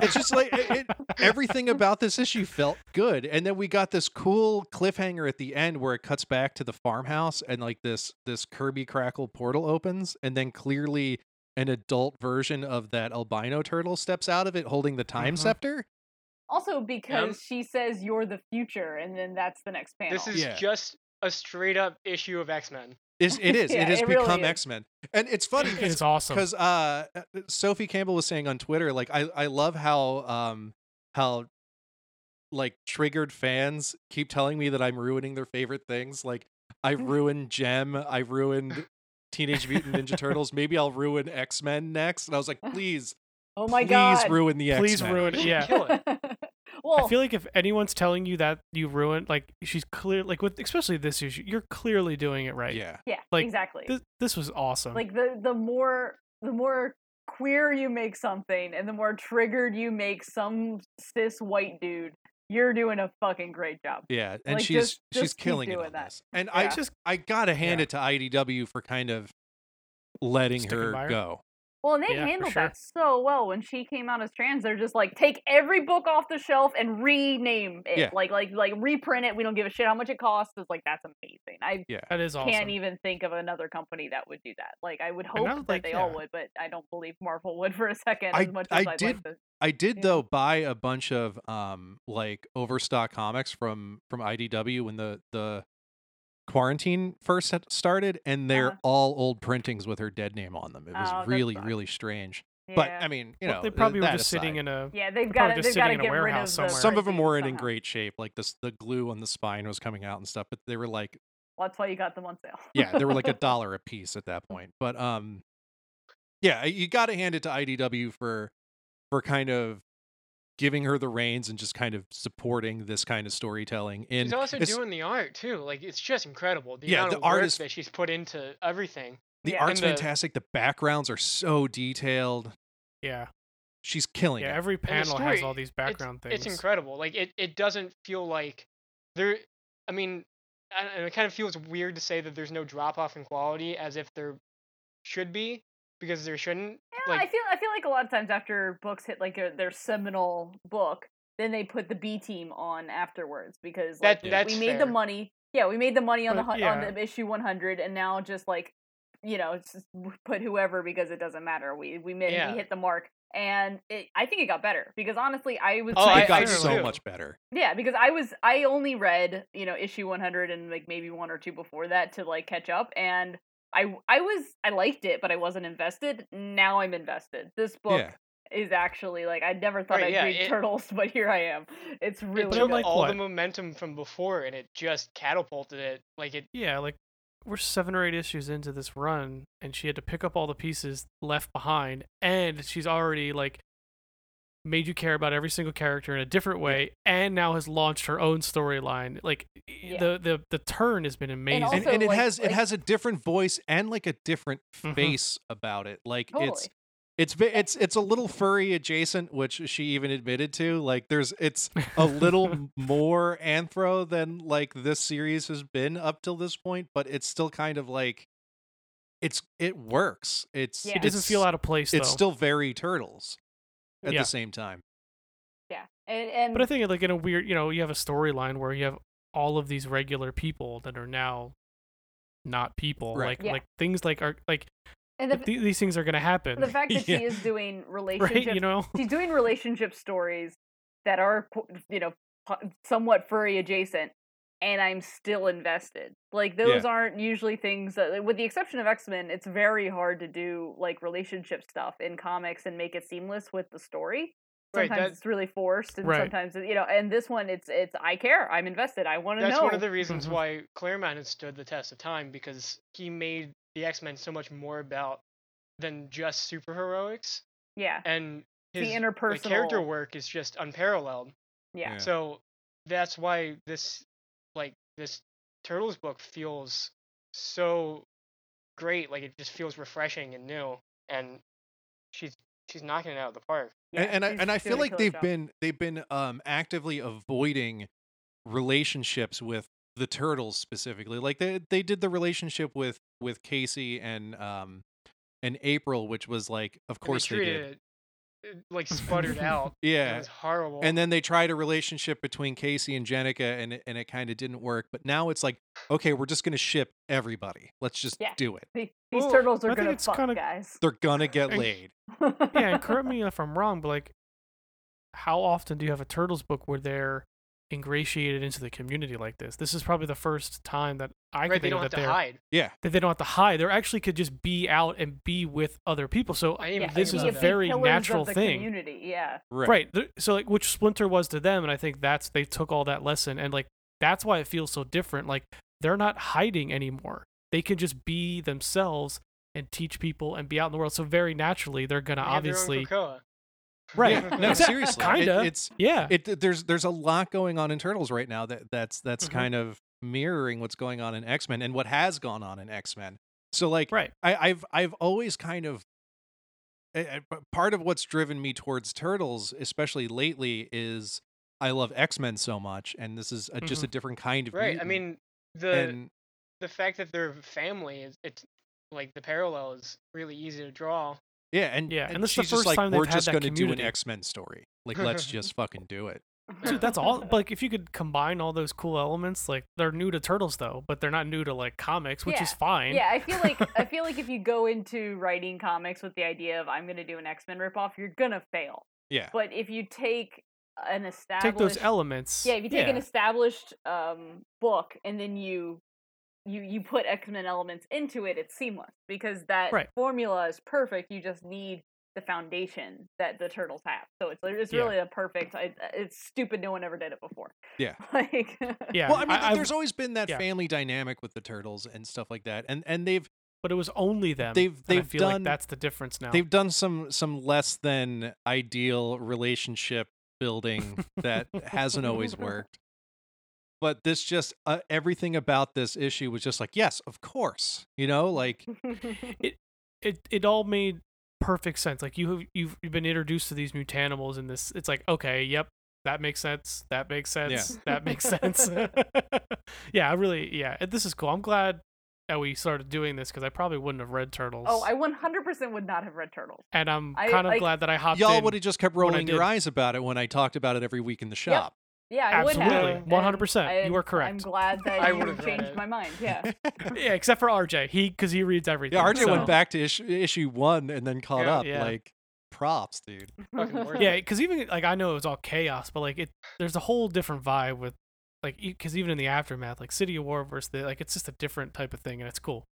Speaker 2: It's just like it, it, everything about this issue felt good, and then we got this cool cliffhanger at the end where it cuts back to the farmhouse and like this this Kirby Crackle portal opens, and then clearly an adult version of that albino turtle steps out of it holding the time
Speaker 3: Mhm.
Speaker 2: scepter.
Speaker 1: also because she says you're the future, and then that's the next panel.
Speaker 4: This is
Speaker 2: Yeah.
Speaker 4: just a straight up issue of X Men.
Speaker 2: It's, it is.
Speaker 1: Yeah,
Speaker 2: it has
Speaker 1: it really
Speaker 2: become
Speaker 1: is.
Speaker 2: X Men, and it's funny
Speaker 3: It is awesome.
Speaker 2: because uh, Sophie Campbell was saying on Twitter, like I, I love how um how like triggered fans keep telling me that I'm ruining their favorite things. Like I
Speaker 1: Mm.
Speaker 2: ruined Gem, I ruined Teenage Mutant Ninja Turtles. Maybe I'll ruin X Men next. And I was like, please,
Speaker 1: oh my
Speaker 2: please
Speaker 1: god!
Speaker 2: ruin the X Men.
Speaker 3: Please ruin it. Yeah.
Speaker 4: Kill it.
Speaker 1: well,
Speaker 3: I feel like if anyone's telling you that you ruined, like she's clear, like with especially this issue, you're clearly doing it right.
Speaker 2: Yeah,
Speaker 1: yeah,
Speaker 3: like,
Speaker 1: exactly.
Speaker 3: Th- this was awesome.
Speaker 1: like the the more the more queer you make something and the more triggered you make some cis white dude you're doing a fucking great job
Speaker 2: yeah. And
Speaker 1: Like,
Speaker 2: she's
Speaker 1: just-
Speaker 2: she's
Speaker 1: just keep
Speaker 2: killing it
Speaker 1: doing
Speaker 2: on
Speaker 1: that.
Speaker 2: this. And
Speaker 1: Yeah.
Speaker 2: I just I gotta hand
Speaker 3: Yeah.
Speaker 2: it to IDW for kind of letting
Speaker 3: Sticking
Speaker 2: her
Speaker 3: by her.
Speaker 2: go.
Speaker 1: well and they
Speaker 3: Yeah, for
Speaker 1: handled
Speaker 3: sure.
Speaker 1: that so well when she came out as trans they're just like take every book off the shelf and rename it
Speaker 2: Yeah.
Speaker 1: like like like reprint it we don't give a shit how much it costs it's like that's amazing i
Speaker 3: that is awesome.
Speaker 1: can't even think of another company that would do that like i would hope
Speaker 3: I
Speaker 1: that
Speaker 3: like-
Speaker 1: they all
Speaker 3: yeah.
Speaker 1: would but i don't believe marvel would for a second
Speaker 2: I-
Speaker 1: as much
Speaker 2: I
Speaker 1: as i'd
Speaker 2: did
Speaker 1: like to
Speaker 2: I did
Speaker 1: Yeah.
Speaker 2: though buy a bunch of um like overstock comics from from IDW when the the quarantine first had started and they're
Speaker 1: Uh-huh.
Speaker 2: all old printings with her dead name on them. It was
Speaker 1: Oh, that
Speaker 2: really
Speaker 1: sucks.
Speaker 2: really strange.
Speaker 1: yeah.
Speaker 2: But I mean, you
Speaker 3: Well,
Speaker 2: know,
Speaker 3: they
Speaker 2: th-
Speaker 3: probably were
Speaker 2: that
Speaker 3: just sitting
Speaker 2: aside,
Speaker 3: in a.
Speaker 1: Yeah, they've got
Speaker 3: probably
Speaker 1: to.
Speaker 3: just
Speaker 1: They've got to
Speaker 3: sitting in a
Speaker 1: get rid of
Speaker 3: warehouse
Speaker 1: the
Speaker 3: somewhere.
Speaker 2: some of them
Speaker 1: pricing
Speaker 2: were not in
Speaker 1: somehow.
Speaker 2: great shape. Like this the glue on the spine was coming out and stuff, but they were like
Speaker 1: Well, that's why you got them on sale.
Speaker 2: yeah, they were like a dollar a piece at that point. But um yeah, you got to hand it to IDW for for kind of giving her the reins and just kind of supporting this kind of storytelling in
Speaker 4: She's also
Speaker 2: it's-
Speaker 4: doing the art too. Like it's just incredible. The
Speaker 2: Yeah,
Speaker 4: amount
Speaker 2: the
Speaker 4: of
Speaker 2: art
Speaker 4: work
Speaker 2: is-
Speaker 4: that she's put into everything.
Speaker 2: the
Speaker 1: Yeah.
Speaker 2: art's
Speaker 4: And the-
Speaker 2: fantastic. The backgrounds are so detailed.
Speaker 3: Yeah.
Speaker 2: She's killing
Speaker 3: Yeah.
Speaker 2: it.
Speaker 3: Every panel has
Speaker 4: story,
Speaker 3: all these
Speaker 4: It's-
Speaker 3: background
Speaker 4: it's,
Speaker 3: things.
Speaker 4: incredible. Like it, it doesn't feel like there. I mean, I- and it kind of feels weird to say that there's no drop off in quality as if there should be because there shouldn't.
Speaker 1: Yeah, I
Speaker 4: like
Speaker 1: feel. I feel like a lot of times after books hit like their, their seminal book, then they put the B team on afterwards because like,
Speaker 4: that.
Speaker 2: Yeah.
Speaker 4: That's
Speaker 1: we made the
Speaker 4: fair.
Speaker 1: money. yeah, we made the money on the
Speaker 3: But,
Speaker 1: hun-
Speaker 3: yeah.
Speaker 1: on the issue 100, and now just like you know it's just put whoever because it doesn't matter. We we made
Speaker 4: Yeah.
Speaker 1: we hit the mark, and it, I think it got better because honestly, I was
Speaker 4: Oh,
Speaker 1: like,
Speaker 4: I-
Speaker 2: it got
Speaker 4: I do
Speaker 2: so
Speaker 4: too.
Speaker 2: much better.
Speaker 1: yeah, because I was I only read you know issue 100 and like maybe one or two before that to like catch up, and I I was I liked it, but I wasn't invested. Now I'm invested. This book.
Speaker 2: Yeah.
Speaker 1: Is actually like I never thought
Speaker 4: Right,
Speaker 1: I'd
Speaker 4: yeah,
Speaker 1: read
Speaker 4: it-
Speaker 1: turtles, but here I am. It's really
Speaker 4: it
Speaker 3: but
Speaker 4: took
Speaker 1: good.
Speaker 3: like
Speaker 4: all the
Speaker 3: what?
Speaker 4: momentum from before and it just catapulted it. Like it
Speaker 3: Yeah, like we're seven or eight issues into this run, and she had to pick up all the pieces left behind, and she's already like made you care about every single character in a different way, and now has launched her own storyline. Like e,
Speaker 1: Yeah.
Speaker 3: the the the turn has been amazing.
Speaker 2: and,
Speaker 1: Also,
Speaker 2: and it
Speaker 1: like-
Speaker 2: has it
Speaker 1: like-
Speaker 2: has a different voice and like a different
Speaker 3: Mhm.
Speaker 2: face about it. Like it's
Speaker 1: Totally. Eh
Speaker 2: it's ve- it's it's a little furry adjacent, which she even admitted to. Like there's it's a little m- more anthro than like this series has been up till this point, but it's still kind of like it's it works. It's
Speaker 1: Yeah.
Speaker 3: it doesn't
Speaker 2: it's-
Speaker 3: feel out of place though.
Speaker 2: It's still very turtles at
Speaker 3: Yeah.
Speaker 2: the same time.
Speaker 1: Yeah, and, and
Speaker 3: But I think like in a weird, you know, you have a storyline where you have all of these regular people that are now not people.
Speaker 2: Right.
Speaker 3: Like
Speaker 1: Yeah.
Speaker 3: like things like are like
Speaker 1: and the,
Speaker 3: th- these things are gonna happen.
Speaker 1: the fact that
Speaker 2: Yeah.
Speaker 1: she is doing relationship
Speaker 3: right? You know.
Speaker 1: she's doing relationship stories that are po- you know po- somewhat furry adjacent and i'm still invested like those aren't usually things that with the exception of x-men it's very hard to do like relationship stuff in comics and make it seamless with the story
Speaker 4: Right,
Speaker 1: sometimes
Speaker 4: that-
Speaker 1: it's really forced and
Speaker 3: Right.
Speaker 1: sometimes it, you know and this one it's it's i care i'm invested i want to
Speaker 4: that's
Speaker 1: know
Speaker 4: one of the reasons
Speaker 3: Mhm.
Speaker 4: why Claremont has stood the test of time because he made the X Men so much more about than just superheroics
Speaker 1: yeah
Speaker 4: and
Speaker 1: the
Speaker 4: his like,
Speaker 1: interpersonal
Speaker 4: character work is just unparalleled.
Speaker 1: yeah
Speaker 2: Yeah.
Speaker 4: So that's why this like this Turtles book feels so great. Like it just feels refreshing and new and she's she's knocking it out of the park.
Speaker 1: yeah,
Speaker 2: and, and I
Speaker 1: she's
Speaker 2: and I
Speaker 1: doing
Speaker 2: feel
Speaker 1: a
Speaker 2: like
Speaker 1: killer
Speaker 2: they've
Speaker 1: job.
Speaker 2: been they've been um actively avoiding relationships with the turtles specifically. Like they they did the relationship with with Casey and um and April, which was like, of
Speaker 4: And
Speaker 2: course
Speaker 4: they
Speaker 2: they,
Speaker 4: treated
Speaker 2: did,
Speaker 4: it uh, like sputtered out. and It
Speaker 2: yeah.
Speaker 4: was horrible.
Speaker 2: And then they tried a relationship between Casey and Jenica, and it- and it kind of didn't work. But now it's like, okay, we're just gonna ship everybody. Let's just
Speaker 1: Yeah.
Speaker 2: do it.
Speaker 1: The- these
Speaker 4: Well,
Speaker 1: turtles
Speaker 3: I
Speaker 1: are
Speaker 3: think
Speaker 1: gonna
Speaker 3: it's
Speaker 1: fuck
Speaker 3: kinda-
Speaker 1: guys
Speaker 2: They're gonna get
Speaker 3: And-
Speaker 2: laid.
Speaker 3: yeah, and correct me if I'm wrong, but like, how often do you have a Turtles book where they're ingratiated into the community like this? This is probably the first time that I can
Speaker 4: right, they
Speaker 3: think
Speaker 4: don't
Speaker 3: of
Speaker 4: have
Speaker 3: that
Speaker 4: to
Speaker 3: they're
Speaker 4: hide.
Speaker 2: Yeah,
Speaker 3: that they don't have to hide. They actually could just be out and be with other people. So
Speaker 4: I didn't
Speaker 1: Yeah,
Speaker 4: even
Speaker 3: this
Speaker 1: and
Speaker 4: think
Speaker 3: is
Speaker 1: be
Speaker 3: a
Speaker 4: about
Speaker 1: big
Speaker 4: that.
Speaker 3: very
Speaker 1: pillars
Speaker 3: natural
Speaker 1: of the
Speaker 3: thing.
Speaker 1: Community, yeah.
Speaker 2: right.
Speaker 3: right. th- So like, which Splinter was to them, and I think that's they took all that lesson, and like that's why it feels so different. Like they're not hiding anymore. They can just be themselves and teach people and be out in the world. So very naturally, they're gonna
Speaker 4: They have their own
Speaker 3: obviously
Speaker 4: Krakoa.
Speaker 3: right.
Speaker 2: Yeah, no,
Speaker 3: Exact-
Speaker 2: seriously, it-
Speaker 3: kinda.
Speaker 2: it's
Speaker 3: Yeah.
Speaker 2: it th- there's there's a lot going on in turtles right now that that's that's
Speaker 3: Mhm.
Speaker 2: kind of mirroring what's going on in x-men and what has gone on in x-men so like
Speaker 3: right.
Speaker 2: I, i've i've always kind of I- I- p- part of what's driven me towards turtles especially lately is i love x-men so much and this is a,
Speaker 3: Mm-hmm.
Speaker 2: just a different kind of
Speaker 4: Right. I
Speaker 2: mutant,
Speaker 4: mean the
Speaker 2: and
Speaker 4: the fact that they're family is it's like the parallel is really easy to draw.
Speaker 2: yeah and
Speaker 3: Yeah,
Speaker 2: and,
Speaker 3: and this is the
Speaker 2: she's just
Speaker 3: first
Speaker 2: like
Speaker 3: time they've
Speaker 2: we're
Speaker 3: had
Speaker 2: just
Speaker 3: that
Speaker 2: gonna do
Speaker 3: community."
Speaker 2: an x-men story like let's just fucking do it
Speaker 3: Dude, that's all. but, Like, if you could combine all those cool elements, like they're new to turtles though, but they're not new to like comics, which
Speaker 1: Yeah.
Speaker 3: is fine.
Speaker 1: Yeah, I feel like I feel like if you go into writing comics with the idea of I'm going to do an X-Men ripoff, you're going to fail.
Speaker 2: yeah
Speaker 1: But if you take an established
Speaker 3: Take those elements.
Speaker 1: Yeah, if you take an established um book and then you you you put X-Men elements into it, it's seamless because that
Speaker 3: Right.
Speaker 1: formula is perfect. You just need the foundation that the turtles have. So it's it's
Speaker 3: Yeah.
Speaker 1: really a perfect I, it's stupid no one ever did it before.
Speaker 2: Yeah.
Speaker 1: Like
Speaker 3: yeah.
Speaker 2: well i mean
Speaker 3: I,
Speaker 2: there's always been that
Speaker 3: yeah.
Speaker 2: family dynamic with the turtles and stuff like that and and they've
Speaker 3: but it was only them.
Speaker 2: They've-
Speaker 3: and I
Speaker 2: they've
Speaker 3: feel
Speaker 2: done-
Speaker 3: like that's the difference now.
Speaker 2: they've done some some less than ideal relationship building that hasn't always worked but this just uh, everything about this issue was just like yes of course you know like
Speaker 3: it it all made perfect sense. Like you have you've, you've been introduced to these mutanimals and this it's like, okay, yep, that makes sense. That makes sense. That makes sense. yeah, I really yeah, it- this is cool. I'm glad that we started doing this because I probably wouldn't have read Turtles.
Speaker 1: Oh, I 100% would not have read Turtles.
Speaker 3: and I'm
Speaker 1: I-
Speaker 3: kind of
Speaker 1: like-
Speaker 3: glad that I hopped
Speaker 2: y'all
Speaker 3: in.
Speaker 2: would have just kept
Speaker 3: when I
Speaker 2: rolling your
Speaker 3: did-
Speaker 2: eyes about it when i talked about it every week in the shop
Speaker 1: Yeah, I would
Speaker 3: Absolutely,
Speaker 1: have.
Speaker 3: one hundred
Speaker 1: and
Speaker 3: percent. You
Speaker 1: I-
Speaker 3: are correct.
Speaker 1: I'm glad that
Speaker 4: I
Speaker 1: you
Speaker 4: would've read
Speaker 1: changed
Speaker 4: it.
Speaker 1: my mind. Yeah.
Speaker 3: yeah, except for RJ, he because he reads everything.
Speaker 2: Yeah, RJ
Speaker 3: so-
Speaker 2: went back to issue, issue one and then caught
Speaker 4: Yeah.
Speaker 2: up.
Speaker 3: Yeah.
Speaker 2: Like, props, dude.
Speaker 4: Fucking worth
Speaker 3: Yeah, because even like I know it was all chaos, but like it, there's a whole different vibe with like because even in the aftermath, like City of War versus the like it's just a different type of thing, and it's cool.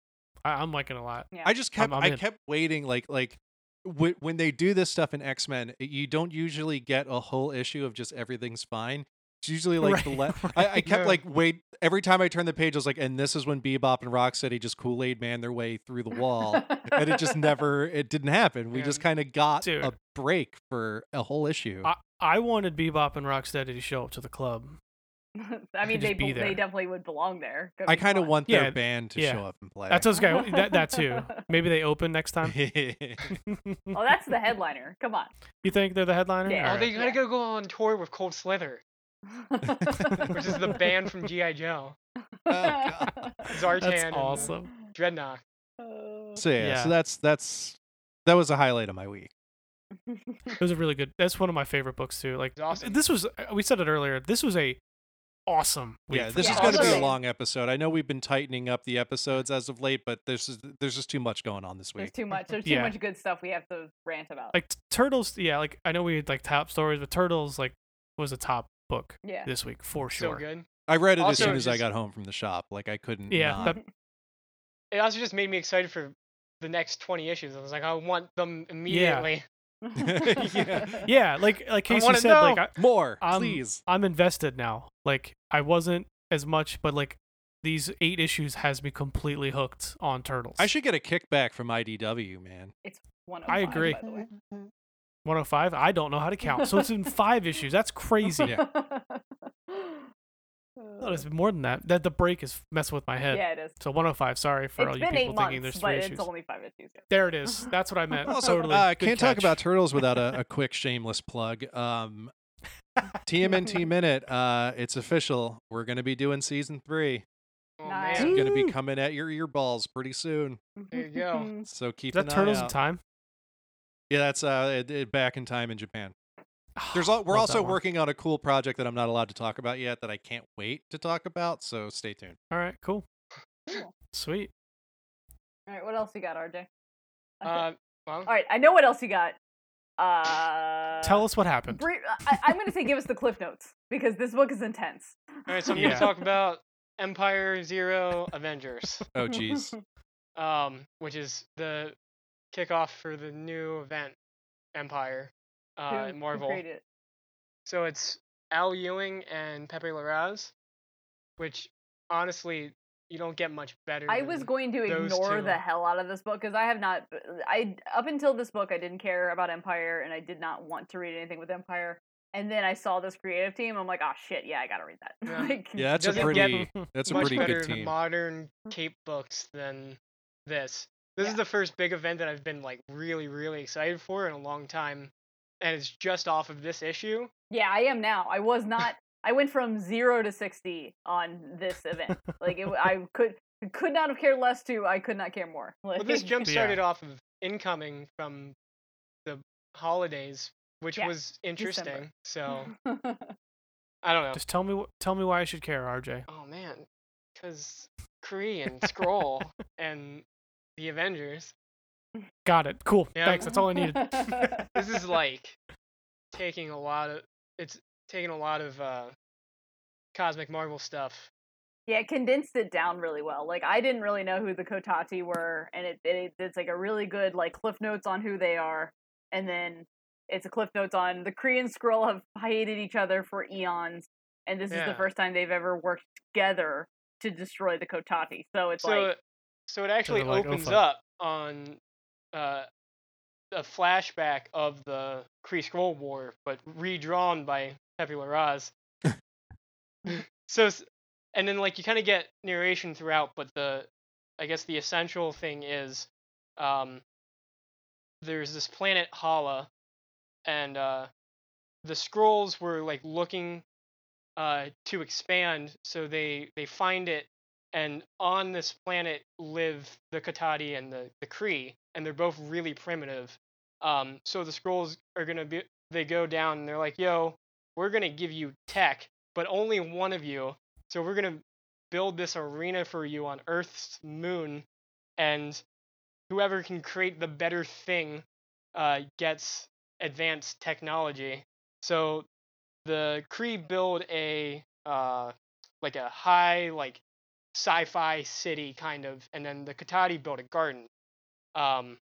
Speaker 3: I, I'm liking it a lot.
Speaker 1: yeah.
Speaker 2: I just
Speaker 3: I'm-
Speaker 2: kept
Speaker 3: I'm
Speaker 2: i
Speaker 3: in.
Speaker 2: kept waiting like like w- when they do this stuff in X Men, you don't usually get a whole issue of just everything's fine. It's usually like the le-
Speaker 3: Right,
Speaker 2: I, I
Speaker 3: right.
Speaker 2: kept
Speaker 4: Yeah.
Speaker 2: like wait every time I turned the page, I was like, and this is when Bebop and Rocksteady just Kool Aid man their way through the wall, and it just never it didn't happen. We
Speaker 4: Yeah.
Speaker 2: just kind of got a
Speaker 3: Dude.
Speaker 2: break for a whole issue.
Speaker 3: I, I wanted Bebop and Rocksteady to show up to the club.
Speaker 1: I
Speaker 3: just
Speaker 1: mean, they
Speaker 3: be
Speaker 1: be-
Speaker 3: there.
Speaker 1: they definitely would belong there. That'd
Speaker 2: I
Speaker 1: be
Speaker 2: kind of
Speaker 1: fun.
Speaker 2: want
Speaker 3: Yeah,
Speaker 2: their band to
Speaker 3: yeah.
Speaker 2: show up and play.
Speaker 3: That's what's going. That, that too. Maybe they open next time.
Speaker 1: Oh, that's the headliner. Come on.
Speaker 3: you think they're the headliner?
Speaker 1: Yeah.
Speaker 4: Oh,
Speaker 1: Alright.
Speaker 4: they gotta
Speaker 1: Yeah.
Speaker 4: go go on tour with Cold Slither, which is the band from GI Joe,
Speaker 3: oh,
Speaker 2: God.
Speaker 4: Zartan,
Speaker 3: That's
Speaker 4: and
Speaker 3: awesome.
Speaker 4: Dreadnought.
Speaker 2: so yeah,
Speaker 3: Yeah.
Speaker 2: so that's that's that was a highlight of my week.
Speaker 3: It was a really good. That's one of my favorite books too. Like
Speaker 4: It's awesome.
Speaker 3: this was. uh, We said it earlier. This was a awesome. Week
Speaker 2: Yeah,
Speaker 3: for
Speaker 2: this
Speaker 1: Yeah.
Speaker 2: is
Speaker 3: us.
Speaker 2: going to be a
Speaker 1: Also-
Speaker 2: long episode. I know we've been tightening up the episodes as of late, but there's just, there's just too much going on this
Speaker 1: There's
Speaker 2: week.
Speaker 1: too much. There's too
Speaker 3: Yeah.
Speaker 1: much good stuff we have to rant about.
Speaker 3: like t- turtles. Yeah, like I know we had like top stories, but turtles like was a top book
Speaker 1: yeah.
Speaker 3: this week for
Speaker 4: So
Speaker 3: sure.
Speaker 4: good.
Speaker 2: I read it as
Speaker 4: Also,
Speaker 2: soon as I
Speaker 4: just-
Speaker 2: got home from the shop. Like I couldn't.
Speaker 3: yeah,
Speaker 2: not.
Speaker 3: that,
Speaker 4: It also just made me excited for the next 20 issues. I was like, I want them immediately.
Speaker 2: Yeah.
Speaker 3: yeah. Like like
Speaker 4: I
Speaker 3: Casey
Speaker 4: wanna
Speaker 3: said, like I,
Speaker 2: more,
Speaker 3: I'm-
Speaker 2: please.
Speaker 3: I'm invested now. Like I wasn't as much, but like these eight issues has me completely hooked on turtles.
Speaker 2: I should get a kickback from IDW, man.
Speaker 1: One oh
Speaker 3: I agree.
Speaker 1: By the way.
Speaker 3: 105. I don't know how to count. So it's in five issues. That's crazy.
Speaker 2: Yeah.
Speaker 3: No, it's more than that. That the break is messing with my head.
Speaker 1: yeah, it is.
Speaker 3: So 105. Sorry for all
Speaker 1: it's
Speaker 3: you
Speaker 1: been
Speaker 3: people
Speaker 1: eight
Speaker 3: thinking
Speaker 1: months,
Speaker 3: there's
Speaker 1: but
Speaker 3: three issues.
Speaker 1: it's only five issues. yeah.
Speaker 3: There it is. That's what I meant.
Speaker 2: Also,
Speaker 3: totally.
Speaker 2: uh,
Speaker 3: Good
Speaker 2: can't talk
Speaker 3: catch.
Speaker 2: about turtles without a, a quick shameless plug. Um, TMNT minute. Uh, it's official. We're going to be doing season three.
Speaker 4: Oh,
Speaker 1: Nice.
Speaker 2: It's
Speaker 4: man.
Speaker 2: going to be
Speaker 3: Woo.
Speaker 2: coming at your ear balls pretty soon.
Speaker 4: There you go.
Speaker 2: So keep
Speaker 3: Is that
Speaker 2: an eye
Speaker 3: turtles in
Speaker 2: out.
Speaker 3: time?
Speaker 2: Yeah, that's uh, it, it, back in time in Japan. There's all, we're
Speaker 3: Love that
Speaker 2: also
Speaker 3: one.
Speaker 2: working on a cool project that I'm not allowed to talk about yet that I can't wait to talk about. So stay tuned.
Speaker 3: All right. Cool.
Speaker 1: Cool.
Speaker 3: Sweet.
Speaker 1: All right, what else you got, RJ?
Speaker 4: Uh, well,
Speaker 1: All right, I know what else you got. Uh,
Speaker 3: Tell us what happened.
Speaker 1: Bri- uh, I- I'm going to say give us the cliff notes because this book is intense.
Speaker 4: all right, so I'm
Speaker 3: Yeah.
Speaker 4: gonna talk about Empire Zero Avengers,
Speaker 2: Oh jeez.
Speaker 4: um, which is the kickoff for the new event, Empire,
Speaker 1: Who-
Speaker 4: uh,
Speaker 1: who
Speaker 4: Marvel.
Speaker 1: created it?
Speaker 4: So it's Al Ewing and Pepe Larraz, which honestly you don't get much better.
Speaker 1: I was
Speaker 4: than-
Speaker 1: going to
Speaker 4: those
Speaker 1: ignore the
Speaker 4: two.
Speaker 1: hell out of this book because I have not. I up until this book, I didn't care about Empire and I did not want to read anything with Empire. And then I saw this creative team. I'm like, oh shit, yeah, I gotta read that.
Speaker 4: Yeah.
Speaker 1: like,
Speaker 2: Yeah, that's a
Speaker 4: Doesn't
Speaker 2: pretty
Speaker 4: get
Speaker 2: that's a
Speaker 4: much
Speaker 2: pretty
Speaker 4: better
Speaker 2: good team.
Speaker 4: modern cape books than this. This is
Speaker 1: Yeah.
Speaker 4: the first big event that I've been like really really excited for in a long time, and it's just off of this issue.
Speaker 1: yeah, I am now. I was not. I went from zero to sixty on this evevent. Like, it, I could could not have cared less. To I could not care more. Like,
Speaker 4: Well, this jump
Speaker 3: Yeah.
Speaker 4: started off of incoming from the holidays, which
Speaker 1: Yeah,
Speaker 4: was interesting. So
Speaker 2: Mm-hmm.
Speaker 1: yeah,
Speaker 4: I don't know.
Speaker 3: Just tell me. wh- Tell me why I should care, RJ.
Speaker 4: Oh man, because Kree and Scroll and the Avengers.
Speaker 3: Got it. Cool.
Speaker 4: Yeah.
Speaker 3: Thanks. That's all I needed.
Speaker 4: This is like taking a lot of it's taking a lot of uh, cosmic Marvel stuff.
Speaker 1: it condensed it down really well. Like, I didn't really know who the Kotati were, and it, it it's like a really good like cliff notes on who they are, and then it's a cliff notes on the Kree and Skrull have hated each other for eons, and this is
Speaker 4: Yeah.
Speaker 1: the first time they've ever worked together to destroy the Kotati. So it's
Speaker 4: So uh,
Speaker 1: like
Speaker 4: so it actually
Speaker 3: they're like, "Oh,
Speaker 4: opens
Speaker 3: fuck."
Speaker 4: up on uh, a flashback of the Kree Scroll War, but redrawn by Pepe Larraz. so s- and then like you kind of get narration throughout, but the I guess the essential thing is um, there's this planet Hala, and uh, the scrolls were like looking uh, to expand, so they they find it, and on this planet live the Katati and the the Kree, and they're both really primitive. Um, so the scrolls are gonna be they go down and they're like, yo, we're gonna give you tech but only one of you. So we're gonna build this arena for you on Earth's moon, and whoever can create the better thing uh, gets advanced technology. So the Kree build a uh, like a high like sci-fi city kind of, and then the Katati built a garden. Um,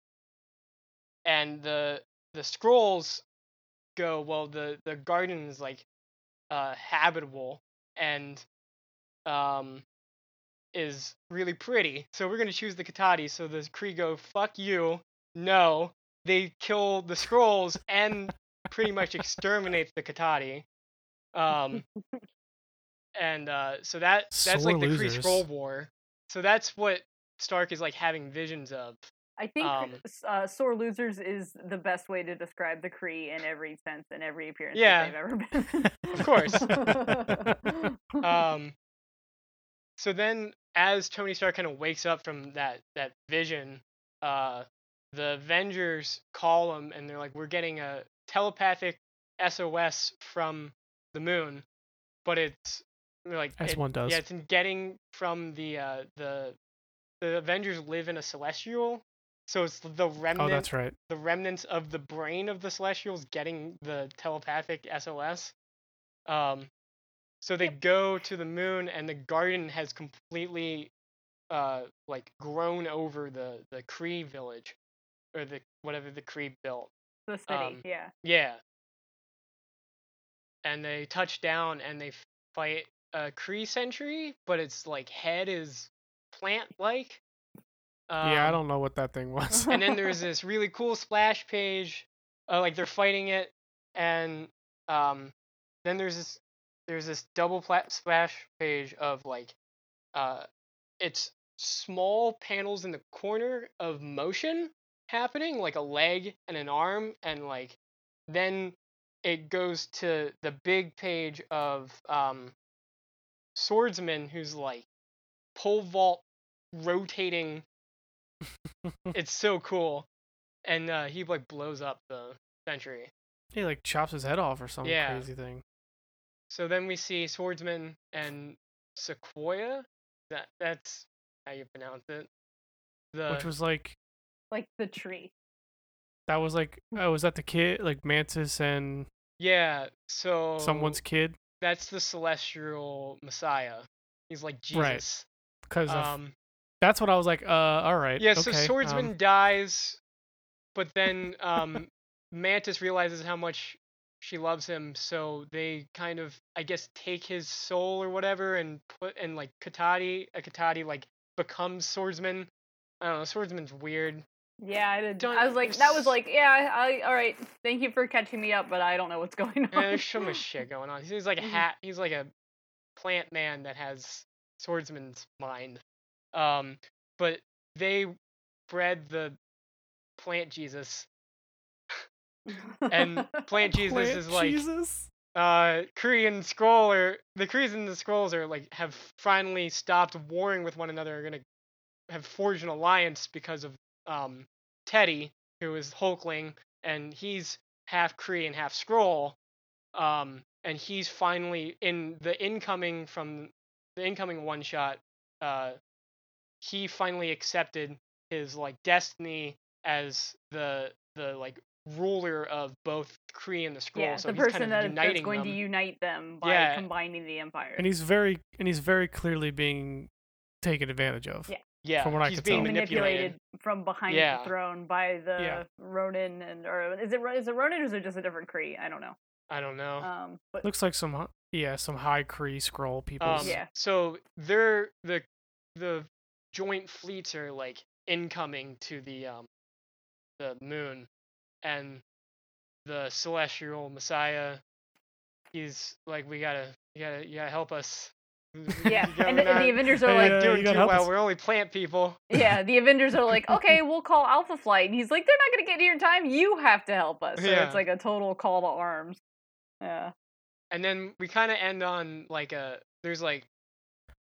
Speaker 4: and the the scrolls go well. The the garden is like uh, habitable and um, is really pretty. So we're gonna choose the Katati. So the Kree go fuck you. No, they kill the scrolls and pretty much exterminate the Katati. Um, and uh, so that that's
Speaker 3: Sore
Speaker 4: like the Kree
Speaker 3: losers.
Speaker 4: Scroll War. So that's what Stark is like having visions of.
Speaker 1: I think
Speaker 4: Um,
Speaker 1: s- uh, sore losers is the best way to describe the Cree in every sense and every appearance
Speaker 4: Yeah.
Speaker 1: that they've ever been.
Speaker 4: Of course. um so then as tony stark kind of wakes up from that that vision uh the avengers call him and they're like we're getting a telepathic sos from the moon but it's they're like
Speaker 3: As
Speaker 4: it-
Speaker 3: one does.
Speaker 4: yeah it's in getting from the uh the the avengers live in a celestial so it's the
Speaker 3: oh,
Speaker 4: remnant
Speaker 3: that's right.
Speaker 4: the remnants of the brain of the Celestials getting the telepathic SOS. Um, so they go to the moon, and the garden has completely, uh, like grown over the the Kree village, or the whatever the Kree built.
Speaker 1: the city,
Speaker 4: um,
Speaker 1: yeah.
Speaker 4: Yeah. And they touch down, and they fight a Kree sentry, but its like head is plant-like.
Speaker 3: yeah, I
Speaker 4: Um,
Speaker 3: don't know what that thing was.
Speaker 4: and then there's this really cool splash page uh, like they're fighting it and um then there's this there's this double pla- splash page of like uh it's small panels in the corner of motion happening like a leg and an arm and like then it goes to the big page of um swordsman who's like pole vault rotating it's so cool. And uh, he like blows up the sentry.
Speaker 3: he like chops his head off or some
Speaker 4: Yeah.
Speaker 3: crazy thing.
Speaker 4: So then we see swordsman and Sequoia. That that's how you pronounce it. The
Speaker 3: Which was like
Speaker 1: Like the tree.
Speaker 3: that was like oh, was that the kid like Mantis and
Speaker 4: yeah. So
Speaker 3: someone's kid?
Speaker 4: that's the celestial messiah. He's like
Speaker 3: Right.
Speaker 4: Jesus.
Speaker 3: Because
Speaker 4: Um,
Speaker 3: that's what I was like. Uh, all right.
Speaker 4: yeah. so
Speaker 3: okay,
Speaker 4: swordsman
Speaker 3: um,
Speaker 4: dies, but then um, Mantis realizes how much she loves him, so they kind of, I guess, take his soul or whatever, and put and like Katati, a Katati like becomes swordsman. I don't know. Swordsman's weird.
Speaker 1: Yeah, I did.
Speaker 4: Don't-
Speaker 1: I was like, that was like, yeah, I, I all right. Thank you for catching me up, but I don't know what's going
Speaker 4: Eh,
Speaker 1: on.
Speaker 4: there's so much shit going on. He's like a
Speaker 3: Mm-hmm.
Speaker 4: hat. He's like a plant man that has swordsman's mind. Um, but they bred the plant Jesus, and plant Jesus
Speaker 3: Plant
Speaker 4: is like.
Speaker 3: Jesus.
Speaker 4: uh Korean scroll or the Koreans and the scrolls are like have finally stopped warring with one another are gonna have forged an alliance because of um Teddy, who is Hulkling, and he's half Kree and half scroll. Um and he's finally in the incoming from the incoming one shot, uh he finally accepted his like destiny as the the like ruler of both Kree and the scroll.
Speaker 1: yeah,
Speaker 4: so
Speaker 1: the
Speaker 4: he's
Speaker 1: person
Speaker 4: kind of
Speaker 1: that, that's
Speaker 4: uniting
Speaker 1: going to
Speaker 4: them.
Speaker 1: unite them by
Speaker 4: Yeah.
Speaker 1: combining the empire.
Speaker 3: And he's very and he's very clearly being taken advantage of.
Speaker 1: Yeah.
Speaker 4: Yeah,
Speaker 3: From what I
Speaker 4: he's
Speaker 3: could
Speaker 4: being
Speaker 3: tell.
Speaker 4: manipulated.
Speaker 1: manipulated from behind
Speaker 4: Yeah.
Speaker 1: the throne by the
Speaker 3: Yeah.
Speaker 1: Ronin and or is it Ro- is it Ronin or is it just a different Cree? I don't know.
Speaker 4: I don't know.
Speaker 1: Um, but
Speaker 3: Looks like some hi- yeah some high Cree scroll people.
Speaker 4: Um,
Speaker 1: Yeah.
Speaker 4: So they're the the joint fleets are like incoming to the um the moon, and the celestial messiah. He's like, we gotta, you gotta, you gotta help us.
Speaker 1: yeah, and, the- and the Avengers are
Speaker 3: Hey,
Speaker 1: like,
Speaker 3: uh,
Speaker 4: like
Speaker 3: you
Speaker 4: doing
Speaker 3: gotta
Speaker 4: too
Speaker 3: help
Speaker 4: well.
Speaker 3: us."
Speaker 4: We're only plant people.
Speaker 1: yeah, the Avengers are like, okay, we'll call Alpha Flight, and he's like, they're not going to get here in time. You have to help us. So
Speaker 4: Yeah.
Speaker 1: it's like a total call to arms. Yeah,
Speaker 4: and then we kind of end on like a there's like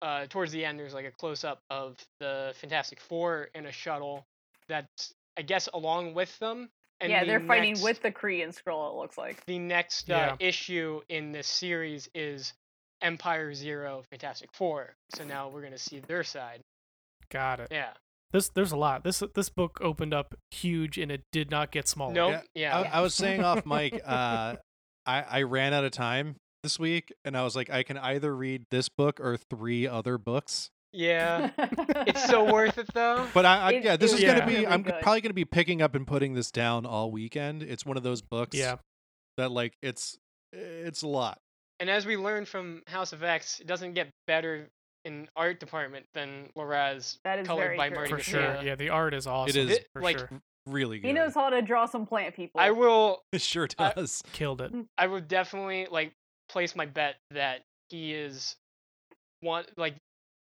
Speaker 4: uh towards the end there's like a close up of the Fantastic Four in a shuttle that's I guess along with them. And
Speaker 1: yeah,
Speaker 4: the
Speaker 1: they're fighting
Speaker 4: next-
Speaker 1: with the Kree and Skrull. It looks like.
Speaker 4: the next uh, issue in this series is Empire Zero, Fantastic Four. So now we're gonna see their side.
Speaker 3: Got it.
Speaker 4: Yeah.
Speaker 3: This there's a lot. This this book opened up huge and it did not get smaller.
Speaker 4: No.
Speaker 2: Yeah. Oh.
Speaker 4: Yeah.
Speaker 2: I, I was saying off mic, uh, I, I ran out of time this week, and I was like, I can either read this book or three other books.
Speaker 4: yeah. It's so worth it though.
Speaker 2: But I, I
Speaker 1: It-
Speaker 2: yeah, this
Speaker 1: it
Speaker 2: is
Speaker 3: was
Speaker 2: gonna be.
Speaker 1: really
Speaker 2: I'm
Speaker 1: good.
Speaker 2: probably gonna be picking up and putting this down all weekend. It's one of those books.
Speaker 3: Yeah.
Speaker 2: That like it's it's a lot.
Speaker 4: And as we learned from House of X, it doesn't get better in art department than Loraz
Speaker 1: That is
Speaker 4: colored
Speaker 1: very
Speaker 4: by
Speaker 1: true.
Speaker 4: Marty
Speaker 3: For
Speaker 4: Garcia.
Speaker 3: sure. Yeah. the art is awesome.
Speaker 2: is,
Speaker 4: Thi-
Speaker 3: for
Speaker 4: like, Mm.
Speaker 3: sure.
Speaker 2: Really good.
Speaker 1: He knows how to draw some plant people.
Speaker 4: I will
Speaker 2: It sure
Speaker 4: I-
Speaker 2: does.
Speaker 3: Killed
Speaker 1: Mm.
Speaker 3: it.
Speaker 4: I would definitely like place my bet that he is one like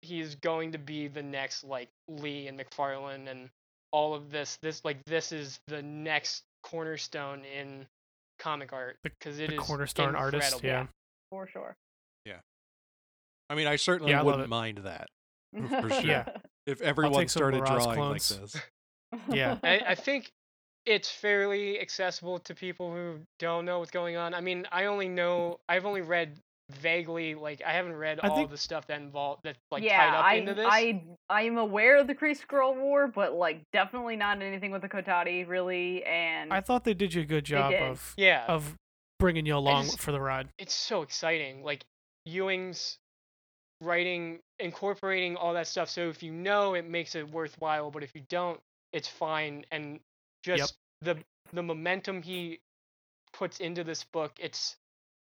Speaker 4: he is going to be the next like Lee and McFarlane and all of this this like this is the next cornerstone in comic art
Speaker 3: The-
Speaker 4: because it is
Speaker 3: the cornerstone artist.
Speaker 4: incredible.
Speaker 3: Yeah.
Speaker 1: for sure.
Speaker 2: I mean, I certainly
Speaker 3: Yeah, I love
Speaker 2: wouldn't
Speaker 3: it.
Speaker 2: mind that For sure.
Speaker 3: Yeah.
Speaker 2: if everyone
Speaker 3: take some
Speaker 2: started
Speaker 3: Laraz
Speaker 2: drawing
Speaker 3: clones.
Speaker 2: like this.
Speaker 3: Yeah.
Speaker 4: I, I think it's fairly accessible to people who don't know what's going on. I mean, I only know I've only read vaguely like I haven't read
Speaker 3: I
Speaker 4: all
Speaker 3: think-
Speaker 4: the stuff that involved that like
Speaker 1: yeah,
Speaker 4: tied up
Speaker 1: I,
Speaker 4: into this.
Speaker 1: I I am aware of the Kree Skrull War, but like definitely not anything with the Kotati really. And
Speaker 3: I thought they did you a good job
Speaker 1: did.
Speaker 3: of
Speaker 4: yeah,
Speaker 3: of bringing you along
Speaker 4: just-
Speaker 3: for the ride.
Speaker 4: it's so exciting. Like Ewing's writing, incorporating all that stuff. So if you know, it makes it worthwhile. But if you don't, it's fine. And just the the momentum he puts into this book, it's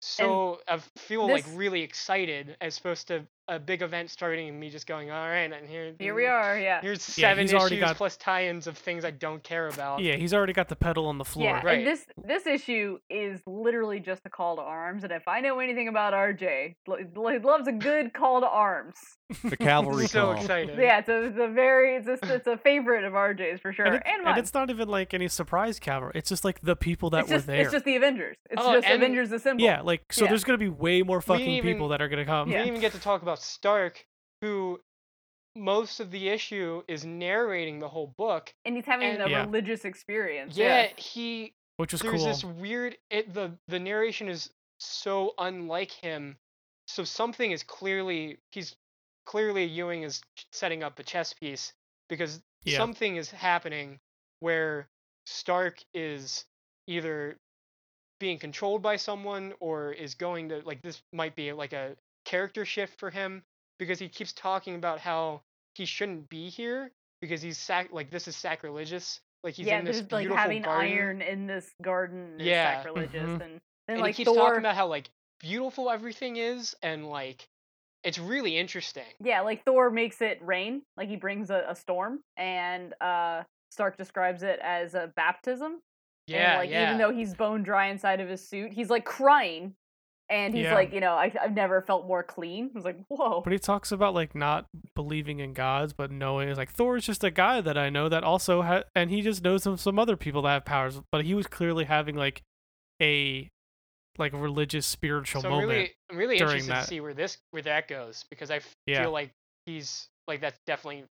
Speaker 4: so I feel like
Speaker 1: this-
Speaker 4: really excited as opposed to a big event starting and me just going, all right, and here mm,
Speaker 1: here we are. Yeah.
Speaker 4: Here's seven
Speaker 3: he's already
Speaker 4: issues
Speaker 3: got-
Speaker 4: plus tie-ins of things I don't care about.
Speaker 3: Yeah, he's already got the pedal on the floor.
Speaker 1: Yeah,
Speaker 4: Right.
Speaker 1: and this this issue is literally just a call to arms, and if I know anything about RJ, lo- lo- loves a good call to arms.
Speaker 2: The cavalry
Speaker 4: so
Speaker 2: call.
Speaker 4: excited.
Speaker 1: Yeah, it's a, it's a very it's a, it's a favorite of RJ's for sure,
Speaker 3: And,
Speaker 1: and,
Speaker 3: it- and
Speaker 1: mine.
Speaker 3: it's not even like any surprise cavalry. It's just like the people that
Speaker 1: it's
Speaker 3: were
Speaker 1: just
Speaker 3: there.
Speaker 1: it's just the Avengers. It's
Speaker 4: Oh,
Speaker 1: just
Speaker 4: and-
Speaker 1: Avengers assembled.
Speaker 3: yeah, like so.
Speaker 1: Yeah.
Speaker 3: There's gonna be way more fucking people
Speaker 4: even-
Speaker 3: that are gonna come.
Speaker 4: We
Speaker 1: Yeah.
Speaker 4: didn't even get to talk about Stark, who most of the issue is narrating the whole book.
Speaker 1: and he's having
Speaker 4: and-
Speaker 1: a
Speaker 3: Yeah.
Speaker 1: religious experience.
Speaker 4: Yet he
Speaker 3: which was
Speaker 4: there's
Speaker 3: cool.
Speaker 4: this weird it the the narration is so unlike him. So something is clearly he's clearly Ewing is setting up a chess piece because
Speaker 3: Yeah.
Speaker 4: something is happening where Stark is either being controlled by someone or is going to like this might be like a character shift for him because he keeps talking about how he shouldn't be here because he's sac- like this is sacrilegious like he's
Speaker 1: yeah,
Speaker 4: in this
Speaker 1: there's like
Speaker 4: beautiful
Speaker 1: having
Speaker 4: garden
Speaker 1: iron in this garden is
Speaker 4: Yeah. mm-hmm,
Speaker 1: sacrilegious,
Speaker 3: Mhm.
Speaker 1: and then
Speaker 4: and
Speaker 1: like
Speaker 4: he keeps
Speaker 1: Thor.
Speaker 4: talking about how like beautiful everything is and like it's really interesting
Speaker 1: Yeah, like Thor makes it rain, like he brings a, a storm, and uh, Stark describes it as a baptism.
Speaker 4: yeah
Speaker 1: and like
Speaker 4: yeah
Speaker 1: even though he's bone dry inside of his suit, he's like crying, and he's
Speaker 3: Yeah.
Speaker 1: like, you know, I, I've never felt more clean. I was like, whoa,
Speaker 3: But he talks about like not believing in gods, but knowing it's like Thor is just a guy that I know that also ha- and he just knows some some other people that have powers, but he was clearly having like a like religious spiritual
Speaker 4: so I'm
Speaker 3: moment.
Speaker 4: really I'm really
Speaker 3: during
Speaker 4: interested
Speaker 3: that.
Speaker 4: to see where this where that goes because I f-
Speaker 3: Yeah.
Speaker 4: feel like he's like that's definitely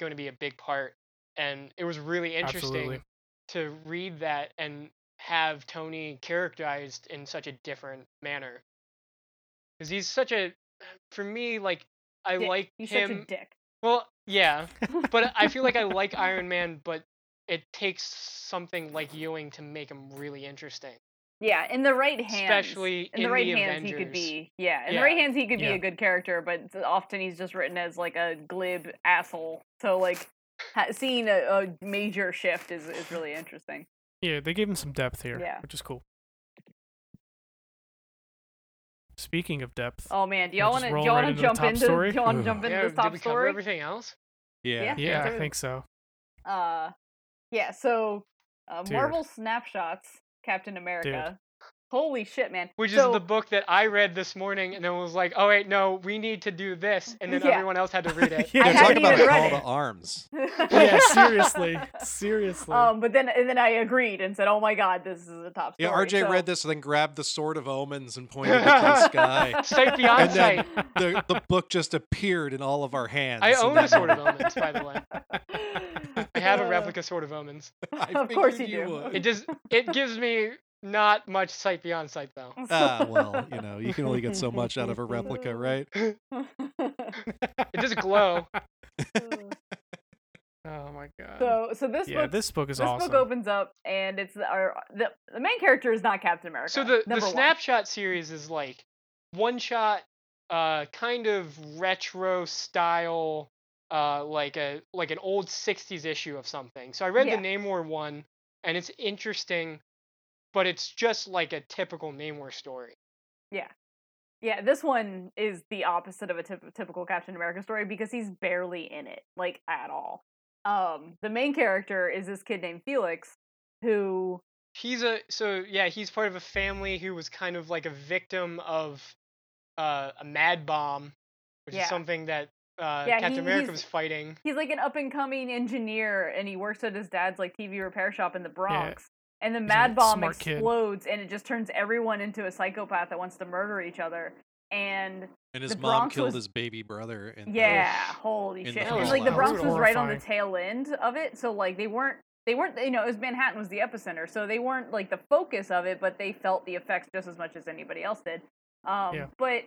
Speaker 4: going to be a big part and it was really interesting
Speaker 3: Absolutely.
Speaker 4: to read that and have Tony characterized in such a different manner because he's such a for me like I
Speaker 1: dick.
Speaker 4: like
Speaker 1: he's
Speaker 4: him
Speaker 1: such a dick.
Speaker 4: Well, yeah, but I feel like I like Iron Man, but it takes something like Ewing to make him really interesting.
Speaker 1: Yeah, in the right hands,
Speaker 4: Especially
Speaker 1: in the
Speaker 4: in
Speaker 1: right
Speaker 4: the
Speaker 1: hands, he could
Speaker 4: Avengers.
Speaker 1: be yeah. In
Speaker 4: Yeah.
Speaker 1: the right hands, he could be
Speaker 3: Yeah.
Speaker 1: a good character, but it's- often he's just written as like a glib asshole. So like, ha- seeing a, a major shift is is really interesting.
Speaker 3: Yeah, they gave him some depth here,
Speaker 1: Yeah.
Speaker 3: which is cool. Speaking of depth,
Speaker 1: Oh man, do y'all
Speaker 3: We'll just
Speaker 1: want to do
Speaker 3: roll
Speaker 1: y'all
Speaker 3: right
Speaker 1: want
Speaker 3: into
Speaker 1: to
Speaker 3: the
Speaker 1: jump
Speaker 3: top
Speaker 1: into do
Speaker 3: story?
Speaker 1: y'all want
Speaker 2: Ugh.
Speaker 1: to jump into
Speaker 4: yeah,
Speaker 1: this top
Speaker 4: did we cover
Speaker 1: story?
Speaker 4: everything else?
Speaker 2: Yeah.
Speaker 1: Yeah.
Speaker 3: yeah, I
Speaker 1: so-
Speaker 3: think so.
Speaker 1: Uh, yeah. So, uh,
Speaker 3: Dude.
Speaker 1: Marvel snapshots Captain America. Holy shit, man!
Speaker 4: Which
Speaker 1: so,
Speaker 4: is the book that I read this morning, and then was like, "Oh wait, no, we need to do this," and then
Speaker 1: Yeah.
Speaker 4: everyone else had to read it.
Speaker 3: Yeah,
Speaker 1: I
Speaker 2: Yeah, talk
Speaker 1: haven't
Speaker 2: about a
Speaker 1: even
Speaker 2: call
Speaker 1: read
Speaker 2: to
Speaker 1: it.
Speaker 2: arms.
Speaker 3: yeah, seriously, seriously.
Speaker 1: Um, but then and then I agreed and said, "Oh my god, this is a top story."
Speaker 2: Yeah, RJ
Speaker 1: so-
Speaker 2: read this and then grabbed the sword of omens and pointed it to the sky.
Speaker 4: Sight
Speaker 2: And
Speaker 4: beyond
Speaker 2: then
Speaker 4: sight.
Speaker 2: the, the book just appeared in all of our hands.
Speaker 4: I
Speaker 2: and
Speaker 4: own
Speaker 2: then
Speaker 4: a sword of omens, by the way. I have a
Speaker 1: Uh,
Speaker 4: replica sword of omens.
Speaker 2: I
Speaker 1: Of course
Speaker 2: figured
Speaker 1: you do.
Speaker 2: would.
Speaker 4: It does. It gives me Not much sight beyond sight though.
Speaker 2: ah, well, you know, you can only get so much out of a replica, right?
Speaker 4: It does glow.
Speaker 3: Oh my god.
Speaker 1: so, so this
Speaker 3: yeah,
Speaker 1: book,
Speaker 3: this book is
Speaker 1: this
Speaker 3: awesome.
Speaker 1: book opens up, and it's the- our the, the main character is not Captain America.
Speaker 4: so the the
Speaker 1: number one.
Speaker 4: snapshot series is like one shot, uh, kind of retro style, uh, like a like an old '60s issue of something. So I read
Speaker 1: Yeah.
Speaker 4: the Namor one, and it's interesting, but it's just like a typical Namor story.
Speaker 1: Yeah, this one is the opposite of a typ- typical Captain America story because he's barely in it, like at all. Um, the main character is this kid named Felix, who
Speaker 4: He's a so yeah, he's part of a family who was kind of like a victim of uh, a mad bomb, which
Speaker 1: Yeah.
Speaker 4: is something that uh,
Speaker 1: Yeah,
Speaker 4: Captain
Speaker 1: he-
Speaker 4: America
Speaker 1: he's-
Speaker 4: was fighting.
Speaker 1: he's like an up and coming engineer, and he works at his dad's like TV repair shop in the Bronx. And the
Speaker 3: a
Speaker 1: Mad Bomb
Speaker 3: smart kid.
Speaker 1: explodes, and it just turns everyone into a psychopath that wants to murder each other. And
Speaker 2: And his
Speaker 1: The
Speaker 2: mom
Speaker 1: Bronx
Speaker 2: killed
Speaker 1: was-
Speaker 2: his baby brother. In the-
Speaker 1: Yeah, holy
Speaker 2: in the
Speaker 1: shit!
Speaker 4: That
Speaker 1: And
Speaker 4: was
Speaker 1: like the
Speaker 4: wild.
Speaker 1: Bronx was right on the
Speaker 3: Horrifying.
Speaker 1: tail end of it, so like they weren't they weren't you know it was Manhattan was the epicenter, so they weren't like the focus of it, but they felt the effects just as much as anybody else did. Um,
Speaker 3: Yeah.
Speaker 1: But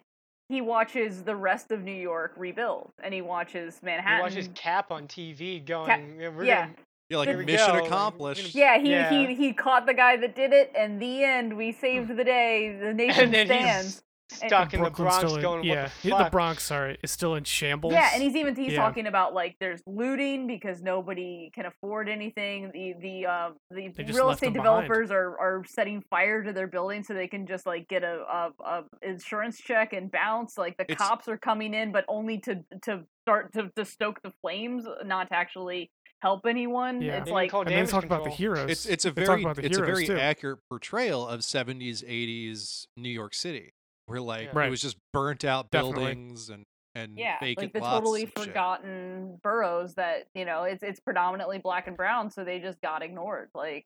Speaker 1: he watches the rest of New York rebuild, and he watches
Speaker 4: He
Speaker 1: Manhattan.
Speaker 4: watches Cap on TV going, "Yeah, we're
Speaker 1: yeah.
Speaker 4: gonna-
Speaker 2: You're
Speaker 1: Here
Speaker 2: like,
Speaker 1: we
Speaker 2: mission
Speaker 4: go.
Speaker 2: accomplished.
Speaker 1: yeah, he,
Speaker 4: Yeah.
Speaker 1: he he caught the guy that did it, and the end we saved the day. The nation
Speaker 4: and then
Speaker 1: stands.
Speaker 4: he's
Speaker 1: And-
Speaker 4: stuck in the
Speaker 3: Brooklyn's
Speaker 4: Bronx
Speaker 3: still in,
Speaker 4: going, what
Speaker 3: yeah,
Speaker 4: the
Speaker 3: the,
Speaker 4: fuck?
Speaker 3: Bronx, sorry, is still in shambles.
Speaker 1: Yeah, and he's even he's
Speaker 3: Yeah.
Speaker 1: talking about like there's looting because nobody can afford anything. The the uh, the
Speaker 3: They just
Speaker 1: real
Speaker 3: left
Speaker 1: estate
Speaker 3: them behind.
Speaker 1: developers are, are setting fire to their building so they can just like get a, a, a insurance check and bounce. Like the
Speaker 2: It's-
Speaker 1: cops are coming in, but only to to start to, to stoke the flames, not to actually help anyone.
Speaker 3: Yeah.
Speaker 1: It's
Speaker 4: They
Speaker 1: like
Speaker 4: call
Speaker 3: and then
Speaker 4: damage
Speaker 3: talk about the
Speaker 4: control.
Speaker 3: heroes.
Speaker 2: It's it's a
Speaker 3: They talk
Speaker 2: very
Speaker 3: about the
Speaker 2: it's a
Speaker 3: heroes,
Speaker 2: very
Speaker 3: too.
Speaker 2: accurate portrayal of 70s 80s New York City. Where like
Speaker 4: Yeah.
Speaker 2: it
Speaker 3: Right.
Speaker 2: was just burnt out
Speaker 3: Definitely.
Speaker 2: buildings and and
Speaker 1: yeah, like
Speaker 2: vacant
Speaker 1: the
Speaker 2: lots
Speaker 1: totally
Speaker 2: and shit.
Speaker 1: forgotten boroughs that you know it's it's predominantly black and brown, so they just got ignored. Like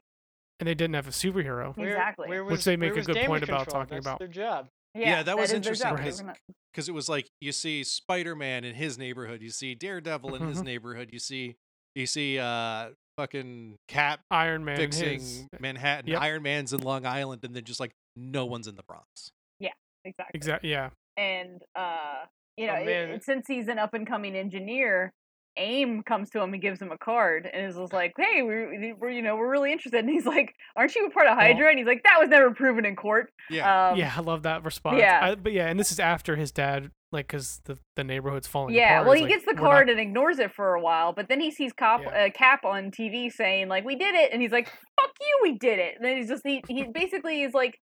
Speaker 3: and they didn't have a superhero.
Speaker 1: Yeah. Exactly.
Speaker 3: Which they make
Speaker 4: where
Speaker 3: a
Speaker 4: was
Speaker 3: good
Speaker 4: damage
Speaker 3: point about
Speaker 4: control?
Speaker 3: talking
Speaker 4: That's
Speaker 3: about.
Speaker 4: their job.
Speaker 1: yeah,
Speaker 2: Yeah, that was
Speaker 1: is their
Speaker 2: interesting
Speaker 1: job. They
Speaker 3: because-
Speaker 1: were not-
Speaker 2: because it was like you see Spider-Man in his neighborhood, you see Daredevil in his
Speaker 3: Mhm.
Speaker 2: neighborhood, you see you see uh fucking Cap
Speaker 3: Iron Man and
Speaker 2: fixing
Speaker 3: his-
Speaker 2: Manhattan,
Speaker 3: Yep.
Speaker 2: Iron Man's in Long Island, and then just like no one's in the Bronx.
Speaker 1: exactly.
Speaker 3: Exactly. Yeah.
Speaker 1: and uh you know
Speaker 4: Oh,
Speaker 1: it-
Speaker 4: man.
Speaker 1: it- since he's an up and coming engineer aim comes to him and gives him a card and is just like hey we're, we're you know we're really interested and he's like aren't you a part of hydra and he's like that was never proven in court
Speaker 2: Yeah,
Speaker 1: um
Speaker 3: yeah, I love that response.
Speaker 1: yeah.
Speaker 3: I, but yeah, and this is after his dad, like, because the, the neighborhood's falling
Speaker 1: yeah
Speaker 3: apart.
Speaker 1: well
Speaker 3: He's
Speaker 1: he
Speaker 3: like,
Speaker 1: gets the
Speaker 3: "We're not-
Speaker 1: card and ignores it for a while but then he sees cop
Speaker 3: Yeah.
Speaker 1: uh, cap on tv saying like we did it and he's like fuck you we did it and then he's just he, he basically is like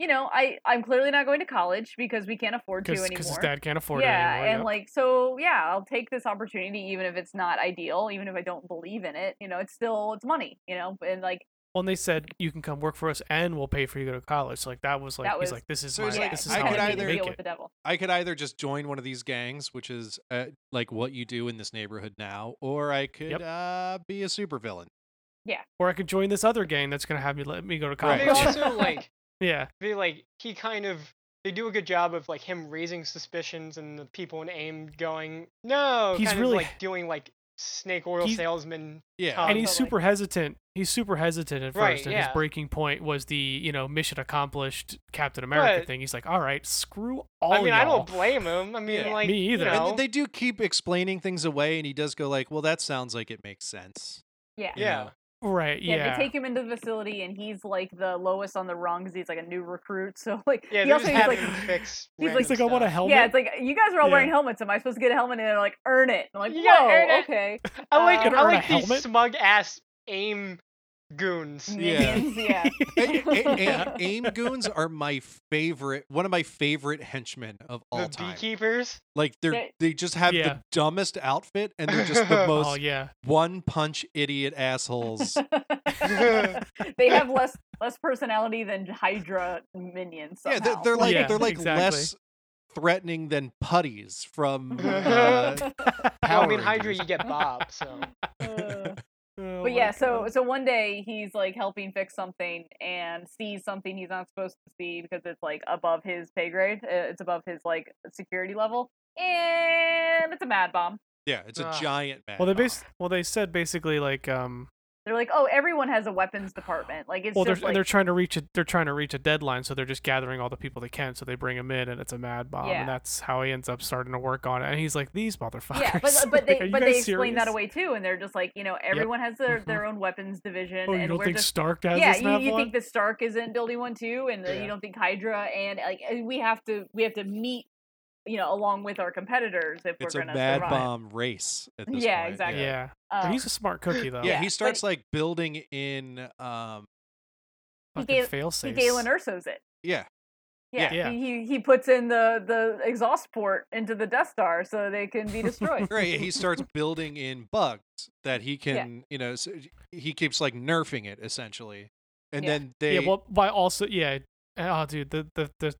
Speaker 1: you know i i'm clearly not going to college because we can't afford to anymore
Speaker 3: his dad can't afford
Speaker 1: yeah
Speaker 3: it anymore.
Speaker 1: and like so yeah i'll take this opportunity even if it's not ideal even if i don't believe in it you know it's still it's money you know and like
Speaker 3: well, and they said you can come work for us, and we'll pay for you to go to college. So, like that was like
Speaker 1: That was-
Speaker 3: he's like, this is
Speaker 2: So
Speaker 3: my,
Speaker 2: he's
Speaker 1: yeah
Speaker 3: this is
Speaker 1: you
Speaker 2: I
Speaker 3: how
Speaker 1: kinda
Speaker 2: could
Speaker 1: made a
Speaker 2: either-
Speaker 1: deal
Speaker 3: make
Speaker 1: with
Speaker 3: it.
Speaker 1: the devil
Speaker 2: I could either just join one of these gangs, which is uh, like what you do in this neighborhood now, or I could
Speaker 3: Yep.
Speaker 2: uh, be a supervillain.
Speaker 3: Or I could join this other gang that's gonna have me let me go to
Speaker 2: Right.
Speaker 3: college.
Speaker 4: They also like
Speaker 3: yeah,
Speaker 4: they like he kind of they do a good job of like him raising suspicions and the people in AIM going no.
Speaker 3: He's
Speaker 4: kind
Speaker 3: really-
Speaker 4: of, like doing like snake oil
Speaker 3: He's-
Speaker 4: salesman.
Speaker 2: Yeah,
Speaker 4: Um,
Speaker 3: and he's
Speaker 1: totally.
Speaker 3: super hesitant. He's super hesitant at
Speaker 4: Right,
Speaker 3: first, and
Speaker 4: yeah.
Speaker 3: his breaking point was the you know mission accomplished Captain America
Speaker 4: But-
Speaker 3: thing. He's like, all right, screw all.
Speaker 4: I mean, I
Speaker 3: y'all."
Speaker 4: don't blame him. I mean,
Speaker 2: Yeah.
Speaker 4: like
Speaker 3: Me
Speaker 4: you
Speaker 3: either.
Speaker 2: and
Speaker 4: know,
Speaker 2: they do keep explaining things away, and he does go like, "Well, that sounds like it makes sense."
Speaker 1: yeah
Speaker 2: you
Speaker 4: Yeah.
Speaker 2: know?
Speaker 3: Right?
Speaker 1: yeah,
Speaker 3: Yeah.
Speaker 1: they take him into the facility and he's like the lowest on the rung because he's like a new recruit so like
Speaker 4: yeah,
Speaker 1: he
Speaker 4: they're
Speaker 1: also
Speaker 4: just
Speaker 1: he's
Speaker 4: having
Speaker 1: like
Speaker 4: him fix.
Speaker 1: he's like-
Speaker 4: random
Speaker 3: He's like, I want a
Speaker 4: stuff.
Speaker 3: helmet.
Speaker 1: yeah, it's like you guys are all
Speaker 3: Yeah.
Speaker 1: wearing helmets. Am I supposed to get a helmet? And they're like, "Earn it." I'm like,
Speaker 4: You gotta
Speaker 1: "Whoa,
Speaker 4: earn it."
Speaker 1: okay."
Speaker 4: I like
Speaker 1: uh,
Speaker 4: I
Speaker 3: Or a
Speaker 4: like these
Speaker 3: helmet?
Speaker 4: smug ass AIM goons.
Speaker 2: Yeah.
Speaker 1: Minions, yeah.
Speaker 2: A- a- a-
Speaker 1: Yeah.
Speaker 2: aim goons are my favorite, one of my favorite henchmen of all
Speaker 4: the
Speaker 2: time.
Speaker 4: beekeepers.
Speaker 2: Like they're
Speaker 1: They-
Speaker 2: they just have
Speaker 3: Yeah.
Speaker 2: the dumbest outfit, and they're just the most
Speaker 3: Oh yeah.
Speaker 2: one punch idiot assholes.
Speaker 1: they have less less personality than Hydra minions.
Speaker 2: yeah,
Speaker 1: Somehow.
Speaker 2: they're, they're like
Speaker 3: Yeah,
Speaker 2: they're like
Speaker 3: exactly.
Speaker 2: less threatening than putties from uh, Power
Speaker 4: well, I mean, Hydra,
Speaker 2: Rangers.
Speaker 4: you get Bob. So
Speaker 1: Uh,
Speaker 3: Oh
Speaker 1: but
Speaker 3: my
Speaker 1: yeah, so
Speaker 3: God.
Speaker 1: so one day he's like helping fix something and sees something he's not supposed to see because it's like above his pay grade. Uh, it's above his like security level, and it's a mad bomb.
Speaker 2: Yeah, it's a
Speaker 4: Ah.
Speaker 2: giant man.
Speaker 3: well, they bas- well they said basically like um
Speaker 1: They're like, oh, everyone has a weapons department. Like it's
Speaker 3: well, they're
Speaker 1: just like,
Speaker 3: they're trying to reach a they're trying to reach a deadline, so they're just gathering all the people they can. So they bring him in, and it's a mad bomb,
Speaker 1: Yeah.
Speaker 3: and that's how he ends up starting to work on it. And he's like, "These motherfuckers."
Speaker 1: yeah, but
Speaker 3: Like,
Speaker 1: but
Speaker 3: are
Speaker 1: they
Speaker 3: you
Speaker 1: but
Speaker 3: guys
Speaker 1: they explain that
Speaker 3: serious?
Speaker 1: away too, and they're just like, you know, everyone has their, their own weapons division,
Speaker 3: Oh, you
Speaker 1: and
Speaker 3: don't
Speaker 1: we're
Speaker 3: think
Speaker 1: just
Speaker 3: Stark does
Speaker 1: yeah,
Speaker 3: this?
Speaker 1: you,
Speaker 3: mad
Speaker 1: you
Speaker 3: one?
Speaker 1: think that Stark is in building one too, and uh,
Speaker 3: Yeah.
Speaker 1: you don't think Hydra, and like and we have to we have to meet, you know, along with our competitors if
Speaker 2: It's
Speaker 1: we're
Speaker 2: a
Speaker 1: gonna
Speaker 2: bad
Speaker 1: survive.
Speaker 2: bomb race at this
Speaker 1: Yeah,
Speaker 2: point.
Speaker 1: exactly.
Speaker 3: yeah.
Speaker 2: Yeah,
Speaker 1: Um,
Speaker 3: But he's a smart cookie though.
Speaker 2: Yeah,
Speaker 1: Yeah,
Speaker 2: he
Speaker 1: but-
Speaker 2: starts like building in. um
Speaker 1: He
Speaker 3: Fucking
Speaker 1: gave-
Speaker 3: fail
Speaker 1: he Galen Urso's it.
Speaker 2: Yeah,
Speaker 1: Yeah,
Speaker 3: Yeah.
Speaker 1: He, he puts in the the exhaust port into the Death Star so they can be destroyed.
Speaker 2: right. yeah, He starts building in bugs that he can, you know, so he keeps like nerfing it essentially, and
Speaker 1: Yeah.
Speaker 2: then they.
Speaker 3: Yeah, well, by also, yeah. Oh, dude, the, the the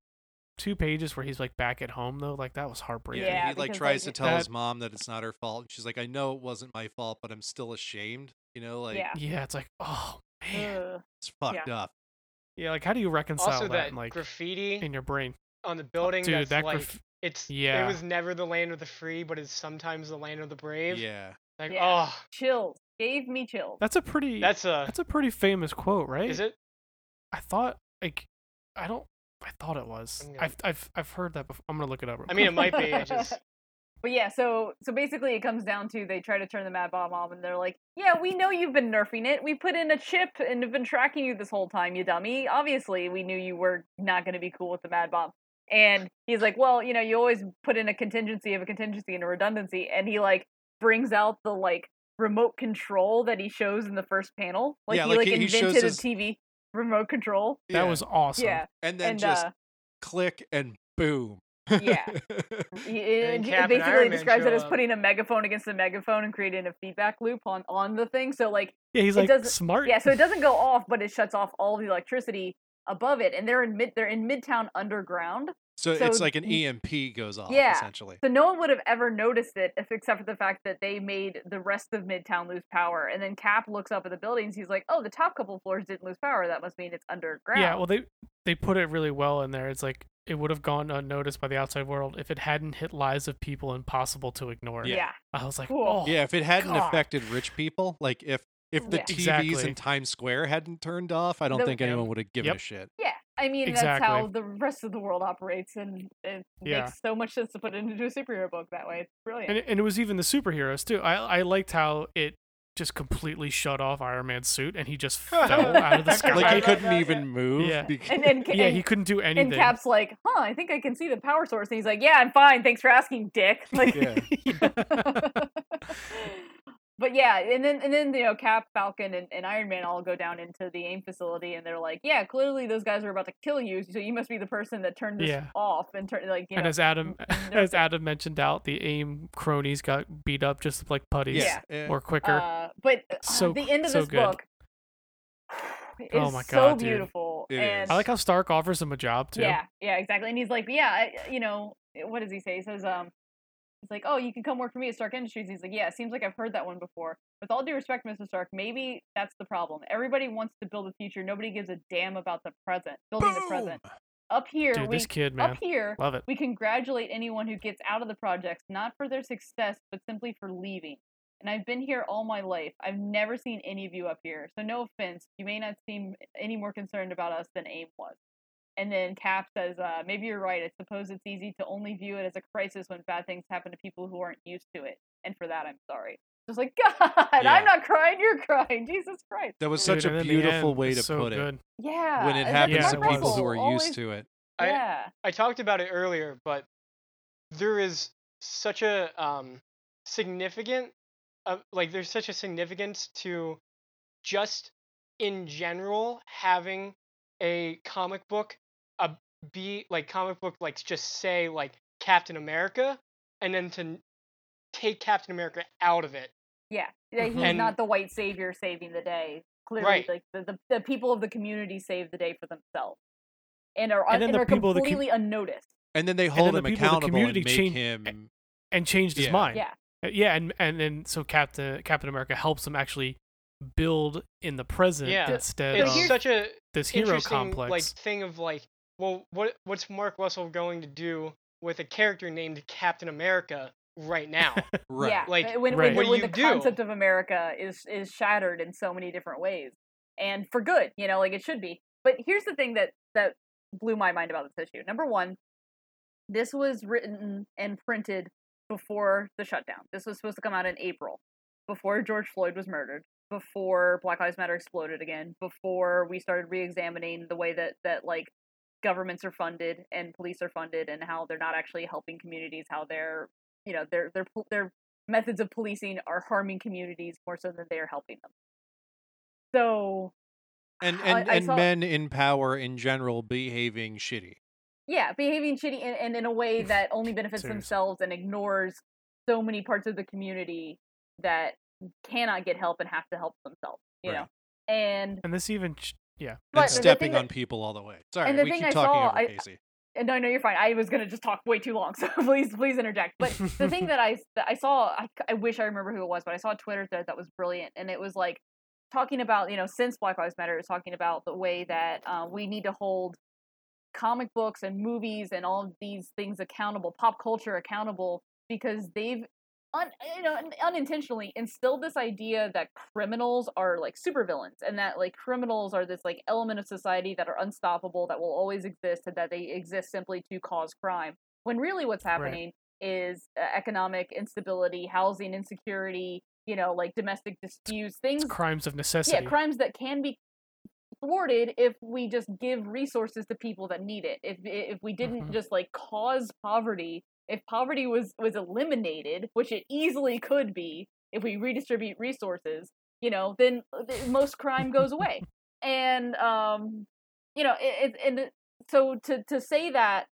Speaker 3: two pages where he's like back at home though, like that was heartbreaking.
Speaker 1: Yeah,
Speaker 2: he like
Speaker 1: because,
Speaker 2: tries
Speaker 1: like,
Speaker 2: to tell his
Speaker 3: That-
Speaker 2: mom that it's not her fault. and She's like, I know it wasn't my fault, but I'm still ashamed. You know, like
Speaker 1: yeah.
Speaker 3: Yeah, it's like, oh man.
Speaker 1: Ugh.
Speaker 2: it's fucked up.
Speaker 3: Yeah, like how do you reconcile
Speaker 4: Also,
Speaker 3: that,
Speaker 4: that
Speaker 3: in, like
Speaker 4: graffiti
Speaker 3: in your brain?
Speaker 4: on the building
Speaker 3: Dude,
Speaker 4: that's
Speaker 3: that
Speaker 4: like
Speaker 3: graf-
Speaker 4: it's
Speaker 3: Yeah.
Speaker 4: it was never the land of the free, but it's sometimes the land of the brave.
Speaker 2: Yeah,
Speaker 4: Like
Speaker 1: Yeah.
Speaker 4: oh,
Speaker 1: Chills gave me chills.
Speaker 3: That's a pretty that's,
Speaker 4: that's a
Speaker 3: a pretty famous quote, right?
Speaker 4: is it?
Speaker 3: I thought like I don't I thought it was.
Speaker 4: I'm gonna-
Speaker 3: I've I've I've heard that before. I'm gonna look it up. real
Speaker 4: I mean,
Speaker 3: quick.
Speaker 4: it might be. I just
Speaker 1: But yeah, so so basically, it comes down to they try to turn the Mad Bomb on, and they're like, "Yeah, we know you've been nerfing it. We put in a chip and have been tracking you this whole time, you dummy. Obviously, we knew you were not going to be cool with the Mad Bomb." And he's like, "Well, you know, you always put in a contingency of a contingency and a redundancy." And he like brings out the like remote control that he shows in the first panel, like
Speaker 2: Yeah,
Speaker 1: he
Speaker 2: like,
Speaker 1: like,
Speaker 2: he- he shows
Speaker 1: invented
Speaker 2: his-
Speaker 1: a TV remote control.
Speaker 2: Yeah.
Speaker 3: that was awesome.
Speaker 1: Yeah,
Speaker 2: and then
Speaker 1: and
Speaker 2: just
Speaker 1: uh,
Speaker 2: click and boom.
Speaker 1: yeah. He,
Speaker 4: And
Speaker 1: and he-
Speaker 4: Cap
Speaker 1: it
Speaker 4: and
Speaker 1: basically
Speaker 4: Iron Man
Speaker 1: describes it
Speaker 4: show
Speaker 1: as
Speaker 4: up.
Speaker 1: putting a megaphone against a megaphone and creating a feedback loop on on the thing. So like,
Speaker 3: Yeah, he's
Speaker 1: It
Speaker 3: like
Speaker 1: doesn't-
Speaker 3: smart.
Speaker 1: yeah, so it doesn't go off, but it shuts off all the electricity above it, and they're in mid they're in Midtown underground.
Speaker 2: so,
Speaker 1: so
Speaker 2: it's like an
Speaker 1: he-
Speaker 2: EMP goes off
Speaker 1: Yeah.
Speaker 2: essentially.
Speaker 1: So no one would have ever noticed it if, except for the fact that they made the rest of Midtown lose power. And then Cap looks up at the buildings. He's like, "Oh, the top couple floors didn't lose power. That must mean it's underground."
Speaker 3: Yeah, well they they put it really well in there. It's like it would have gone unnoticed by the outside world if it hadn't hit lives of people impossible to ignore.
Speaker 1: yeah.
Speaker 3: I was like,
Speaker 1: Cool.
Speaker 3: oh,
Speaker 2: yeah, if it hadn't
Speaker 3: God.
Speaker 2: affected rich people, like if if the
Speaker 1: Yeah.
Speaker 2: TVs
Speaker 3: Exactly.
Speaker 2: in Times Square hadn't turned off, I don't
Speaker 1: The-
Speaker 2: think anyone would have given a
Speaker 3: Yep.
Speaker 2: shit.
Speaker 1: Yeah, I mean that's
Speaker 3: Exactly.
Speaker 1: how the rest of the world operates, and it
Speaker 3: Yeah.
Speaker 1: makes so much sense to put it into a superhero book that way. It's brilliant.
Speaker 3: And it, and it was even the superheroes too. I I liked how it just completely shut off Iron Man's suit and he just fell out of the
Speaker 4: Like,
Speaker 3: sky.
Speaker 2: Like he
Speaker 4: Right,
Speaker 2: couldn't
Speaker 4: right, right,
Speaker 2: even
Speaker 4: yeah.
Speaker 2: move.
Speaker 3: Yeah.
Speaker 2: because-
Speaker 1: and and,
Speaker 3: yeah,
Speaker 1: and,
Speaker 3: he couldn't do
Speaker 1: and
Speaker 3: anything.
Speaker 1: Cap's like, huh, I think I can see the power source. And he's like, yeah, I'm fine. Thanks for asking, dick. Like,
Speaker 2: yeah.
Speaker 1: but yeah, and then, and then, you know, Cap, Falcon, and, and Iron Man all go down into the AIM facility and they're like, yeah, clearly those guys are about to kill you. So you must be the person that turned this
Speaker 3: Yeah.
Speaker 1: off and turned, like, you
Speaker 3: and
Speaker 1: know.
Speaker 3: as Adam
Speaker 1: nerf
Speaker 3: as
Speaker 1: it.
Speaker 3: Adam mentioned out, the AIM cronies got beat up just like putties
Speaker 1: Yeah.
Speaker 2: Yeah.
Speaker 3: or quicker.
Speaker 1: Uh, but uh,
Speaker 3: So-
Speaker 1: the end of
Speaker 3: so
Speaker 1: this
Speaker 3: good.
Speaker 1: book is
Speaker 3: Oh my
Speaker 1: so
Speaker 3: God, dude.
Speaker 1: beautiful.
Speaker 2: It
Speaker 1: and
Speaker 2: is.
Speaker 3: I like how Stark offers him a job too.
Speaker 1: Yeah, yeah, exactly. And he's like, yeah, I, you know, eh, what does he say? He says, um, he's like, oh, you can come work for me at Stark Industries. He's like, yeah, seems like I've heard that one before. With all due respect, Mr. Stark, maybe that's the problem. Everybody wants to build a future. Nobody gives a damn about the present, building the present.
Speaker 2: Boom!
Speaker 1: Up here,
Speaker 3: Dude,
Speaker 1: we
Speaker 3: this kid, man.
Speaker 1: up here,
Speaker 3: Love it.
Speaker 1: we congratulate anyone who gets out of the projects, not for their success, but simply for leaving. And I've been here all my life. I've never seen any of you up here. So no offense, you may not seem any more concerned about us than AIM was. And then Cap says, uh, maybe you're right. I suppose it's easy to only view it as a crisis when bad things happen to people who aren't used to it. And for that, I'm sorry. Just like, God,
Speaker 2: Yeah.
Speaker 1: I'm not crying, you're crying. Jesus Christ.
Speaker 2: That was
Speaker 3: Dude,
Speaker 2: such a
Speaker 3: and then the
Speaker 2: beautiful
Speaker 3: end
Speaker 2: way
Speaker 3: is
Speaker 2: to
Speaker 3: so
Speaker 2: put it.
Speaker 3: good.
Speaker 1: Yeah.
Speaker 2: When it
Speaker 1: and
Speaker 2: happens
Speaker 1: that's
Speaker 3: Yeah,
Speaker 2: to
Speaker 3: it
Speaker 2: people
Speaker 3: was.
Speaker 2: who are
Speaker 1: always-
Speaker 2: used to it.
Speaker 4: I-
Speaker 1: Yeah.
Speaker 4: I talked about it earlier, but there is such a um, significant, uh, like there's such a significance to just in general having a comic book, a be like comic book like just say like Captain America, and then to n- take Captain America out of it.
Speaker 1: Yeah, that he's
Speaker 3: Mm-hmm.
Speaker 4: And-
Speaker 1: not the white savior saving the day. Clearly,
Speaker 4: Right.
Speaker 1: like the, the, the people of the community save the day for themselves, and are uh,
Speaker 3: And
Speaker 1: and,
Speaker 3: then the
Speaker 1: are
Speaker 3: people of the com-
Speaker 1: completely unnoticed.
Speaker 2: And then they
Speaker 3: then
Speaker 2: hold
Speaker 3: the
Speaker 2: him
Speaker 3: people of the
Speaker 2: accountable and
Speaker 3: community
Speaker 2: make
Speaker 3: change-
Speaker 2: him
Speaker 3: And changed his
Speaker 2: Yeah.
Speaker 3: mind.
Speaker 1: Yeah,
Speaker 3: Uh, Yeah, and and then so Captain Captain America helps him actually build in the present
Speaker 4: Yeah.
Speaker 3: instead
Speaker 1: But
Speaker 4: It's
Speaker 3: of
Speaker 1: here's-
Speaker 4: such a
Speaker 3: this hero
Speaker 4: interesting
Speaker 3: complex.
Speaker 4: like thing of like, well, what what's Mark Russell going to do with a character named Captain America right now.
Speaker 2: Right.
Speaker 1: Yeah, eh,
Speaker 4: Like,
Speaker 1: when, when-
Speaker 3: Right.
Speaker 1: when,
Speaker 4: what you
Speaker 1: the
Speaker 4: do-
Speaker 1: concept of America is is shattered in so many different ways, and for good, you know, like it should be. But here's the thing that that blew my mind about this issue. Number one, this was written and printed before the shutdown. This was supposed to come out in April, before George Floyd was murdered, before Black Lives Matter exploded again, before we started re-examining the way that that like governments are funded and police are funded and how they're not actually helping communities, how they're you know their their pol- their methods of policing are harming communities more so than they are helping them. So
Speaker 2: And
Speaker 1: I-
Speaker 2: and,
Speaker 1: I
Speaker 2: and
Speaker 1: saw-
Speaker 2: men in power in general behaving shitty.
Speaker 1: yeah, behaving shitty and, and in a way that only benefits
Speaker 3: Seriously.
Speaker 1: themselves and ignores so many parts of the community that cannot get help and have to help themselves. You
Speaker 2: Right.
Speaker 1: know, and
Speaker 3: And this even, ch- yeah.
Speaker 1: Right,
Speaker 2: and
Speaker 1: but the
Speaker 2: stepping
Speaker 1: thing that-
Speaker 2: on people all the way. Sorry,
Speaker 1: and the
Speaker 2: we
Speaker 1: thing
Speaker 2: keep
Speaker 1: I
Speaker 2: talking
Speaker 1: saw,
Speaker 2: over
Speaker 1: I-
Speaker 2: Casey.
Speaker 1: And Uh, no, no, you're fine. I was gonna just talk way too long, so please, please interject. But the thing that I that I saw, I, I wish I remember who it was, but I saw a Twitter thread that was brilliant, and it was like talking about you know since Black Lives Matter, it was talking about the way that uh, we need to hold comic books and movies and all of these things accountable, pop culture accountable, because they've un, you know un- unintentionally instilled this idea that criminals are like supervillains and that like criminals are this like element of society that are unstoppable that will always exist and that they exist simply to cause crime when really what's happening is uh, economic instability housing insecurity you know like domestic disputes things
Speaker 3: Crimes of necessity.
Speaker 1: Mm. yeah, crimes that can be thwarted if we just give resources to people that need it. If if we didn't
Speaker 3: Mhm.
Speaker 1: just like cause poverty, if poverty was was eliminated, which it easily could be if we redistribute resources, you know, then uh, th- most crime goes away. And um you know, it, it, and it- so to to say that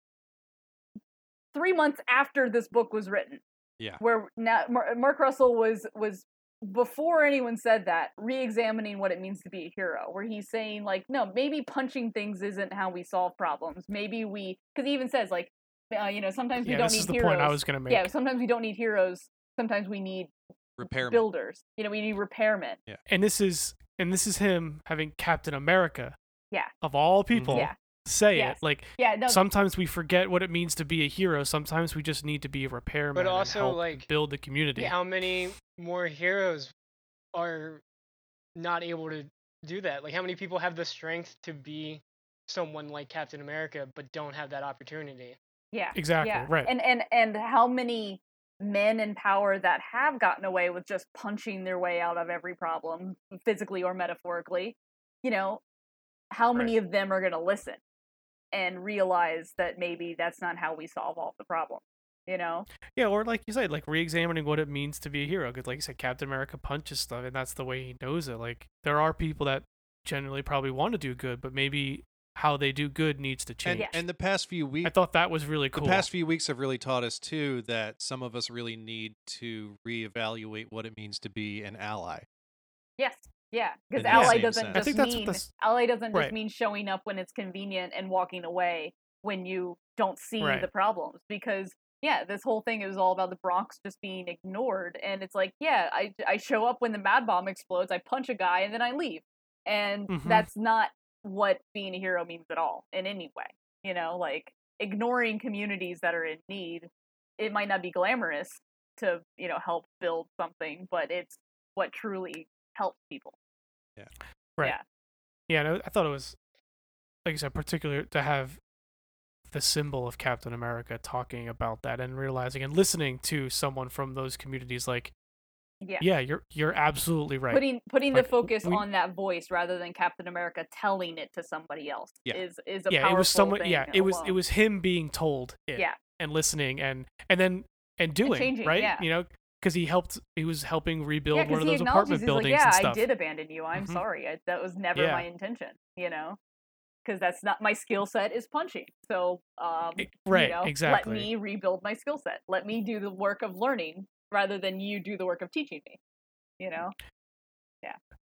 Speaker 1: 3 months after this book was written,
Speaker 2: Yeah.
Speaker 1: where now Mar- Mark Russell was was before anyone said that, re-examining what it means to be a hero, where he's saying like, no, maybe punching things isn't how we solve problems. Maybe we, because he even says like, uh, you know, sometimes
Speaker 3: Yeah,
Speaker 1: we don't
Speaker 3: this
Speaker 1: need
Speaker 3: is the
Speaker 1: heroes.
Speaker 3: point I was going to make.
Speaker 1: yeah, sometimes we don't need heroes. Sometimes we need
Speaker 2: Repairman.
Speaker 1: builders. You know, we need repairmen.
Speaker 3: and this is and this is him having Captain America.
Speaker 1: Yeah.
Speaker 3: Of all
Speaker 4: Mm-hmm.
Speaker 3: people,
Speaker 1: Yeah,
Speaker 3: say
Speaker 1: Yes.
Speaker 3: it. Like
Speaker 1: yeah, no,
Speaker 3: sometimes we forget what it means to be a hero. Sometimes we just need to be a repairman.
Speaker 4: But
Speaker 3: and
Speaker 4: also,
Speaker 3: help
Speaker 4: like,
Speaker 3: build the community.
Speaker 4: How many more heroes are not able to do that? Like, how many people have the strength to be someone like Captain America but don't have that opportunity?
Speaker 1: yeah,
Speaker 3: Exactly.
Speaker 1: yeah.
Speaker 3: Right.
Speaker 1: And and and how many men in power that have gotten away with just punching their way out of every problem, physically or metaphorically, you know, how many of them are going to listen and realize that maybe that's not how we solve all the problems, you know?
Speaker 3: yeah, or like you said, like re-examining what it means to be a hero. Because like you said, Captain America punches stuff, and that's the way he knows it. Like there are people that generally probably want to do good, but maybe how they do good needs to change.
Speaker 2: And, and the past few
Speaker 3: I
Speaker 2: weeks,
Speaker 3: thought that was really cool.
Speaker 2: the past few weeks have really taught us too that some of us really need to reevaluate what it means to be an ally.
Speaker 1: Yes. Yeah,
Speaker 2: In
Speaker 1: because
Speaker 2: the
Speaker 1: ally
Speaker 2: same
Speaker 1: doesn't
Speaker 2: sense.
Speaker 1: just
Speaker 2: I
Speaker 3: think that's what
Speaker 1: mean
Speaker 3: this-
Speaker 1: ally doesn't just
Speaker 3: Right.
Speaker 1: mean showing up when it's convenient and walking away when you don't see
Speaker 3: Right.
Speaker 1: the problems. Because yeah, this whole thing is all about the Bronx just being ignored, and it's like yeah, I I show up when the mad bomb explodes, I punch a guy, and then I leave, and
Speaker 3: Mhm.
Speaker 1: that's not what being a hero means at all in any way. You know, like ignoring communities that are in need. It might not be glamorous to you know help build something, but it's what truly helps people.
Speaker 3: Yeah, and I, I thought it was, like you said, particular to have the symbol of Captain America talking about that and realizing and listening to someone from those communities. Like,
Speaker 1: Yeah.
Speaker 3: yeah, you're you're absolutely right.
Speaker 1: Putting putting the
Speaker 3: Like,
Speaker 1: focus
Speaker 3: we-
Speaker 1: on that voice rather than Captain America telling it to somebody else
Speaker 2: Yeah.
Speaker 1: is is a
Speaker 3: yeah,
Speaker 1: powerful
Speaker 3: it was someone.
Speaker 1: thing.
Speaker 3: Yeah, it was it
Speaker 1: alone.
Speaker 3: was him being told. It
Speaker 1: Yeah.
Speaker 3: and listening and and then and doing
Speaker 1: changing,
Speaker 3: right.
Speaker 1: yeah.
Speaker 3: You know, because he helped. He was helping rebuild
Speaker 1: yeah,
Speaker 3: one
Speaker 1: because
Speaker 3: of
Speaker 1: he
Speaker 3: those
Speaker 1: acknowledges
Speaker 3: apartment
Speaker 1: he's like,
Speaker 3: buildings
Speaker 1: yeah,
Speaker 3: and stuff.
Speaker 1: I did abandon you. I'm
Speaker 3: Mhm.
Speaker 1: sorry. I, that was never
Speaker 3: Yeah.
Speaker 1: my intention. You know, because that's not my skill set is punching. So um,
Speaker 3: E- right,
Speaker 1: you know,
Speaker 3: exactly.
Speaker 1: Let me rebuild my skill set. Let me do the work of learning rather than you do the work of teaching me. You know.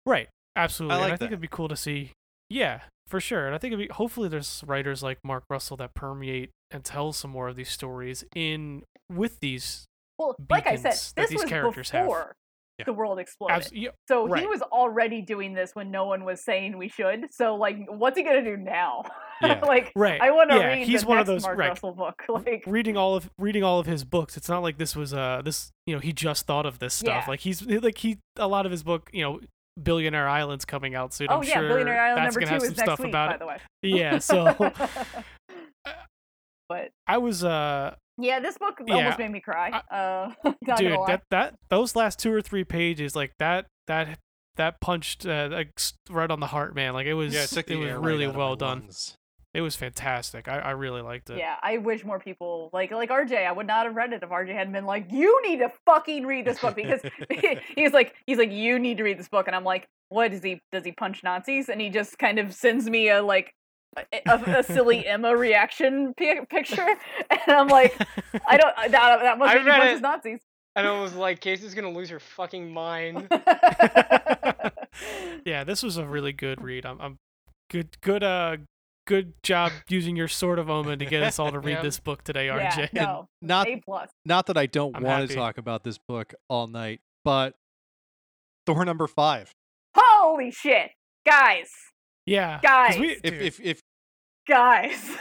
Speaker 3: Right. Absolutely.
Speaker 2: like
Speaker 3: and I think
Speaker 2: that.
Speaker 3: it'd be cool to see. Yeah, for sure. And I think it'd be hopefully there's writers like Mark Russell that permeate and tell some more of these stories in with these
Speaker 1: Well, like I said,
Speaker 3: beacons that
Speaker 1: this
Speaker 3: these
Speaker 1: was
Speaker 3: characters have.
Speaker 1: before
Speaker 2: Yeah.
Speaker 1: the world exploded.
Speaker 3: Abs- yeah,
Speaker 1: So he
Speaker 3: Right.
Speaker 1: was already doing this when no one was saying we should. So like, what's he gonna do now?
Speaker 2: Yeah.
Speaker 1: like,
Speaker 3: right.
Speaker 1: I want to
Speaker 3: yeah,
Speaker 1: read
Speaker 3: he's
Speaker 1: the
Speaker 3: one
Speaker 1: next
Speaker 3: of those
Speaker 1: Mark
Speaker 3: right,
Speaker 1: Russell book. Like,
Speaker 3: reading all of reading all of his books it's not like this was uh this you know he just thought of this stuff
Speaker 1: Yeah.
Speaker 3: like he's like he a lot of his book you know billionaire island's coming out soon
Speaker 1: oh
Speaker 3: i'm
Speaker 1: yeah,
Speaker 3: sure
Speaker 1: Billionaire Island
Speaker 3: that's
Speaker 1: number
Speaker 3: gonna have
Speaker 1: two
Speaker 3: some
Speaker 1: is next
Speaker 3: stuff
Speaker 1: week, by
Speaker 3: about
Speaker 1: the way.
Speaker 3: it yeah so
Speaker 1: but
Speaker 3: i was uh
Speaker 1: yeah, this book
Speaker 3: Yeah.
Speaker 1: almost made me cry. uh, not gonna
Speaker 3: dude
Speaker 1: lie.
Speaker 3: that that those last two or three pages like that that that punched uh, like s- right on the heart man like it was
Speaker 2: Yeah, it took the
Speaker 3: was
Speaker 2: air right
Speaker 3: really
Speaker 2: out of my
Speaker 3: well done
Speaker 2: lungs.
Speaker 3: it was fantastic i i really liked it
Speaker 1: Yeah, I wish more people like like RJ. I would not have read it if RJ hadn't been like, "You need to fucking read this book," because he's like, he's like, "You need to read this book," and I'm like, "What does he does he punch Nazis?" And he just kind of sends me a like a, a- a silly Emma reaction pi- picture, and I'm like, "I don't that, that must
Speaker 4: I
Speaker 1: mean he
Speaker 4: read
Speaker 1: punches
Speaker 4: it.
Speaker 1: Nazis."
Speaker 4: And I was like, Casey's gonna lose her fucking mind.
Speaker 3: yeah, this was a really good read. I'm, I'm good, good, uh, good job using your sword of omen to get us all to read
Speaker 4: Yeah.
Speaker 3: this book today,
Speaker 1: yeah,
Speaker 3: RJ.
Speaker 1: no,
Speaker 2: Not
Speaker 1: A plus.
Speaker 2: not that I don't
Speaker 3: I'm
Speaker 2: want to
Speaker 3: happy.
Speaker 2: talk about this book all night, but door number five.
Speaker 1: Holy shit, guys,
Speaker 3: yeah, 'cause
Speaker 1: guys,
Speaker 3: we-
Speaker 2: If
Speaker 3: dude,
Speaker 2: if if
Speaker 1: guys.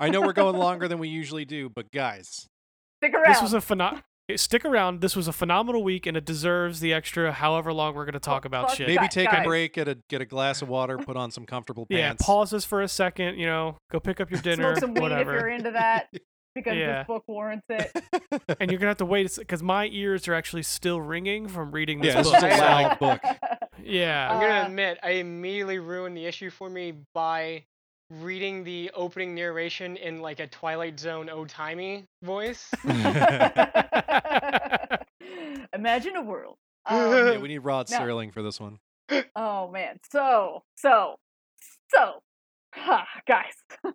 Speaker 2: I know we're going longer than we usually do, but guys,
Speaker 1: Stick around.
Speaker 3: this was a phenomenal. Stick around. This was a phenomenal week, and it deserves the extra however long we're going to talk about
Speaker 1: fuck
Speaker 3: shit.
Speaker 1: Gu-
Speaker 2: maybe take
Speaker 1: guys.
Speaker 2: a break, get a get a glass of water, put on some comfortable
Speaker 3: Yeah,
Speaker 2: pants.
Speaker 3: pause this for a second. You know, go pick up your dinner,
Speaker 1: smoke some weed
Speaker 3: whatever.
Speaker 1: if you're into that because
Speaker 3: Yeah.
Speaker 1: this book warrants it.
Speaker 3: and you're gonna have to wait because my ears are actually still ringing from reading this
Speaker 2: yeah, this
Speaker 3: book.
Speaker 2: is a
Speaker 4: Yeah.
Speaker 2: loud book.
Speaker 3: yeah,
Speaker 4: I'm gonna
Speaker 1: Uh,
Speaker 4: admit, I immediately ruined the issue for me by reading the opening narration in like a Twilight Zone old timey voice.
Speaker 1: Imagine a world.
Speaker 2: Yeah,
Speaker 1: Um,
Speaker 2: we need Rod
Speaker 1: No.
Speaker 2: Serling for this one.
Speaker 1: oh man. So so so, huh, guys.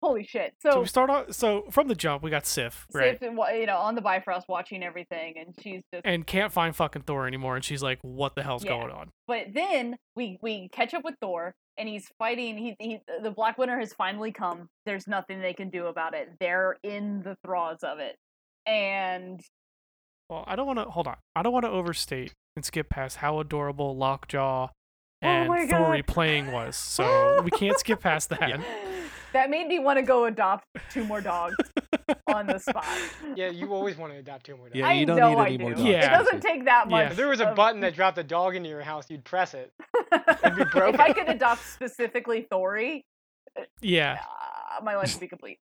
Speaker 1: Holy shit. So.
Speaker 3: so we start off. So from the jump, we got Sif, right?
Speaker 1: Sif, wa- you know, on the Bifrost watching everything, and she's just.
Speaker 3: and can't find fucking Thor anymore, and she's like, "What the hell's
Speaker 1: Yeah.
Speaker 3: going on?"
Speaker 1: But then we we catch up with Thor, and he's fighting. He, he the Black Winter has finally come. There's nothing they can do about it. They're in the throes of it, and
Speaker 3: Well, I don't want to hold on. I don't want to overstate and skip past how adorable Lockjaw and
Speaker 1: Oh my
Speaker 3: Thor
Speaker 1: God.
Speaker 3: playing was. So we can't skip past that.
Speaker 1: that made me want to go adopt two more dogs on the spot.
Speaker 4: yeah, you always want to adopt to him.
Speaker 2: Yeah,
Speaker 1: I
Speaker 2: you don't
Speaker 1: know
Speaker 2: need
Speaker 1: I
Speaker 2: any more.
Speaker 1: do.
Speaker 2: dogs,
Speaker 3: Yeah.
Speaker 1: It doesn't
Speaker 2: Casey.
Speaker 1: take that much.
Speaker 3: Yeah.
Speaker 4: If there was a
Speaker 1: of-
Speaker 4: button that dropped a dog into your house, you'd press it. It'd be
Speaker 1: if
Speaker 4: broken.
Speaker 1: I could adopt specifically Thori,
Speaker 3: Yeah,
Speaker 1: uh, my life would be complete.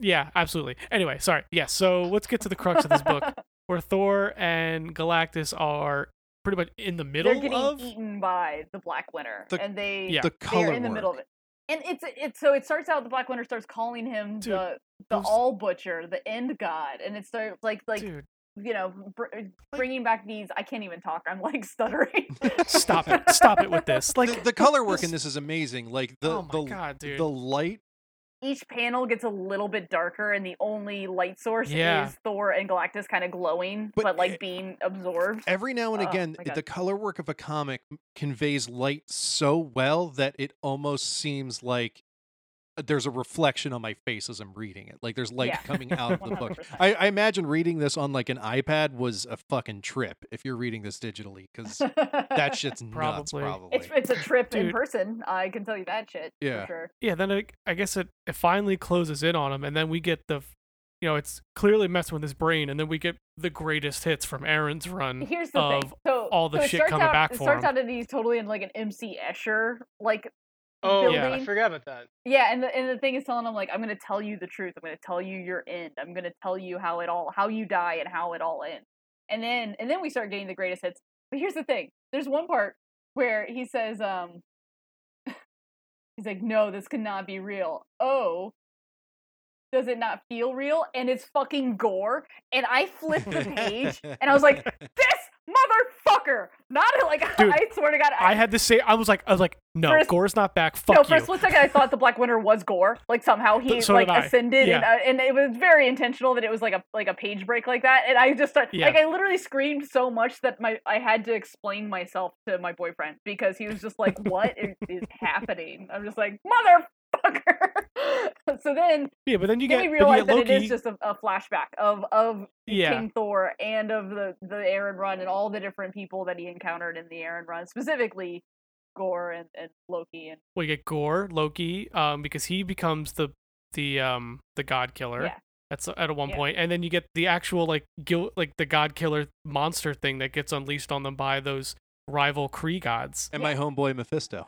Speaker 3: yeah, absolutely. Anyway, sorry. Yeah, so let's get to the crux of this book, where Thor and Galactus are pretty much in the middle
Speaker 1: They're getting
Speaker 3: of.
Speaker 1: eaten by the Black Winter,
Speaker 2: The-
Speaker 1: and they
Speaker 3: Yeah.
Speaker 2: The
Speaker 1: they're
Speaker 2: color
Speaker 1: in the
Speaker 2: work.
Speaker 1: middle of it. And it's it's so it starts out the Black Winter starts calling him
Speaker 3: Dude,
Speaker 1: the the
Speaker 3: those-
Speaker 1: All Butcher, the End God, and it starts like like
Speaker 3: Dude,
Speaker 1: you know br- bringing back these. I can't even talk. I'm like stuttering.
Speaker 3: stop it! Stop it with this. Like,
Speaker 2: the, the color work in this is amazing. Like the
Speaker 3: oh my
Speaker 2: the
Speaker 3: god, dude.
Speaker 2: the light.
Speaker 1: each panel gets a little bit darker and the only light source
Speaker 3: Yeah.
Speaker 1: is Thor and Galactus kind of glowing but,
Speaker 2: But e-,
Speaker 1: like
Speaker 2: it-
Speaker 1: being absorbed.
Speaker 2: Every now and
Speaker 1: Oh,
Speaker 2: again,
Speaker 1: my God.
Speaker 2: the color work of a comic conveys light so well that it almost seems like uh, there's a reflection on my face as I'm reading it. Like there's light
Speaker 1: Yeah.
Speaker 2: coming out of the book.
Speaker 1: 100%.
Speaker 2: I, I imagine reading this on like an iPad was a fucking trip if you're reading this digitally because e-, that shit's nuts.
Speaker 3: Probably.
Speaker 2: Probably.
Speaker 1: it's it's a trip in
Speaker 3: Dude.
Speaker 1: person. I can tell you that shit
Speaker 2: Yeah.
Speaker 1: for sure.
Speaker 3: yeah, then it, I guess it, it finally closes in on him, and then we get the, you know, it's clearly messing with his brain, and then we get the greatest hits from Aaron's run.
Speaker 2: Mm-hmm.
Speaker 1: Here's the
Speaker 3: of
Speaker 1: thing. So
Speaker 3: all the
Speaker 1: so it
Speaker 3: shit
Speaker 1: starts
Speaker 3: coming
Speaker 1: out,
Speaker 3: back
Speaker 1: It
Speaker 3: for
Speaker 1: starts
Speaker 3: him.
Speaker 1: out that he's totally in like an MC Escher like
Speaker 4: oh,
Speaker 1: building.
Speaker 4: yeah, I forgot about that.
Speaker 1: Yeah, and the and the thing is telling him like I'm gonna tell you the truth. I'm gonna tell you your end. I'm gonna tell you how it all how you die and how it all ends. And then and then we start getting the greatest hits. But here's the thing. There's one part where he says, um he's like, No, this cannot be real. Oh, does it not feel real? And it's fucking gore. And I flipped the page and I was like, This motherfucker! Not like
Speaker 3: Dude,
Speaker 1: I swear to god
Speaker 3: I had to say, I was like, I was like, no,
Speaker 1: First-
Speaker 3: Gore's not back.
Speaker 1: no,
Speaker 3: Fuck
Speaker 1: for a
Speaker 3: you.
Speaker 1: split second, I thought the Black Winter was Gore. Like somehow he
Speaker 3: Th- so
Speaker 1: like
Speaker 3: did I.
Speaker 1: ascended, and, uh, and it was very intentional that it was like a like a page break like that. And I just started
Speaker 3: Yeah.
Speaker 1: like I literally screamed so much that my I had to explain myself to my boyfriend because he was just like, "What is, is happening?" I'm just like, "Mother fucker. so then,
Speaker 3: Yeah, but then you
Speaker 1: then
Speaker 3: get,
Speaker 1: we
Speaker 3: but you
Speaker 1: realize
Speaker 3: get
Speaker 1: that
Speaker 3: Loki.
Speaker 1: it is just a, a flashback of of
Speaker 3: yeah,
Speaker 1: King Thor and of the the Aaron run and all the different people that he encountered in the Aaron run, specifically Gore and, and Loki and
Speaker 3: we get Gore, Loki, um, because he becomes the the um the God Killer.
Speaker 1: Yeah.
Speaker 3: At so- at one
Speaker 1: Yeah.
Speaker 3: point, and then you get the actual like guilt, like the God Killer monster thing that gets unleashed on them by those rival Kree gods.
Speaker 2: and my homeboy Mephisto.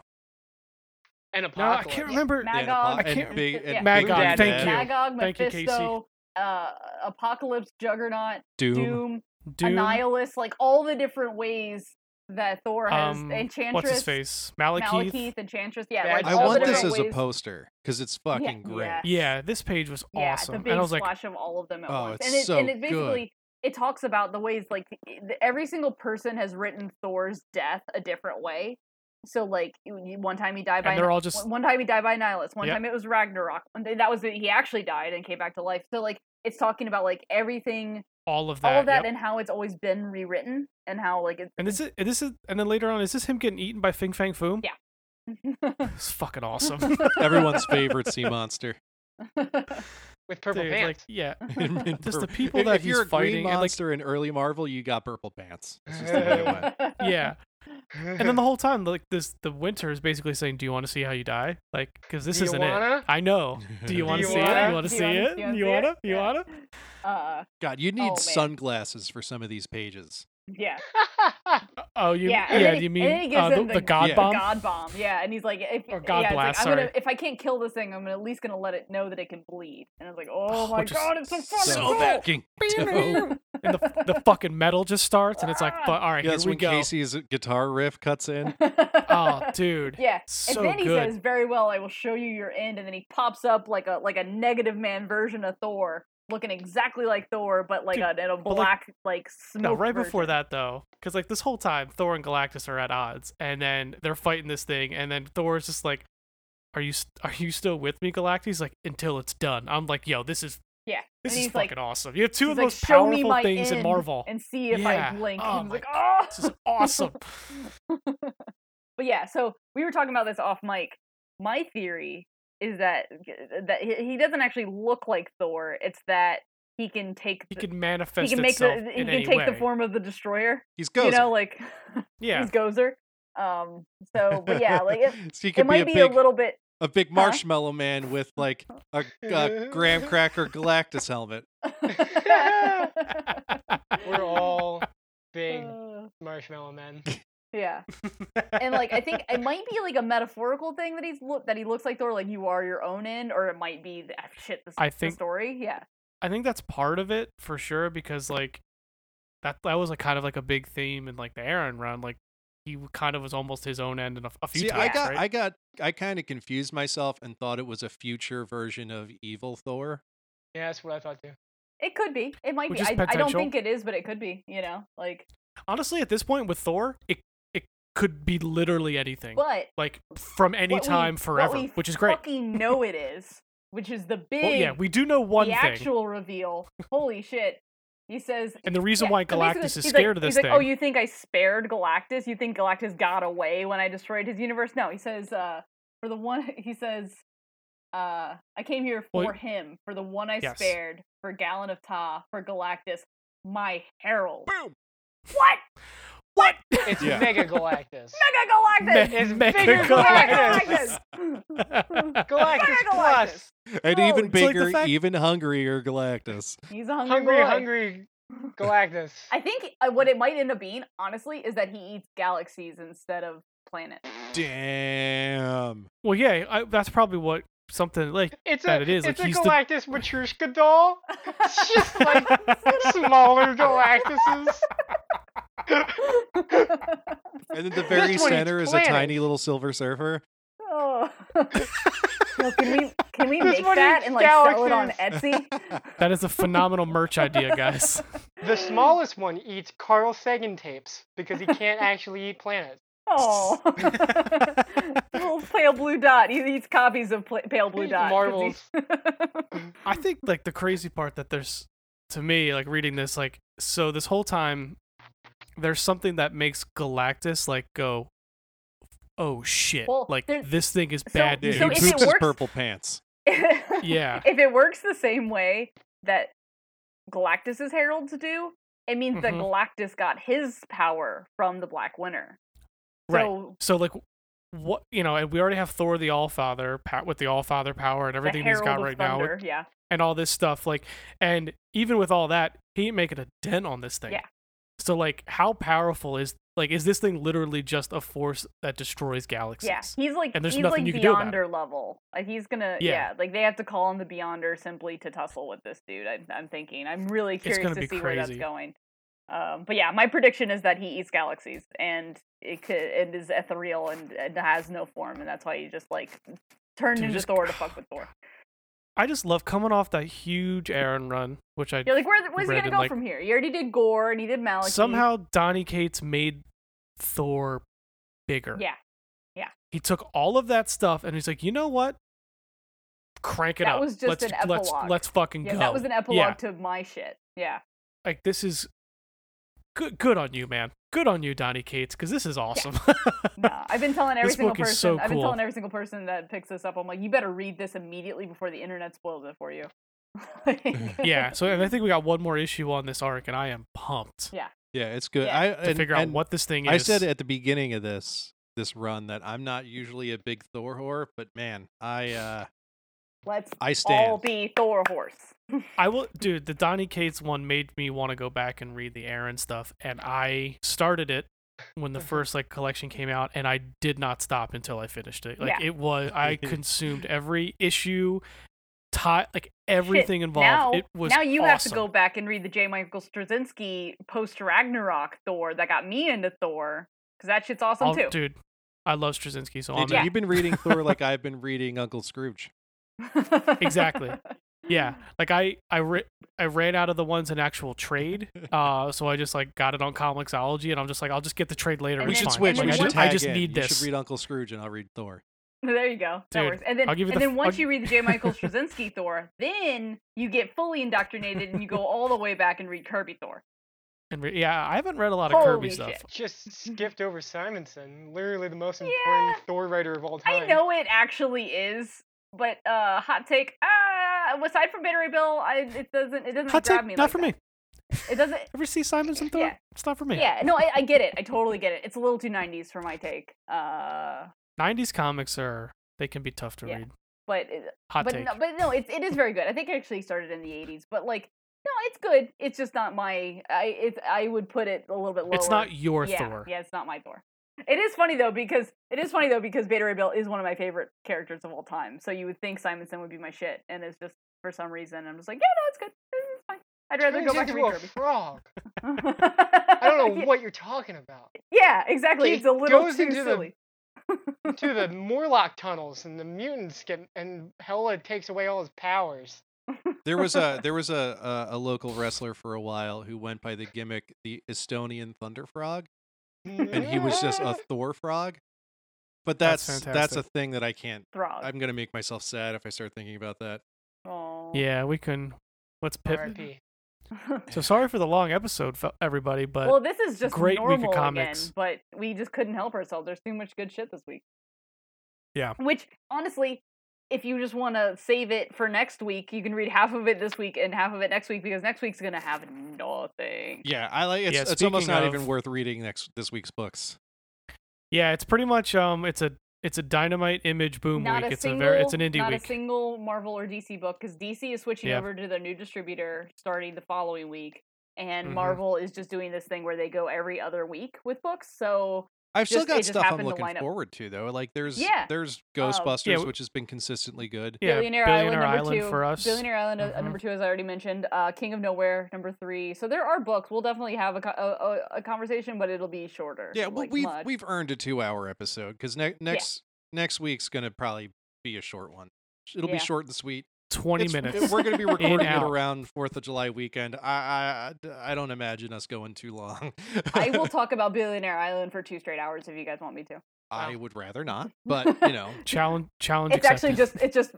Speaker 4: And
Speaker 3: No, I
Speaker 4: Apocalypse.
Speaker 3: can't remember.
Speaker 2: Yeah, and
Speaker 1: Magog.
Speaker 2: Apo- and
Speaker 3: can't-
Speaker 2: big, and
Speaker 1: yeah.
Speaker 2: Big
Speaker 3: Magog,
Speaker 2: Daddy.
Speaker 3: thank you.
Speaker 1: Magog,
Speaker 3: Thank you, Casey.
Speaker 1: Mephisto, uh, Apocalypse, Juggernaut,
Speaker 2: Doom.
Speaker 1: Doom,
Speaker 3: Doom,
Speaker 1: Annihilus, like all the different ways that Thor has
Speaker 3: um,
Speaker 1: Enchantress,
Speaker 3: what's his face, Malekith.
Speaker 1: Malekith, Enchantress. Yeah,
Speaker 4: Yeah,
Speaker 1: like
Speaker 4: I
Speaker 2: I
Speaker 1: all
Speaker 2: want
Speaker 1: the
Speaker 2: this
Speaker 1: different
Speaker 2: as a
Speaker 1: ways-
Speaker 2: poster because it's fucking
Speaker 1: Yeah.
Speaker 2: great.
Speaker 1: Yeah.
Speaker 3: Yeah, this page was
Speaker 1: Yeah,
Speaker 3: awesome,
Speaker 1: the big
Speaker 3: and I was like,
Speaker 1: splash of all of them at
Speaker 2: Oh,
Speaker 1: once,
Speaker 2: it's
Speaker 1: and it
Speaker 2: so
Speaker 1: and it
Speaker 2: good.
Speaker 1: basically it talks about the ways like th- every single person has written Thor's death a different way. So like you- you- one time he died by
Speaker 3: and they're
Speaker 1: Ni-
Speaker 3: all just
Speaker 1: one one time he died by Nihilus, one
Speaker 3: Yep.
Speaker 1: time it was Ragnarok, one day that was the, he actually died and came back to life. So like it's talking about like everything,
Speaker 3: all of that.
Speaker 1: all of that,
Speaker 3: yep.
Speaker 1: and how it's always been rewritten and how like it's
Speaker 3: And this is and this is and then later on, is this him getting eaten by Fing Fang Foom?
Speaker 1: Yeah.
Speaker 3: it's fucking awesome.
Speaker 2: Everyone's favorite sea monster.
Speaker 4: With purple
Speaker 3: Dude, like,
Speaker 4: pants.
Speaker 3: yeah,
Speaker 2: In
Speaker 3: Just the
Speaker 2: pur-
Speaker 3: people
Speaker 2: if,
Speaker 3: that
Speaker 2: if you're
Speaker 3: he's
Speaker 2: a
Speaker 3: fighting,
Speaker 2: green
Speaker 3: and, like-
Speaker 2: monster in early Marvel, you got purple pants. It's just the way it went.
Speaker 3: yeah. And then the whole time, like this, the winter is basically saying, "Do you want to see how you die?" Like, because this
Speaker 4: Do you
Speaker 3: isn't
Speaker 4: wanna?
Speaker 3: it. I know. Do you
Speaker 4: Do
Speaker 3: want
Speaker 4: you
Speaker 3: to see it?
Speaker 4: wanna?
Speaker 3: You want to
Speaker 1: Do
Speaker 3: see
Speaker 1: wanna-
Speaker 3: it?
Speaker 1: do wanna
Speaker 3: You
Speaker 1: see
Speaker 3: want to? You
Speaker 1: Yeah.
Speaker 3: want to?
Speaker 1: Uh,
Speaker 2: God, you
Speaker 1: Oh,
Speaker 2: need
Speaker 1: man.
Speaker 2: sunglasses for some of these pages.
Speaker 1: yeah.
Speaker 3: Oh, you
Speaker 1: yeah,
Speaker 3: yeah.
Speaker 1: and then
Speaker 3: do
Speaker 1: he-
Speaker 3: you
Speaker 1: and
Speaker 3: mean
Speaker 1: then he gives
Speaker 3: uh, the,
Speaker 1: them
Speaker 3: the,
Speaker 1: the-
Speaker 3: God
Speaker 2: Yeah.
Speaker 3: bomb?
Speaker 1: The God bomb, yeah. And he's like, if,
Speaker 3: Or God
Speaker 1: yeah, it's
Speaker 3: blast,
Speaker 1: like, I'm
Speaker 3: sorry.
Speaker 1: gonna, if I can't kill this thing, I'm gonna at least gonna let it know that it can bleed. And I was like, oh,
Speaker 3: Oh,
Speaker 1: my
Speaker 3: which is
Speaker 1: god, it's so fucking
Speaker 2: so
Speaker 1: cool.
Speaker 2: fucking dope.
Speaker 3: and the, the fucking metal just starts, and it's like, "Fu- all right,
Speaker 2: Yeah, that's
Speaker 3: here we
Speaker 2: when
Speaker 3: go.
Speaker 2: Casey's guitar riff cuts in.
Speaker 3: Oh, dude.
Speaker 1: yeah.
Speaker 3: So
Speaker 1: and then he
Speaker 3: good.
Speaker 1: says, very well, I will show you your end. And then he pops up like a like a negative man version of Thor, looking exactly like Thor, but like
Speaker 3: Dude,
Speaker 1: a, in a
Speaker 3: well, like-
Speaker 1: black like smoke.
Speaker 3: No, right before
Speaker 1: version.
Speaker 3: that though, because like this whole time, Thor and Galactus are at odds, and then they're fighting this thing, and then Thor's just like, "Are you st- are you still with me, Galactus?" He's like, "until it's done. I'm like, "Yo, this is
Speaker 1: Yeah.
Speaker 3: this
Speaker 1: and
Speaker 3: is
Speaker 1: he's like,
Speaker 3: fucking awesome. You have two of
Speaker 1: he's
Speaker 3: the
Speaker 1: like,
Speaker 3: most
Speaker 1: "Show me
Speaker 3: powerful
Speaker 1: my
Speaker 3: things in
Speaker 1: end
Speaker 3: Marvel.
Speaker 1: and see if
Speaker 3: Yeah.
Speaker 1: I blink.
Speaker 3: Oh
Speaker 1: and he's
Speaker 3: my
Speaker 1: like, oh,
Speaker 3: this is awesome.
Speaker 1: but yeah, so we were talking about this off mic. My theory is that that he he doesn't actually look like Thor. It's that he can take
Speaker 3: He
Speaker 1: the-
Speaker 3: can manifest
Speaker 1: he can make
Speaker 3: itself
Speaker 1: the he
Speaker 3: in
Speaker 1: can
Speaker 3: any
Speaker 1: take
Speaker 3: way.
Speaker 1: the form of the destroyer.
Speaker 2: He's goes.
Speaker 1: You know, like
Speaker 3: yeah,
Speaker 1: he's Gozer. Um. So, but yeah, like it,
Speaker 2: so he could
Speaker 1: it might
Speaker 2: be,
Speaker 1: be,
Speaker 2: a,
Speaker 1: a
Speaker 2: big,
Speaker 1: little bit.
Speaker 2: a big marshmallow man with like a, a graham cracker Galactus helmet.
Speaker 4: We're all big
Speaker 1: Uh,
Speaker 4: marshmallow men.
Speaker 1: yeah. and like I think it might be like a metaphorical thing that he's look that he looks like Thor, like you are your own end, or it might be that shit. This,
Speaker 3: I
Speaker 1: the
Speaker 3: think-
Speaker 1: story, yeah,
Speaker 3: I think that's part of it for sure because like that that was like kind of like a big theme in like the Aaron run. Like he w- kind of was almost his own end in a, a few
Speaker 2: See,
Speaker 3: times.
Speaker 2: I got,
Speaker 3: right?
Speaker 2: I got, I kind of confused myself and thought it was a future version of Evil Thor.
Speaker 4: Yeah, that's what I thought too.
Speaker 1: it could be. It might
Speaker 3: Which
Speaker 1: be.
Speaker 3: is
Speaker 1: I, I don't
Speaker 3: potential.
Speaker 1: think it is, but it could be. You know, like,
Speaker 3: Honestly, at this point with Thor, it it could be literally anything,
Speaker 1: but
Speaker 3: like from any
Speaker 1: what we-
Speaker 3: time forever,
Speaker 1: what we
Speaker 3: which is great.
Speaker 1: Fucking know it is, which is the big,
Speaker 3: Well, yeah, we do know one
Speaker 1: the
Speaker 3: thing,
Speaker 1: actual reveal. Holy shit! He says.
Speaker 3: and the reason
Speaker 1: yeah,
Speaker 3: why
Speaker 1: so basically,
Speaker 3: Galactus is
Speaker 1: he's like-
Speaker 3: scared of this
Speaker 1: he's
Speaker 3: thing.
Speaker 1: Like, oh, you think I spared Galactus? You think Galactus got away when I destroyed his universe? No, he says. uh For the one, he says, uh "I came here for
Speaker 3: Well,
Speaker 1: him, for the one I
Speaker 3: yes.
Speaker 1: spared, for Gallon of Ta, for Galactus, my herald."
Speaker 2: Boom!
Speaker 1: What?
Speaker 3: what?
Speaker 4: It's
Speaker 2: Yeah.
Speaker 4: Mega Galactus.
Speaker 1: Mega Galactus.
Speaker 4: It's
Speaker 3: Mega
Speaker 4: bigger
Speaker 1: Mega
Speaker 4: Galactus.
Speaker 1: Galactus!
Speaker 4: Galactus
Speaker 1: Mega
Speaker 4: Plus.
Speaker 2: And
Speaker 3: No,
Speaker 2: even
Speaker 3: it's like the
Speaker 2: bigger,
Speaker 3: fact-
Speaker 2: even hungrier Galactus.
Speaker 1: He's a hungry,
Speaker 4: Hungry,
Speaker 1: boy.
Speaker 4: hungry Galactus.
Speaker 1: I think uh, what it might end up being, honestly, is that he eats galaxies instead of planets.
Speaker 2: Damn.
Speaker 3: well, yeah, I, that's probably what something like
Speaker 4: It's
Speaker 3: that
Speaker 4: a,
Speaker 3: it is, like,
Speaker 4: it's a
Speaker 3: he's the-
Speaker 4: Galactus Matryoshka doll. It's just like smaller Galactuses.
Speaker 2: And at the very
Speaker 4: This one eats
Speaker 2: center is a
Speaker 4: planets.
Speaker 2: tiny little silver surfer.
Speaker 1: oh. No, can we can we
Speaker 4: This
Speaker 1: make
Speaker 4: one
Speaker 1: that
Speaker 4: eats
Speaker 1: and like sell it on Etsy?
Speaker 3: that is a phenomenal merch idea, guys.
Speaker 4: The smallest one eats Carl Sagan tapes because he can't actually eat planets.
Speaker 1: Oh, little pale blue dot. He eats copies of pla- pale blue
Speaker 4: Eat
Speaker 1: dot. 'cause
Speaker 4: marbles.
Speaker 1: he's-
Speaker 3: I think like the crazy part that there's to me like reading this like so this whole time there's something that makes Galactus like go oh shit,
Speaker 1: Well,
Speaker 3: like
Speaker 1: there-
Speaker 3: this thing is
Speaker 1: so-
Speaker 3: bad
Speaker 2: Yeah, he
Speaker 3: news.
Speaker 1: So if
Speaker 2: poops
Speaker 1: it
Speaker 2: his
Speaker 1: works-
Speaker 2: purple pants.
Speaker 3: Yeah.
Speaker 1: If it works the same way that Galactus's heralds do, it means that
Speaker 3: Mhm.
Speaker 1: Galactus got his power from the Black Winter.
Speaker 3: Right.
Speaker 1: So
Speaker 3: So like what you know, and we already have Thor the Allfather pa- with the Allfather power and everything
Speaker 1: the
Speaker 3: he's
Speaker 1: Herald
Speaker 3: got
Speaker 1: of
Speaker 3: right now
Speaker 1: Thunder,
Speaker 3: with-
Speaker 1: yeah,
Speaker 3: and all this stuff like and even with all that, he ain't making a dent on this thing.
Speaker 1: Yeah.
Speaker 3: So like how powerful is like is this thing literally just a force that destroys galaxies?
Speaker 1: yeah. He's like
Speaker 3: And there's
Speaker 1: he's
Speaker 3: nothing
Speaker 1: like
Speaker 3: you can do about
Speaker 1: Beyonder level. Like, he's gonna
Speaker 3: Yeah.
Speaker 1: yeah. Like they have to call him the Beyonder simply to tussle with this dude. I, I'm thinking. I'm really curious
Speaker 3: gonna
Speaker 1: to
Speaker 3: be
Speaker 1: see where that's
Speaker 3: crazy.
Speaker 1: going. Um, but yeah, my prediction is that he eats galaxies and it could, it is ethereal and, and has no form, and that's why he just like turned
Speaker 3: Dude,
Speaker 1: into
Speaker 3: just-
Speaker 1: Thor to fuck with Thor.
Speaker 3: I just love coming off that huge Aaron run, which I
Speaker 1: You're like, where, where's he
Speaker 3: read
Speaker 1: gonna
Speaker 3: in,
Speaker 1: go
Speaker 3: like-
Speaker 1: from here? You already did Gore and Oh, he did Malak.
Speaker 3: somehow Donny Cates made Thor bigger.
Speaker 1: yeah,
Speaker 3: He took all of that stuff and he's like, you know what? Crank it
Speaker 1: That
Speaker 3: up.
Speaker 1: was just
Speaker 3: let's,
Speaker 1: an
Speaker 3: let's
Speaker 1: epilogue.
Speaker 3: let's fucking
Speaker 1: yeah,
Speaker 3: go.
Speaker 1: that was an epilogue
Speaker 3: Yeah.
Speaker 1: to my shit. Yeah,
Speaker 3: like this is good good on you man good on you donnie cates because this is awesome
Speaker 1: nah. I've been telling every
Speaker 3: This
Speaker 1: single
Speaker 3: book is
Speaker 1: person.
Speaker 3: so
Speaker 1: I've been
Speaker 3: cool.
Speaker 1: telling every single person that picks this up. I'm like, you better read this immediately before the internet spoils it for you. Like-
Speaker 3: Mm, yeah so and i think we got one more issue on this arc and i am pumped
Speaker 2: Yeah, it's good.
Speaker 1: Yeah.
Speaker 2: I
Speaker 3: to
Speaker 2: and-
Speaker 3: figure out
Speaker 2: and
Speaker 3: what this thing is
Speaker 2: I said at the beginning of this this run that I'm not usually a big Thor whore, but man, I uh
Speaker 1: Let's
Speaker 2: I
Speaker 1: all
Speaker 2: stand.
Speaker 1: be Thor horse.
Speaker 3: i will dude the donnie cates one made me want to go back and read the aaron stuff and i started it when
Speaker 1: Uh-huh.
Speaker 3: the first like collection came out and i did not stop until i finished it like
Speaker 1: Yeah.
Speaker 3: it was i consumed every issue tie like everything involved
Speaker 1: Now,
Speaker 3: it was
Speaker 1: now you have to
Speaker 3: awesome.
Speaker 1: go back and read the J. Michael Straczynski post Ragnarok Thor that got me into Thor because that shit's awesome
Speaker 3: I'll-
Speaker 1: too.
Speaker 3: dude i love straczynski so i'm
Speaker 2: Dude,
Speaker 1: Yeah.
Speaker 2: You've been reading Thor like I've been reading Uncle Scrooge.
Speaker 3: Exactly. yeah like i i re- i ran out of the ones in actual trade uh so i just like got it on comixology and i'm just like i'll just get the trade later
Speaker 1: And
Speaker 2: we
Speaker 3: it's
Speaker 1: then-
Speaker 2: should
Speaker 3: fine.
Speaker 2: switch.
Speaker 1: and
Speaker 2: We
Speaker 3: like,
Speaker 1: then
Speaker 2: should
Speaker 3: I,
Speaker 1: once-
Speaker 3: ju- I
Speaker 2: tag
Speaker 3: just
Speaker 2: in.
Speaker 3: need
Speaker 2: you
Speaker 3: this
Speaker 2: should read Uncle Scrooge and I'll read Thor.
Speaker 1: There you go.
Speaker 3: Dude,
Speaker 1: that works. And then,
Speaker 3: I'll give you
Speaker 1: and
Speaker 3: the-
Speaker 1: then once
Speaker 3: I'll-
Speaker 1: you read the J. Michael Straczynski Thor, then you get fully indoctrinated and you go all the way back and read Kirby Thor.
Speaker 3: and re- yeah i haven't read a lot of
Speaker 1: Holy
Speaker 3: kirby stuff
Speaker 4: Just skipped over Simonson, literally the most
Speaker 1: Yeah.
Speaker 4: important Thor writer of all time.
Speaker 1: I know it actually is, but uh, hot take. Uh, aside from Battery Bill, I, it doesn't. It doesn't
Speaker 3: hot
Speaker 1: grab
Speaker 3: take
Speaker 1: me.
Speaker 3: not
Speaker 1: like
Speaker 3: for
Speaker 1: that.
Speaker 3: me
Speaker 1: It doesn't.
Speaker 3: ever see simonson thor
Speaker 1: Yeah.
Speaker 3: it's not for me
Speaker 1: Yeah. No, I, I get it. I totally get it. It's a little too '90s for my take. Uh,
Speaker 3: 90s comics are they can be tough to
Speaker 1: Yeah.
Speaker 3: read
Speaker 1: but it,
Speaker 3: hot
Speaker 1: but
Speaker 3: take
Speaker 1: no, but no, it's it is very good. I think it actually started in the '80s, but like. No, it's good. It's just not my. I it's I would put it a little bit lower.
Speaker 3: it's not your
Speaker 1: yeah,
Speaker 3: thor
Speaker 1: Yeah, it's not my Thor. It is funny though because it is funny though because Beta Ray Bill is one of my favorite characters of all time. So you would think Simonson would be my shit, and it's just for some reason I'm just like, yeah, no, it's good. It's fine. I'd rather
Speaker 4: Turns
Speaker 1: go back and
Speaker 4: into
Speaker 1: read
Speaker 4: a
Speaker 1: Kirby.
Speaker 4: frog. I
Speaker 1: I
Speaker 4: don't know what you're talking about.
Speaker 1: Yeah, exactly.
Speaker 4: He
Speaker 1: It's a little
Speaker 4: goes
Speaker 1: too
Speaker 4: into the-
Speaker 1: silly.
Speaker 4: to the Morlock tunnels and the mutants get and Hela takes away all his powers.
Speaker 2: There was a there was a, a a local wrestler for a while who went by the gimmick the Estonian Thunder Frog. and he was just a Thor frog. But
Speaker 3: That's
Speaker 2: that's that's, a
Speaker 3: fantastic.
Speaker 2: thing that I can't.
Speaker 1: Throg.
Speaker 2: I'm gonna make myself sad if I start thinking about that.
Speaker 1: Aw.
Speaker 3: yeah we can let's pip
Speaker 4: R.I.P.
Speaker 3: so sorry for the long episode fe- everybody but
Speaker 1: well, this is just
Speaker 3: great week of
Speaker 1: normal
Speaker 3: comics.
Speaker 1: again, but we just couldn't help ourselves. There's too much good shit this week.
Speaker 3: Yeah.
Speaker 1: Which honestly, if you just want to save it for next week, you can read half of it this week and half of it next week because next week's gonna have nothing.
Speaker 2: Yeah, I like. It's,
Speaker 3: Yeah,
Speaker 2: it's almost
Speaker 3: speaking
Speaker 2: not
Speaker 3: of-
Speaker 2: even worth reading next this week's books.
Speaker 3: yeah it's pretty much um it's a it's a dynamite image boom
Speaker 1: not
Speaker 3: week
Speaker 1: a
Speaker 3: it's
Speaker 1: single,
Speaker 3: a very it's an indie
Speaker 1: not
Speaker 3: week
Speaker 1: a single Marvel or DC book because DC is switching
Speaker 3: Yeah.
Speaker 1: over to their new distributor starting the following week, and
Speaker 3: Mhm.
Speaker 1: Marvel is just doing this thing where they go every other week with books. So
Speaker 2: I've still
Speaker 1: Just- it
Speaker 2: got
Speaker 1: just
Speaker 2: stuff I'm
Speaker 1: happened to
Speaker 2: looking
Speaker 1: line up.
Speaker 2: forward to though. Like there's
Speaker 1: Yeah.
Speaker 2: there's
Speaker 1: Um,
Speaker 2: Ghostbusters,
Speaker 3: we-
Speaker 2: which has been consistently good.
Speaker 3: Yeah,
Speaker 1: Billionaire,
Speaker 3: Billionaire
Speaker 1: Island, number
Speaker 3: Island
Speaker 1: two.
Speaker 3: for us.
Speaker 1: Billionaire Island, uh,
Speaker 3: Mhm.
Speaker 1: number two, as I already mentioned. Uh, King of Nowhere, number three. So there are books. We'll definitely have a, co- a, a, a conversation, but it'll be shorter.
Speaker 2: Yeah, well,
Speaker 1: like
Speaker 2: we've
Speaker 1: much.
Speaker 2: we've earned a two hour episode because ne- next next week's gonna probably be a short one. It'll
Speaker 1: Yeah.
Speaker 2: be short and sweet.
Speaker 3: 20
Speaker 2: It's-
Speaker 3: minutes.
Speaker 2: We're gonna be
Speaker 1: In,
Speaker 2: recording it
Speaker 3: out.
Speaker 2: around Fourth of July weekend. I I I don't imagine us going too long.
Speaker 1: I will talk about Billionaire Island for two straight hours if you guys want me to.
Speaker 2: I
Speaker 4: Wow.
Speaker 2: would rather not, but you know,
Speaker 3: challenge challenge
Speaker 1: It's actually
Speaker 3: accepted.
Speaker 1: just it's just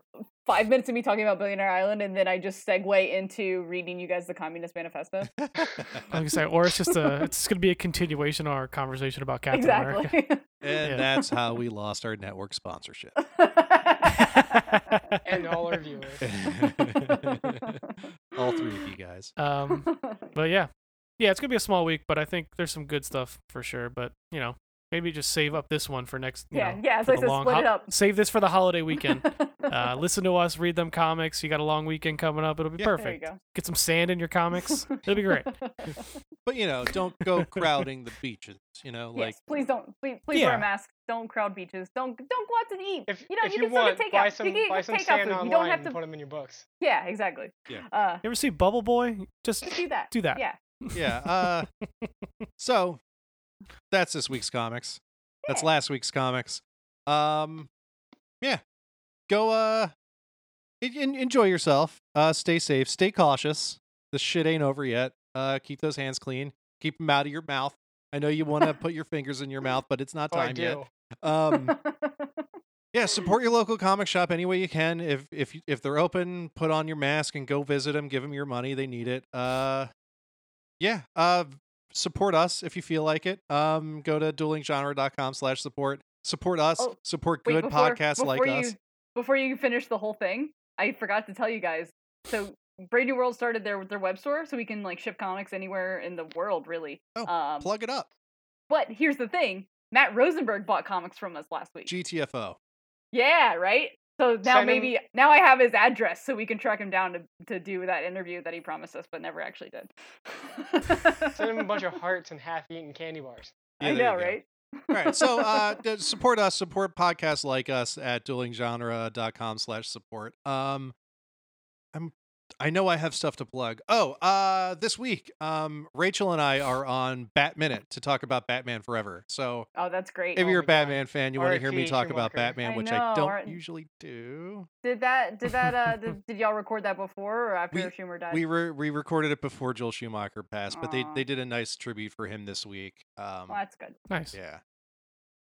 Speaker 1: five minutes of me talking about Billionaire Island, and then I just segue into reading you guys the Communist Manifesto.
Speaker 3: I was gonna say, or it's just a it's just gonna be a continuation of our conversation about Captain America.
Speaker 1: exactly.
Speaker 2: And
Speaker 3: Yeah.
Speaker 2: that's how we lost our network sponsorship.
Speaker 4: and all our viewers.
Speaker 2: All three of you guys.
Speaker 3: um, but yeah, yeah, it's gonna be a small week, but I think there's some good stuff for sure. But you know, maybe just save up this one for next. You
Speaker 1: Yeah,
Speaker 3: know,
Speaker 1: yeah, it's
Speaker 3: for
Speaker 1: like
Speaker 3: the
Speaker 1: to
Speaker 3: long
Speaker 1: split it
Speaker 3: hol-
Speaker 1: up.
Speaker 3: Save this for the holiday weekend. uh, listen to us, read them comics. You got a long weekend coming up. It'll be
Speaker 2: Yeah.
Speaker 3: perfect.
Speaker 1: there you go.
Speaker 3: Get some sand in your comics. It'll be great.
Speaker 2: But you know, don't go crowding the beaches. You know, like
Speaker 1: yes, please don't. Please, please
Speaker 3: Yeah.
Speaker 1: wear a mask. Don't crowd beaches. Don't don't go out to eat.
Speaker 4: If
Speaker 1: you know,
Speaker 4: if
Speaker 1: you,
Speaker 4: you,
Speaker 1: can still
Speaker 4: want,
Speaker 1: get takeout.
Speaker 4: buy some
Speaker 1: you can
Speaker 4: buy
Speaker 1: get
Speaker 4: some
Speaker 1: takeout
Speaker 4: sand
Speaker 1: food.
Speaker 4: online
Speaker 1: You don't have
Speaker 4: and
Speaker 1: to.
Speaker 4: put them in your books.
Speaker 1: Yeah, exactly.
Speaker 2: Yeah.
Speaker 1: Uh,
Speaker 3: You ever see Bubble Boy? Just
Speaker 1: just do that.
Speaker 3: do that.
Speaker 1: Yeah.
Speaker 2: yeah. Uh, so that's this week's comics. That's
Speaker 1: Yeah.
Speaker 2: last week's comics. Um, yeah. Go. Uh, en- en- enjoy yourself. Uh, stay safe. Stay cautious. This shit ain't over yet. Uh, keep those hands clean. Keep them out of your mouth. I know you want to put your fingers in your mouth, but it's not
Speaker 4: Oh, I
Speaker 2: time
Speaker 4: do.
Speaker 2: yet. Um. Yeah, support your local comic shop any way you can. If if you- if they're open, put on your mask and go visit them. Give them your money; they need it. Uh, yeah. Uh, support us if you feel like it. Um, go to duelinggenre.com/support. Support us.
Speaker 1: Oh,
Speaker 2: support
Speaker 1: Wait,
Speaker 2: good
Speaker 1: before-
Speaker 2: podcasts like
Speaker 1: before
Speaker 2: us.
Speaker 1: you- Before you finish the whole thing, I forgot to tell you guys. So Brave New World started their their web store, so we can like ship comics anywhere in the world, really.
Speaker 2: Oh,
Speaker 1: um,
Speaker 2: Plug it up.
Speaker 1: but here's the thing: Matt Rosenberg bought comics from us last week.
Speaker 2: GTFO.
Speaker 1: yeah, right. So now
Speaker 4: Send him-
Speaker 1: maybe now I have his address, so we can track him down to to do that interview that he promised us, but never actually did.
Speaker 4: Send them a bunch of hearts and half-eaten candy bars.
Speaker 2: Yeah,
Speaker 1: I
Speaker 2: there you
Speaker 1: know,
Speaker 2: go.
Speaker 1: right?
Speaker 2: All right. So uh, d- support us. Support podcasts like us at duelinggenre.com slash support. Um, I'm I know I have stuff to plug. Oh, uh, this week, um, Rachel and I are on Bat Minute to talk about Batman Forever. So
Speaker 1: Oh, that's great.
Speaker 2: if
Speaker 4: Oh
Speaker 2: you're a
Speaker 4: my God.
Speaker 2: Batman fan, you want to hear me
Speaker 4: R.I.P.
Speaker 2: talk about
Speaker 4: Schumacher.
Speaker 2: Batman,
Speaker 1: E I
Speaker 2: which I
Speaker 1: know,
Speaker 2: don't
Speaker 1: aren't-
Speaker 2: usually do.
Speaker 1: Did that? Did that? Uh, did, did y'all record that before or after
Speaker 2: We-
Speaker 1: Schumer died?
Speaker 2: We re- we recorded it before Joel Schumacher passed, but they
Speaker 1: Aw.
Speaker 2: they did a nice tribute for him this week. Um,
Speaker 1: well, that's good.
Speaker 3: Nice.
Speaker 2: Yeah.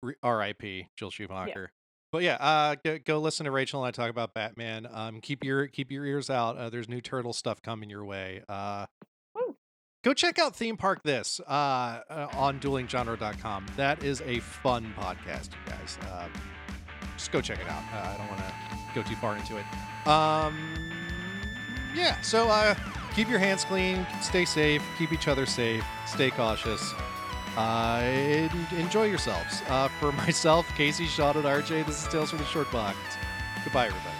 Speaker 2: Re- R.I.P. Jill Schumacher. But yeah, uh, go, go listen to Rachel and I talk about Batman. Um, keep your keep your ears out. Uh, there's new turtle stuff coming your way. Uh,
Speaker 1: Woo.
Speaker 2: go check out Theme Park This uh, uh, on DuelingGenre.com. That is a fun podcast, you guys. Uh, just go check it out. Uh, I don't want to go too far into it. Um, yeah. So uh, keep your hands clean. Stay safe. Keep each other safe. Stay cautious uh, en- enjoy yourselves. Uh, for myself, Casey, Sean, and RJ, this is Tales from the Short Box. Goodbye, everybody.